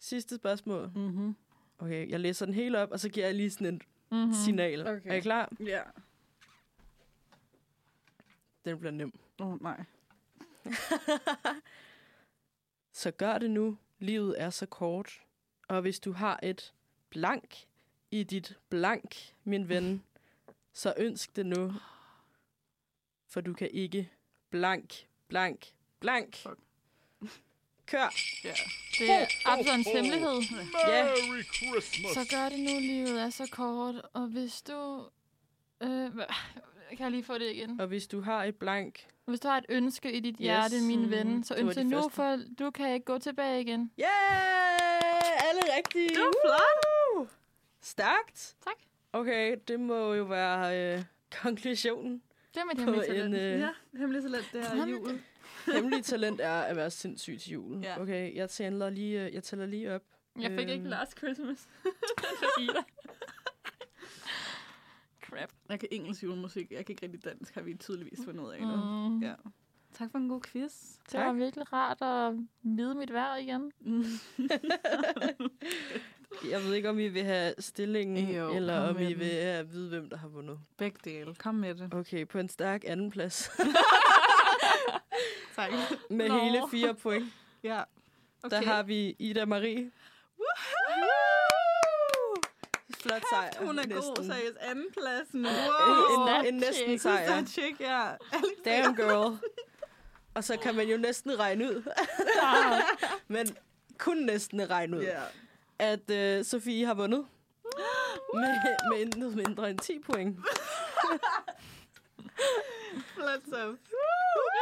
Speaker 2: Sidste spørgsmål.
Speaker 4: Mm-hmm.
Speaker 2: Okay, jeg læser den hele op, og så giver jeg lige sådan et
Speaker 3: Mm-hmm.
Speaker 2: signal.
Speaker 4: Mhm. Okay.
Speaker 2: Er I klar?
Speaker 4: Ja.
Speaker 2: Den bliver nem.
Speaker 4: Åh, oh, nej.
Speaker 2: Så gør det nu. Livet er så kort. Og hvis du har et blank i dit blank, min ven, så ønsk det nu. For du kan ikke blank, blank, blank.
Speaker 4: Fuck.
Speaker 2: Kør.
Speaker 4: Ja.
Speaker 3: Det er Absalons hemmelighed.
Speaker 6: Merry Christmas!
Speaker 3: Så gør det nu, livet er så kort. Og hvis du... Øh, hva- kan jeg lige få det igen?
Speaker 2: Og hvis du har et blank...
Speaker 3: Hvis du har et ønske i dit hjerte, min ven, så
Speaker 2: Mm, Det var
Speaker 3: ønsk det
Speaker 2: de
Speaker 3: nu,
Speaker 2: første.
Speaker 3: for du kan ikke gå tilbage igen.
Speaker 2: Yeah! Alle rigtige! Det
Speaker 4: var
Speaker 2: flot! Stærkt!
Speaker 3: Tak.
Speaker 2: Okay, det må jo være øh, konklusionen
Speaker 3: Det er mit
Speaker 2: på
Speaker 3: hemmelige
Speaker 2: en...
Speaker 3: talent.
Speaker 2: Øh,
Speaker 4: Ja, hemmelig talent, det er
Speaker 3: Jamen,
Speaker 4: jul.
Speaker 2: Hemmelige talent er at være sindssyg til julen.
Speaker 4: Ja.
Speaker 2: Okay, jeg tæller lige, øh, jeg tæller lige op.
Speaker 3: Jeg fik ikke
Speaker 2: Øhm.
Speaker 3: Last Christmas. For Ida. Crap.
Speaker 4: Jeg kan engelsk julemusik, jeg kan ikke rigtig dansk, har vi tydeligvis fundet ud af nu.
Speaker 3: Mm.
Speaker 4: Ja. Tak for en god quiz.
Speaker 3: Det var virkelig rart at vide mit vejr igen.
Speaker 4: Mm.
Speaker 2: Jeg ved ikke, om I vil have stillingen,
Speaker 4: Jo,
Speaker 2: eller
Speaker 4: kom
Speaker 2: om
Speaker 4: med
Speaker 2: I
Speaker 4: den.
Speaker 2: vil have at vide, hvem der har vundet.
Speaker 4: Begge dele, kom med det.
Speaker 2: Okay, på en stærk anden plads
Speaker 4: Tak.
Speaker 2: med
Speaker 3: Nå.
Speaker 2: hele fire point.
Speaker 4: Ja.
Speaker 2: Okay. Der har vi Ida Marie. Flot sejr.
Speaker 4: Hun er god,
Speaker 2: næsten.
Speaker 4: seriøst. Anden pladsen.
Speaker 2: En,
Speaker 4: Wow.
Speaker 3: Snap
Speaker 2: en, en næsten
Speaker 3: check.
Speaker 2: sejr.
Speaker 4: Så tjek, ja.
Speaker 2: Damn girl. Og så kan man jo næsten regne ud. Men kun næsten regne ud.
Speaker 4: Ja.
Speaker 2: at øh, Sofie har vundet. med, med intet mindre end 10 point.
Speaker 4: Flot så.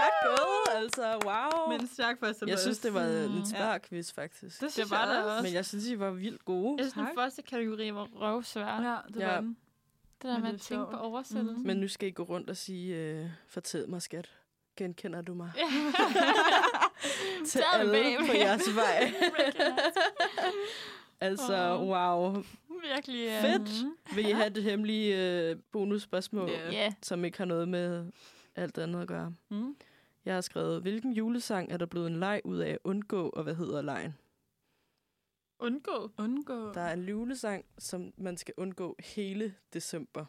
Speaker 2: Godt gået, altså. Wow.
Speaker 4: Men
Speaker 2: Men
Speaker 4: stærk første
Speaker 2: jeg
Speaker 4: plads.
Speaker 2: synes, det var en svær quiz, faktisk.
Speaker 4: det, synes
Speaker 3: Det var
Speaker 4: jeg
Speaker 3: der også.
Speaker 2: Men jeg synes, I var vildt gode.
Speaker 3: Jeg synes, den første kategori var røvsvær. Ja.
Speaker 4: Ja, det
Speaker 2: Ja.
Speaker 4: var den.
Speaker 3: Det der
Speaker 4: Men
Speaker 3: med at
Speaker 4: det er
Speaker 3: tænke
Speaker 4: sjovt.
Speaker 3: på oversættelsen.
Speaker 2: Mm. Men nu skal I gå rundt og sige, øh, fortæl mig, skat. Genkender du mig?
Speaker 3: Ja.
Speaker 2: Til
Speaker 3: Tag
Speaker 2: alle
Speaker 3: den, baby.
Speaker 2: på jeres vej.
Speaker 3: Recognize.
Speaker 2: Altså,
Speaker 3: Åh.
Speaker 2: wow.
Speaker 3: Virkelig. øh,
Speaker 2: Fedt. Vil I have det hemmelige øh, bonusspørgsmål,
Speaker 4: Ja.
Speaker 3: Ja.
Speaker 2: som ikke har noget med alt andet at gøre?
Speaker 4: Mm.
Speaker 2: Jeg har skrevet, hvilken julesang er der blevet en leg ud af at undgå, og hvad hedder lejen?
Speaker 3: Undgå.
Speaker 4: Undgå.
Speaker 2: Der er en julesang, som man skal undgå hele december.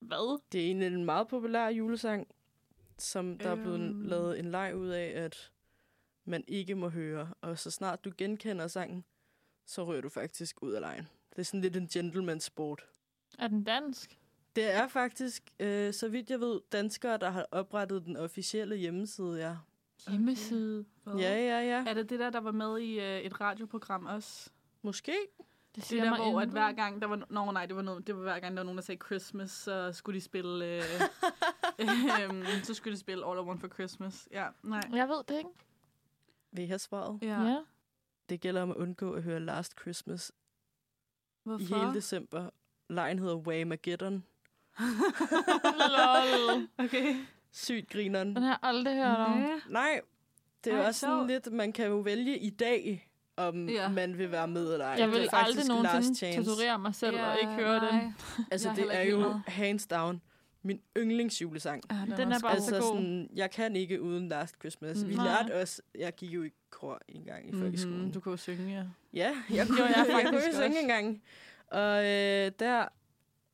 Speaker 3: Hvad?
Speaker 2: Det er egentlig en meget populær julesang, som der er blevet
Speaker 4: Øhm.
Speaker 2: lavet en leg ud af, at man ikke må høre. Og så snart du genkender sangen, så rører du faktisk ud af lejen. Det er sådan lidt en gentleman sport.
Speaker 3: Er den dansk?
Speaker 2: Det er faktisk, øh, så vidt jeg ved, danskere, der har oprettet den officielle hjemmeside, ja.
Speaker 3: Hjemmeside.
Speaker 2: Ja, ja, ja.
Speaker 4: Er det det der, der var med i øh, et radioprogram også?
Speaker 2: Måske.
Speaker 3: Det
Speaker 4: Det
Speaker 3: siger
Speaker 4: der,
Speaker 3: mig
Speaker 4: hvor at
Speaker 3: intet.
Speaker 4: hver gang der var... Nå, nej, det var, noget, det var hver gang, der var nogen, der sagde Christmas, så skulle de spille... Øh, øhm, så skulle de spille All I Want for Christmas. Ja, nej.
Speaker 3: Jeg ved det ikke.
Speaker 2: Vil I have svaret?
Speaker 4: Ja.
Speaker 3: Ja.
Speaker 2: Det gælder om at undgå at høre Last Christmas i
Speaker 4: Hvorfor?
Speaker 2: hele december. Lejen hedder Whamageddon.
Speaker 3: Lol.
Speaker 4: okay.
Speaker 2: Sygt grineren.
Speaker 3: Den har jeg aldrig hørt om.
Speaker 2: Nej, det er
Speaker 7: Ej,
Speaker 2: Ej, også sådan
Speaker 7: sjovt.
Speaker 2: lidt, man kan jo vælge i dag, om
Speaker 7: Ja.
Speaker 2: ja. man vil være med eller ej.
Speaker 3: Jeg
Speaker 2: Det er
Speaker 3: vil
Speaker 2: faktisk last
Speaker 3: aldrig nogensinde
Speaker 2: chance.
Speaker 3: tatovere mig selv og ikke høre den.
Speaker 2: Altså,
Speaker 7: Jeg er
Speaker 2: det
Speaker 7: heller
Speaker 2: er
Speaker 7: ikke
Speaker 2: jo
Speaker 7: vild med.
Speaker 2: hands down min yndlingsjulesang.
Speaker 7: Ah,
Speaker 3: Den er bare
Speaker 2: Altså
Speaker 3: så god.
Speaker 2: sådan, jeg kan ikke uden Last Christmas. Vi
Speaker 3: Nej.
Speaker 2: lærte også, jeg gik jo i kor en gang
Speaker 4: Mhm.
Speaker 2: i folkeskolen.
Speaker 4: Du kunne jo synge, ja.
Speaker 2: Ja, jeg kunne,
Speaker 3: jeg
Speaker 2: jeg jeg
Speaker 3: faktisk
Speaker 2: kunne synge
Speaker 3: også.
Speaker 2: engang. Og øh, der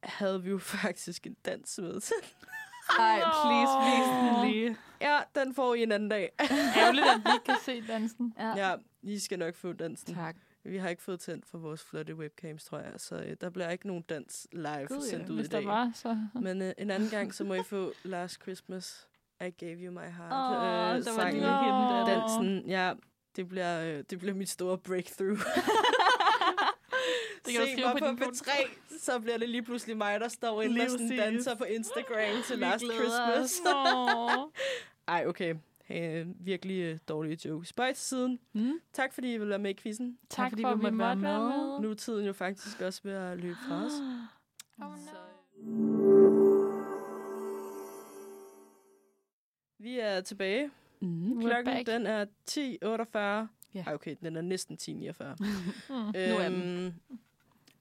Speaker 2: havde vi jo faktisk en dans med.
Speaker 4: Ej, please, vis den
Speaker 3: Åh.
Speaker 4: lige.
Speaker 2: ja, den får I en anden dag.
Speaker 3: Ærgerligt, at vi ikke kan se dansen.
Speaker 2: ja, I skal nok få dansen.
Speaker 7: Tak.
Speaker 2: Vi har ikke fået tændt for vores flotte webcams, tror jeg, så øh, der bliver ikke nogen dans
Speaker 7: Gud,
Speaker 2: live Gud,
Speaker 7: ja,
Speaker 2: sendt ud i
Speaker 3: Hvis der
Speaker 2: dag.
Speaker 3: var, så...
Speaker 2: Men øh, en anden gang, så må I få Last Christmas, I Gave You My Heart. øh,
Speaker 7: Åh, der var
Speaker 2: sangen.
Speaker 7: lille hende der.
Speaker 3: Åh.
Speaker 2: Dansen, ja, det bliver, øh, det bliver mit store breakthrough.
Speaker 3: Det kan du
Speaker 2: Se
Speaker 3: skrive
Speaker 2: mig
Speaker 3: på
Speaker 2: på
Speaker 3: din
Speaker 2: B3, så bliver det lige pludselig mig, der står inde
Speaker 4: Lige
Speaker 2: og sådan
Speaker 4: præcis.
Speaker 2: danser på Instagram til Last
Speaker 7: glæder
Speaker 2: Christmas.
Speaker 3: Åh.
Speaker 2: Ej, okay. Øh, virkelig øh, dårlige jokes. Spøj til siden.
Speaker 4: Hmm?
Speaker 7: Mm.
Speaker 2: Tak fordi I vil være med i quizzen.
Speaker 3: Tak for, at vi måtte være med.
Speaker 2: Nu er tiden jo faktisk også ved at løbe fra os.
Speaker 3: Oh, no.
Speaker 2: Vi er tilbage.
Speaker 7: Mm.
Speaker 3: We're
Speaker 2: Klokken
Speaker 3: back.
Speaker 2: den er 10.48.
Speaker 7: Ja.
Speaker 2: Ja. Ej, okay, den er næsten 10.49.
Speaker 3: Mm.
Speaker 7: Nu er
Speaker 2: øhm,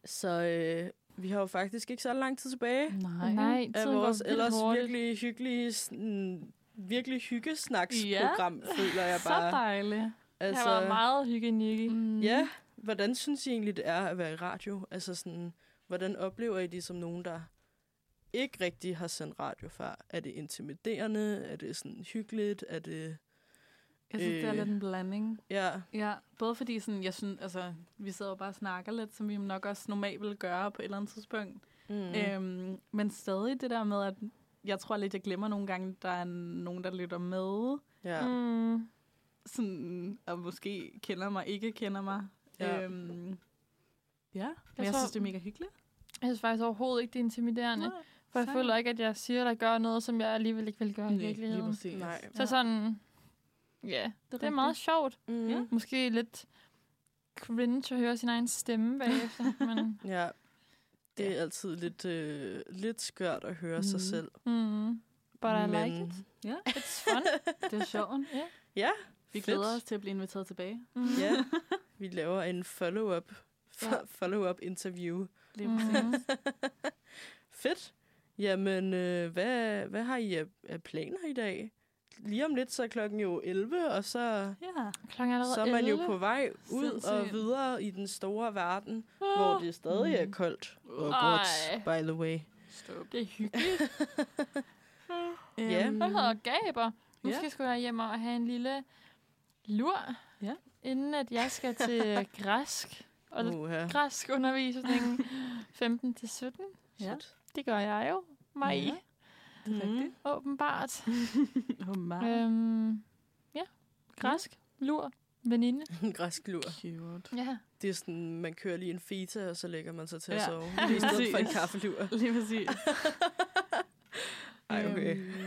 Speaker 2: så øh, vi har jo faktisk ikke så lang tid tilbage
Speaker 7: Nej.
Speaker 3: Nej,
Speaker 2: af
Speaker 3: tiden
Speaker 2: vores
Speaker 3: går
Speaker 2: ellers
Speaker 3: vildt hurtigt.
Speaker 2: virkelig hyggelige, sådan, virkelig hyggesnaksprogram, ja. føler jeg
Speaker 4: Så
Speaker 2: bare. Altså,
Speaker 4: dejligt.
Speaker 3: Det
Speaker 4: Altså-
Speaker 3: har været meget hyggenikke.
Speaker 7: Mm.
Speaker 2: Ja, hvordan synes I egentlig, det er at være i radio? Altså sådan, hvordan oplever I det som nogen, der ikke rigtig har sendt radio før? Er det intimiderende? Er det sådan hyggeligt? Er det...
Speaker 4: Jeg synes, det er
Speaker 2: Øh.
Speaker 4: lidt en blanding.
Speaker 2: Ja,
Speaker 4: Ja, både fordi sådan, jeg synes, altså, vi sidder jo bare og snakker lidt, som vi nok også normalt vil gøre på et eller andet tidspunkt.
Speaker 2: mm.
Speaker 4: Mm.
Speaker 3: Øh,
Speaker 4: Øhm, men stadig det der med, at jeg tror lidt, jeg glemmer nogle gange, at der er nogen, der lytter med.
Speaker 2: ja.
Speaker 3: Mm.
Speaker 4: Sådan, og måske kender mig, ikke kender mig.
Speaker 2: Ja.
Speaker 4: Ja.
Speaker 3: øh,
Speaker 4: Øhm, ja, men
Speaker 3: Jeg
Speaker 4: jeg, jeg
Speaker 3: tror-
Speaker 4: synes, det er mega hyggeligt.
Speaker 3: Jeg synes faktisk overhovedet ikke, det er intimiderende.
Speaker 4: Nej,
Speaker 3: For jeg
Speaker 4: sejt.
Speaker 3: føler ikke, at jeg siger eller gør noget, som jeg alligevel ikke vil gøre i
Speaker 4: Nej, lige
Speaker 3: virkeligheden.
Speaker 4: præcis.
Speaker 2: Nej.
Speaker 3: Så sådan, ja, det er
Speaker 4: rigtigt.
Speaker 3: meget sjovt.
Speaker 2: Mm.
Speaker 4: Ja.
Speaker 2: Ja.
Speaker 3: Måske lidt cringe at høre sin egen stemme bagefter, men
Speaker 2: ja. Det er altid lidt, øh, lidt skørt at høre mm. sig
Speaker 4: Mhm.
Speaker 2: selv.
Speaker 3: mm, Mm-hmm. but I like
Speaker 2: Men-
Speaker 3: it.
Speaker 4: Ja.
Speaker 3: It's fun.
Speaker 4: Det er sjovt.
Speaker 3: Ja.
Speaker 2: Ja,
Speaker 4: Vi
Speaker 2: fedt.
Speaker 4: glæder os til at blive inviteret tilbage.
Speaker 3: Mm.
Speaker 2: Ja, vi laver en follow-up
Speaker 4: Ja.
Speaker 2: follow-up interview.
Speaker 4: Lige
Speaker 3: Mm.
Speaker 4: præcis.
Speaker 2: Fedt. Jamen, øh, hvad, hvad har I af, af planer i dag? Lige om lidt, så er klokken jo 11, og så,
Speaker 4: Ja.
Speaker 3: Klokken er allerede
Speaker 2: så er man
Speaker 3: 11.
Speaker 2: jo på vej ud og
Speaker 4: Sindssygt.
Speaker 2: videre i den store verden, hvor det stadig er koldt og godt,
Speaker 3: Ej.
Speaker 2: by the way.
Speaker 4: Stop.
Speaker 3: Det er hyggeligt.
Speaker 2: Ja.
Speaker 4: Øhm,
Speaker 3: Jeg
Speaker 2: Mhm.
Speaker 3: hedder Gaber. Nu
Speaker 4: Ja.
Speaker 3: skal jeg sgu da hjem og have en lille lur,
Speaker 4: Ja.
Speaker 3: inden at jeg skal til græsk. Og lidt
Speaker 2: Uha.
Speaker 3: græsk undervisning 15 til 17.
Speaker 4: Ja.
Speaker 3: Det gør jeg jo. Mig.
Speaker 4: Ja.
Speaker 3: Ja.
Speaker 4: Det er rigtigt.
Speaker 3: Åbenbart.
Speaker 4: Hummer.
Speaker 3: Øhm, ja. Græsk. Lur. Veninde.
Speaker 2: En Mm. græsk lur.
Speaker 4: Cute.
Speaker 3: Ja.
Speaker 2: Det er sådan, man kører lige en fita, og så lægger man sig til at
Speaker 4: Ja.
Speaker 2: sove. Lige i stedet for en kaffelur.
Speaker 4: Lige præcis.
Speaker 2: Ej, okay.
Speaker 4: Øhm.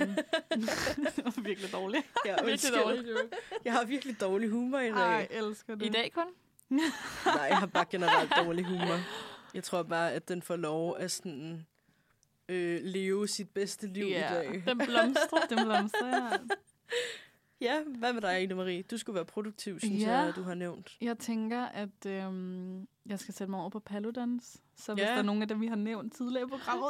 Speaker 4: det var virkelig dårligt.
Speaker 2: Jeg,
Speaker 3: Virkelig
Speaker 2: undskyld.
Speaker 3: dårlig joke.
Speaker 2: jeg har virkelig dårlig humor i dag.
Speaker 4: Ej, jeg elsker det.
Speaker 3: I dag kun.
Speaker 2: Nej, jeg har bare generelt dårlig humor. Jeg tror bare, at den får lov at sådan, øh, leve sit bedste liv
Speaker 4: Ja.
Speaker 2: yeah. i dag.
Speaker 4: Den blomstrer. Den blomstrer, ja.
Speaker 2: Ja, hvad med dig, Ida-Marie? Du skulle være produktiv, synes
Speaker 4: Ja.
Speaker 2: yeah. jeg, du har nævnt.
Speaker 4: Jeg tænker, at øhm, jeg skal sætte mig over på paludans. Så hvis
Speaker 2: Ja.
Speaker 4: der er nogen af dem, vi har nævnt tidligere i programmet,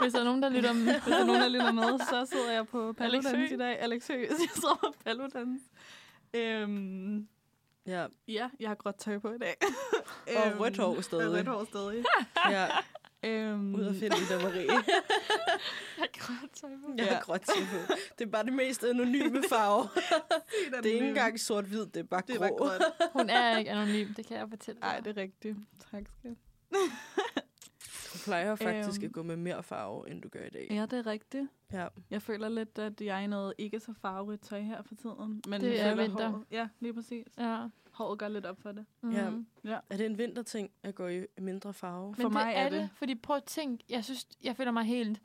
Speaker 3: Hvis der er nogen, der lytter med.
Speaker 4: hvis der er nogen, der lytter med, så sidder jeg på
Speaker 3: Alex
Speaker 4: paludans
Speaker 3: Høgh.
Speaker 4: i dag. Alex Høgh, jeg sidder på paludans. Øhm,
Speaker 2: Ja, Øhm,
Speaker 4: ja, jeg har gråt tøj på i dag.
Speaker 2: Og rødt hår stadig.
Speaker 4: Og rødt hår stadig.
Speaker 2: ja.
Speaker 4: øhm,
Speaker 2: ud og finde Ida-Marie.
Speaker 3: Jeg græder
Speaker 2: Jeg har gråt til på. Det er bare det mest anonyme farve. Det er ikke engang sort-hvid, det er bare
Speaker 4: Det er
Speaker 2: grå.
Speaker 4: bare gråt.
Speaker 3: Hun er ikke anonym, det kan jeg fortælle dig.
Speaker 4: Nej, det er rigtigt. Tak skal
Speaker 2: Du plejer faktisk
Speaker 4: Øhm.
Speaker 2: at gå med mere farve, end du gør i dag.
Speaker 4: Ja, det er rigtigt.
Speaker 2: Ja.
Speaker 4: Jeg føler lidt, at jeg er i noget ikke så farverigt tøj her for tiden. Men
Speaker 3: Det
Speaker 4: jeg
Speaker 3: er
Speaker 4: føler
Speaker 3: vinter.
Speaker 4: Håret, ja, lige præcis.
Speaker 3: Ja.
Speaker 4: Håret gør lidt op for det.
Speaker 3: Mm.
Speaker 2: Ja.
Speaker 4: Ja.
Speaker 2: Er det en vinterting at gå i mindre farve?
Speaker 3: Men
Speaker 4: For
Speaker 3: det
Speaker 4: mig
Speaker 3: er
Speaker 4: er
Speaker 3: det.
Speaker 4: det.
Speaker 3: Fordi prøv at tænke, jeg synes, jeg føler mig helt...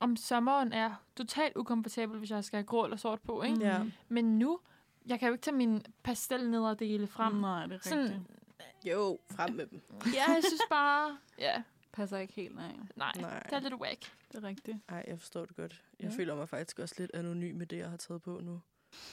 Speaker 3: Om sommeren er jeg totalt ukomfortabel, hvis jeg skal have grå eller sort på, ikke?
Speaker 4: Mm.
Speaker 2: Ja.
Speaker 3: Men nu, jeg kan jo ikke tage mine
Speaker 4: Mm.
Speaker 3: pastelnederdele frem.
Speaker 4: Nej, det er
Speaker 3: Sådan-
Speaker 4: rigtigt.
Speaker 2: Jo, frem med dem.
Speaker 3: Ja, jeg synes bare... Ja,
Speaker 4: passer ikke helt, nej.
Speaker 3: Nej,
Speaker 2: Nej.
Speaker 3: det er lidt whack.
Speaker 4: Det er rigtigt.
Speaker 2: Ej, jeg forstår det godt. Jeg
Speaker 4: Ja.
Speaker 2: ja. føler mig faktisk også lidt anonym med det, jeg har taget på nu.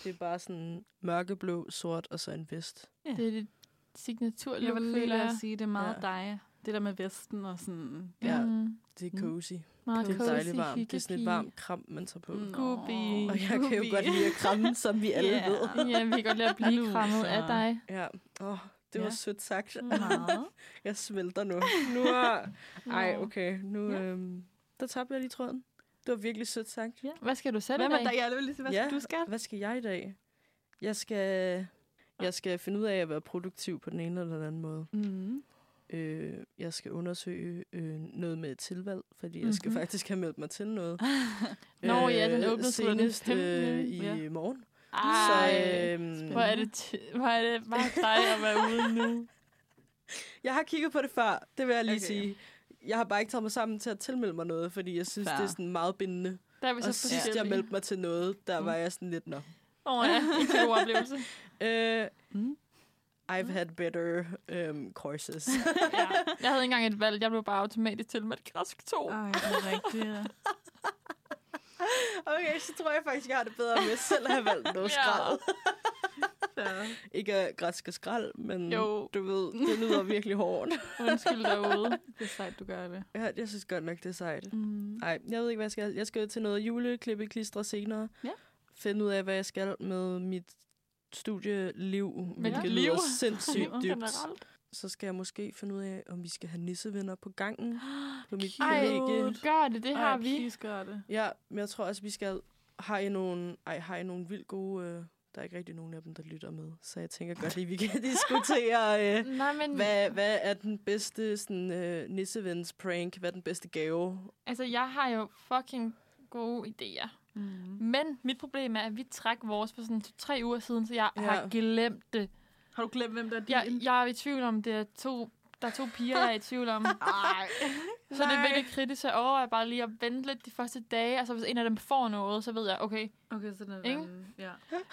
Speaker 2: Det er bare sådan mørkeblå, sort og så en vest.
Speaker 4: Ja.
Speaker 3: Det er dit signatur,
Speaker 4: Jeg vil lige
Speaker 3: føler jeg.
Speaker 4: at sige, det er meget
Speaker 2: Ja.
Speaker 4: dig. Det der med vesten og sådan...
Speaker 2: Ja.
Speaker 3: Mm,
Speaker 2: Det
Speaker 4: Mm.
Speaker 2: er cozy. Mm.
Speaker 3: meget
Speaker 2: Det er dejligt
Speaker 3: cozy,
Speaker 2: varmt. Det er sådan et
Speaker 3: hyggepige.
Speaker 2: varmt kram, man tager på. Mm.
Speaker 3: Gubi.
Speaker 2: Og jeg kan jo godt lide at kramme, som vi alle
Speaker 4: Ja.
Speaker 2: yeah. ved.
Speaker 3: Ja, vi kan godt lide at blive
Speaker 4: Luser.
Speaker 3: krammet af dig.
Speaker 2: Ja. Oh, det var
Speaker 4: Ja. Mm.
Speaker 2: sødt sagt.
Speaker 4: Meget.
Speaker 2: Jeg smelter nu. nu er... Ej,
Speaker 3: Nå.
Speaker 2: okay. Nu,
Speaker 4: Ja.
Speaker 2: øhm, der tabte jeg lige tråden. Det var virkelig sødt sagt.
Speaker 3: Ja. Hvad skal du sætte
Speaker 4: Hvad med
Speaker 3: dig?
Speaker 4: dig? Jeg vil lige sige, hvad
Speaker 2: Ja.
Speaker 4: skal du skal?
Speaker 2: Hvad skal jeg i dag? Jeg skal, jeg skal finde ud af at være produktiv på den ene eller den anden måde.
Speaker 4: Mm.
Speaker 2: Øh, jeg skal undersøge øh, noget med et tilvalg, fordi jeg skal
Speaker 3: Mhm.
Speaker 2: faktisk have meldt mig til noget.
Speaker 3: Nå ja, den
Speaker 2: Øh,
Speaker 3: åbnede sgu da den
Speaker 2: senest øh,
Speaker 3: 15..
Speaker 2: i
Speaker 4: Ja.
Speaker 2: morgen.
Speaker 3: Ej,
Speaker 2: Så,
Speaker 3: hvor
Speaker 2: øh,
Speaker 3: er det, t- hvor er det bare dig at være ude nu?
Speaker 2: jeg har kigget på det før, det vil jeg lige
Speaker 4: Okay.
Speaker 2: okay. sige. Jeg har bare ikke taget mig sammen til at tilmelde mig noget, fordi jeg synes,
Speaker 4: Fair.
Speaker 2: Fair. det er sådan meget bindende.
Speaker 3: Der er vi så
Speaker 2: Og sidst jeg meldte mig til noget, der
Speaker 4: Mm.
Speaker 2: var jeg sådan lidt, nå.
Speaker 3: Åh oh, ja, ikke så god oplevelse.
Speaker 2: Øh,
Speaker 4: Mm.
Speaker 2: I've had better um, courses.
Speaker 3: Ja. Jeg havde ikke engang et valg, jeg blev bare automatisk tilmeldt græsk 2.
Speaker 4: Ej, det er rigtigt.
Speaker 2: okay, så tror jeg faktisk, jeg har det bedre, med jeg selv har valgt noget
Speaker 3: Ja.
Speaker 2: skrald.
Speaker 4: Så.
Speaker 2: Ikke af græske skrald, men
Speaker 3: Jo.
Speaker 2: du ved, det lyder virkelig hårdt.
Speaker 3: Undskyld derude.
Speaker 4: Det er sejt, du gør det.
Speaker 2: Jeg, jeg synes godt nok, det er sejt.
Speaker 4: Mm.
Speaker 2: Nej, jeg ved ikke, hvad jeg skal. Jeg skal til noget juleklippe klistre senere.
Speaker 4: Ja.
Speaker 2: Finde ud af, hvad jeg skal med mit studieliv, hvilket
Speaker 3: liv?
Speaker 2: lyder sindssygt
Speaker 4: Liv
Speaker 2: dybt.
Speaker 3: Generelt.
Speaker 2: Så skal jeg måske finde ud af, om vi skal have nissevenner på gangen på mit
Speaker 4: Cute.
Speaker 3: Ej,
Speaker 2: kollegie.
Speaker 4: Cute.
Speaker 3: gør det, det har
Speaker 4: Ej,
Speaker 3: vi.
Speaker 4: please gør det.
Speaker 2: Ja, men jeg tror også, vi skal... Har I nogle, ej, har I nogle vildt gode... Øh, der er ikke rigtig nogen af dem, der lytter med, så jeg tænker godt lige, vi kan diskutere, øh,
Speaker 3: Nej, men
Speaker 2: hvad, hvad er den bedste sådan, øh, nissevens prank? Hvad er den bedste gave?
Speaker 3: altså, jeg har jo fucking gode idéer.
Speaker 4: Mm.
Speaker 3: Men mit problem er, at vi trak vores for sådan to-tre uger siden, så jeg ja.
Speaker 2: Ja.
Speaker 3: har glemt det.
Speaker 4: Har du glemt, hvem der er din?
Speaker 3: Jeg, jeg er i tvivl om, det er to, der er to piger, jeg er i tvivl om.
Speaker 4: Ej.
Speaker 3: Så det er
Speaker 4: Nej.
Speaker 3: virkelig kritisk, så jeg overvejer bare lige at vente lidt de første dage. Altså, hvis en af dem får noget, så ved jeg, okay.
Speaker 4: Okay, så den er
Speaker 3: Ikke?
Speaker 4: den. Ja.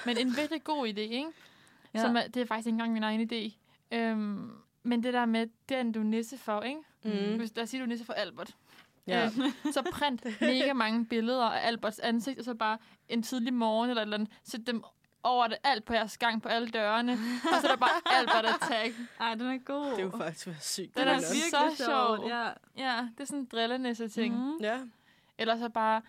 Speaker 3: Men en virkelig god idé, ikke?
Speaker 4: Ja.
Speaker 3: Ja. Som er, det er faktisk ikke engang min egen idé. Øhm, men det der med, den du er nisse for, ikke? Mm. Hvis, lad os sige, du er nisse for Albert.
Speaker 2: Ja.
Speaker 3: Øh, så print mega mange billeder af Alberts ansigt, og så bare en tidlig morgen eller et eller andet. Sæt dem over det alt på jeres gang, på alle dørene. Og
Speaker 4: Altså-
Speaker 3: så er der bare Albert attack.
Speaker 4: Ej, den er god.
Speaker 2: Det er jo faktisk være sygt.
Speaker 3: Den er
Speaker 2: men også-
Speaker 3: virkelig så sjov.
Speaker 4: Ja.
Speaker 3: Ja, det er sådan en drillenisse ting. Mm.
Speaker 2: Ja.
Speaker 3: Eller så bare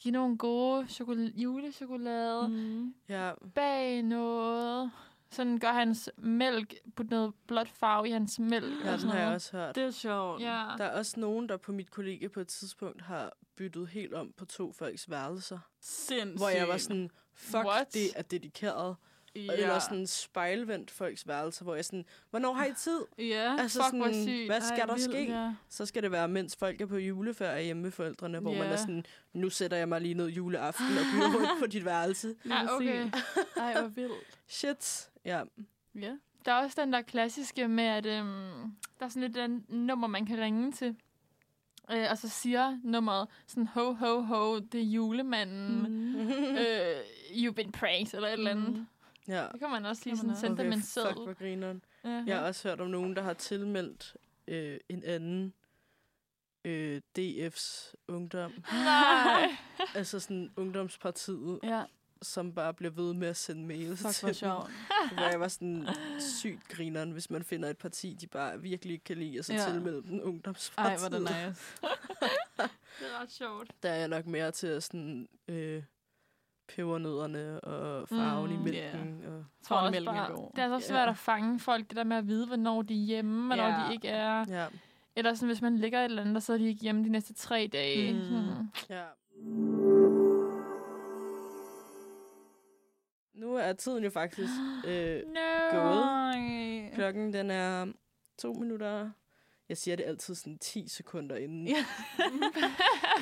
Speaker 3: give nogle gode chokolade, julechokolade. Mm.
Speaker 4: Mm.
Speaker 2: Ja,
Speaker 3: Bag noget. Sådan gør hans mælk, put noget blåt farve i hans mælk.
Speaker 2: ja
Speaker 3: og
Speaker 2: den
Speaker 3: sådan
Speaker 2: har jeg
Speaker 3: noget.
Speaker 2: også hørt.
Speaker 4: Det er sjovt.
Speaker 3: Ja.
Speaker 2: Der er også nogen, der på mit kollegie på et tidspunkt har byttet helt om på to folks værelser.
Speaker 4: Sindssygt.
Speaker 2: Hvor jeg var sådan, fuck,
Speaker 3: What?
Speaker 2: What? det er dedikeret.
Speaker 4: ja.
Speaker 2: Ja. Eller sådan spejlvendt folks værelser, hvor jeg sådan, hvornår har I tid?
Speaker 4: Ja.
Speaker 2: Altså
Speaker 3: Ah, Fuck, hvor
Speaker 2: sådan,
Speaker 3: sygt.
Speaker 2: hvad skal
Speaker 4: Ej,
Speaker 2: Ej, der
Speaker 4: vildt,
Speaker 2: ske? Ja.
Speaker 4: Ja.
Speaker 2: Så skal det være, mens folk er på juleferie hjemme med forældrene, hvor man
Speaker 4: Ja.
Speaker 2: er sådan, nu sætter jeg mig lige ned juleaften og bliver rundt på dit værelse.
Speaker 4: Lige
Speaker 3: Ah, okay.
Speaker 4: præcis. Ej, hvor vildt.
Speaker 2: Shit. Ja.
Speaker 4: Ja.
Speaker 3: Der er også den der klassiske med, at øhm, der er sådan lidt den nummer, man kan ringe til. Øh, og så siger nummeret sådan, ho, ho, ho, det er julemanden. Mm.
Speaker 4: Mm-hmm.
Speaker 3: Øh, you've been pranked, eller et eller andet. Mm.
Speaker 2: ja.
Speaker 3: Det kan man også lige
Speaker 4: Kan man
Speaker 3: sådan sende
Speaker 2: Okay,
Speaker 3: dem en
Speaker 2: fuck,
Speaker 3: seddel.
Speaker 2: hvor grineren.
Speaker 3: Ja.
Speaker 4: Mm-hmm.
Speaker 2: Jeg har også hørt om nogen, der har tilmeldt øh, en anden øh, DF's ungdom,
Speaker 3: Nej.
Speaker 2: altså sådan ungdomspartiet,
Speaker 4: Ja,
Speaker 2: som bare bliver ved med at sende mails
Speaker 4: fuck, hvor
Speaker 2: til dem,
Speaker 4: sjovt.
Speaker 2: hvor jeg var sådan sygt grineren, hvis man finder et parti, de bare virkelig ikke kan lide, og så
Speaker 4: Ja.
Speaker 2: ja. tilmelde den ungdomspartiet.
Speaker 4: Ej, hvor er det nice.
Speaker 3: det er ret sjovt.
Speaker 2: Der er jeg nok mere til at sådan, øh, pebernødderne og farven mm,
Speaker 3: Mm,
Speaker 2: i mælken. Yeah. Og,
Speaker 3: Jeg tror også
Speaker 4: Tårnemælken er
Speaker 3: bare,
Speaker 4: god.
Speaker 3: Det er så
Speaker 2: Ja.
Speaker 3: svært at fange folk, det der med at vide, hvornår de er hjemme, og
Speaker 4: Ja.
Speaker 3: hvornår de ikke er.
Speaker 2: ja.
Speaker 3: Eller sådan, hvis man ligger et eller andet, og så er de ikke hjemme de næste tre dage.
Speaker 4: Mm.
Speaker 3: Mm. Hmm.
Speaker 2: Ja. Nu er tiden jo faktisk øh, gået.
Speaker 4: Ej.
Speaker 2: Klokken den er to minutter. Jeg siger det altid sådan 10 sekunder inden.
Speaker 4: Ja.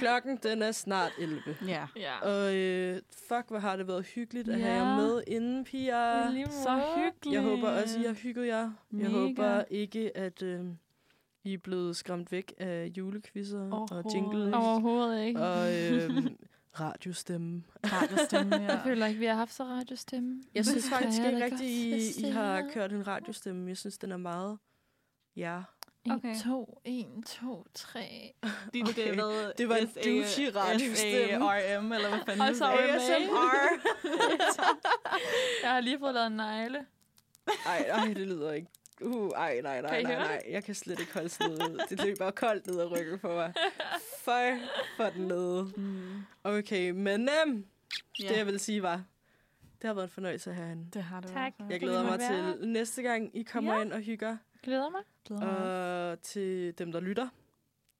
Speaker 2: Klokken den er snart 11.
Speaker 4: Ja.
Speaker 3: Ja.
Speaker 2: Og øh, fuck, hvor har det været hyggeligt at have
Speaker 4: Ja.
Speaker 2: jer med inden, piger.
Speaker 4: Så hyggeligt.
Speaker 2: Jeg håber også, I har hygget jer. Jeg
Speaker 4: Mega.
Speaker 2: håber ikke, at øh, I er blevet skræmt væk af julekvisser og
Speaker 4: Overhovedet
Speaker 2: jingles
Speaker 3: Overhovedet ikke.
Speaker 2: og øh, radiostemme.
Speaker 4: Radiostemme, ja.
Speaker 3: Jeg føler ikke, vi har haft så radiostemme.
Speaker 2: Jeg synes
Speaker 3: Kan
Speaker 2: faktisk
Speaker 3: jeg
Speaker 2: ikke
Speaker 3: da
Speaker 2: rigtigt,
Speaker 3: godt
Speaker 2: I, I har
Speaker 3: forstå.
Speaker 2: kørt en radiostemme. Jeg synes, den er meget... Ja.
Speaker 4: Okay.
Speaker 3: 1, 2, 1, 2 3.
Speaker 4: Dit, okay. det, hvad,
Speaker 2: det var en
Speaker 4: S-A-
Speaker 2: douchey radiostemme.
Speaker 4: S-A-R-M, eller hvad fanden
Speaker 3: Og
Speaker 4: det
Speaker 3: så
Speaker 4: var.
Speaker 2: ASMR.
Speaker 3: Jeg har lige fået lavet en negle.
Speaker 2: Ej, ej, det lyder ikke. Uh, ej, nej,
Speaker 3: Kan
Speaker 2: nej,
Speaker 3: I
Speaker 2: nej,
Speaker 3: høre
Speaker 2: nej. Jeg kan slet ikke holde sådan noget ud. Det løber koldt ned ad ryggen for mig. Føj for den nede.
Speaker 4: Mm.
Speaker 2: Okay, men um,
Speaker 4: Ja.
Speaker 2: det jeg vil sige var, det har været en fornøjelse herinde.
Speaker 4: det har det
Speaker 3: Tak.
Speaker 4: været.
Speaker 2: Jeg
Speaker 3: Det
Speaker 2: glæder
Speaker 3: må
Speaker 2: mig
Speaker 3: være.
Speaker 2: til næste gang, I kommer
Speaker 4: Ja.
Speaker 2: ind og hygger.
Speaker 3: Glæder mig.
Speaker 4: glæder mig.
Speaker 2: Og til dem, der lytter,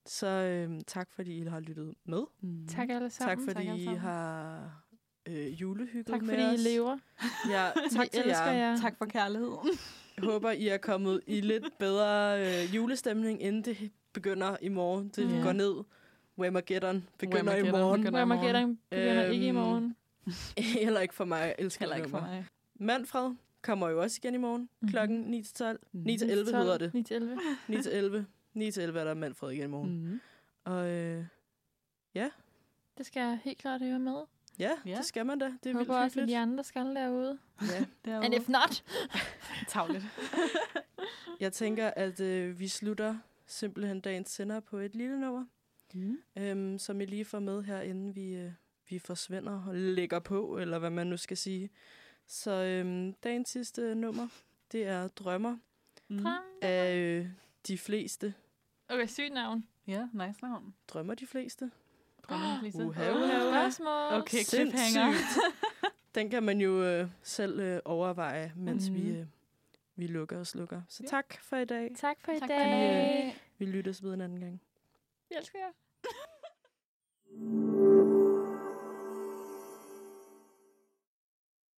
Speaker 2: så øhm, tak fordi I har lyttet med.
Speaker 4: Mm.
Speaker 3: Tak alle sammen.
Speaker 2: tak fordi
Speaker 3: alle
Speaker 2: I
Speaker 3: sammen.
Speaker 2: har øh, julehygget
Speaker 3: Tak
Speaker 2: med
Speaker 3: fordi I
Speaker 2: os.
Speaker 3: lever.
Speaker 2: Ja, tak
Speaker 3: Vi
Speaker 2: til
Speaker 3: elsker
Speaker 2: jer.
Speaker 3: jer.
Speaker 4: Tak for kærligheden.
Speaker 2: håber, I er kommet i lidt bedre øh, julestemning, inden det begynder i morgen. Det
Speaker 4: Ja.
Speaker 2: går ned. Whamageddon begynder i
Speaker 4: Whamageddon
Speaker 2: morgen.
Speaker 4: begynder.
Speaker 3: Whamageddon begynder ikke i
Speaker 2: Øhm,
Speaker 3: morgen.
Speaker 2: Heller ikke for mig. Jeg elsker
Speaker 4: Heller ikke for
Speaker 2: nummer.
Speaker 4: mig.
Speaker 2: Manfred kommer jo også igen i morgen.
Speaker 4: Mhm.
Speaker 2: Klokken 9-12.
Speaker 4: Mhm.
Speaker 2: 9-11 hedder det.
Speaker 3: 9 til 11.
Speaker 2: 9-11. 9-11 er der Manfred igen i morgen.
Speaker 4: Mm.
Speaker 2: Og øh,
Speaker 3: Det skal jeg helt klart høre med.
Speaker 2: ja,
Speaker 4: Ja.
Speaker 2: det skal man da. Det er
Speaker 3: Jeg håber
Speaker 2: vildt
Speaker 3: også, at
Speaker 2: hyggeligt.
Speaker 3: de andre skal derude.
Speaker 2: Ja.
Speaker 4: Derude.
Speaker 3: And if not,
Speaker 4: Tavligt.
Speaker 2: Jeg tænker, at øh, vi slutter simpelthen dagens sender på et lille nummer,
Speaker 4: Mm.
Speaker 2: øhm, som I lige får med her, inden vi, øh, vi forsvinder og lægger på, eller hvad man nu skal sige. Så øhm, dagens sidste nummer, det er Drømmer
Speaker 3: Tram.
Speaker 2: af øh, de fleste.
Speaker 3: Okay, sygt navn.
Speaker 4: Ja, nice navn.
Speaker 2: Drømmer de fleste?
Speaker 4: Prøv lige, Lisa.
Speaker 2: Uha,
Speaker 3: Uh,
Speaker 2: uha, uha.
Speaker 3: Spørgsmål.
Speaker 4: Okay, cliffhanger.
Speaker 2: Den kan man jo øh, selv øh, overveje, mens mm. vi,
Speaker 4: Mhm.
Speaker 2: øh, vi lukker og slukker. Så tak for i dag.
Speaker 3: Tak for i
Speaker 4: Tak for
Speaker 3: dag.
Speaker 4: i dag.
Speaker 2: Vi lyttes ved en anden gang.
Speaker 3: Jeg elsker jer.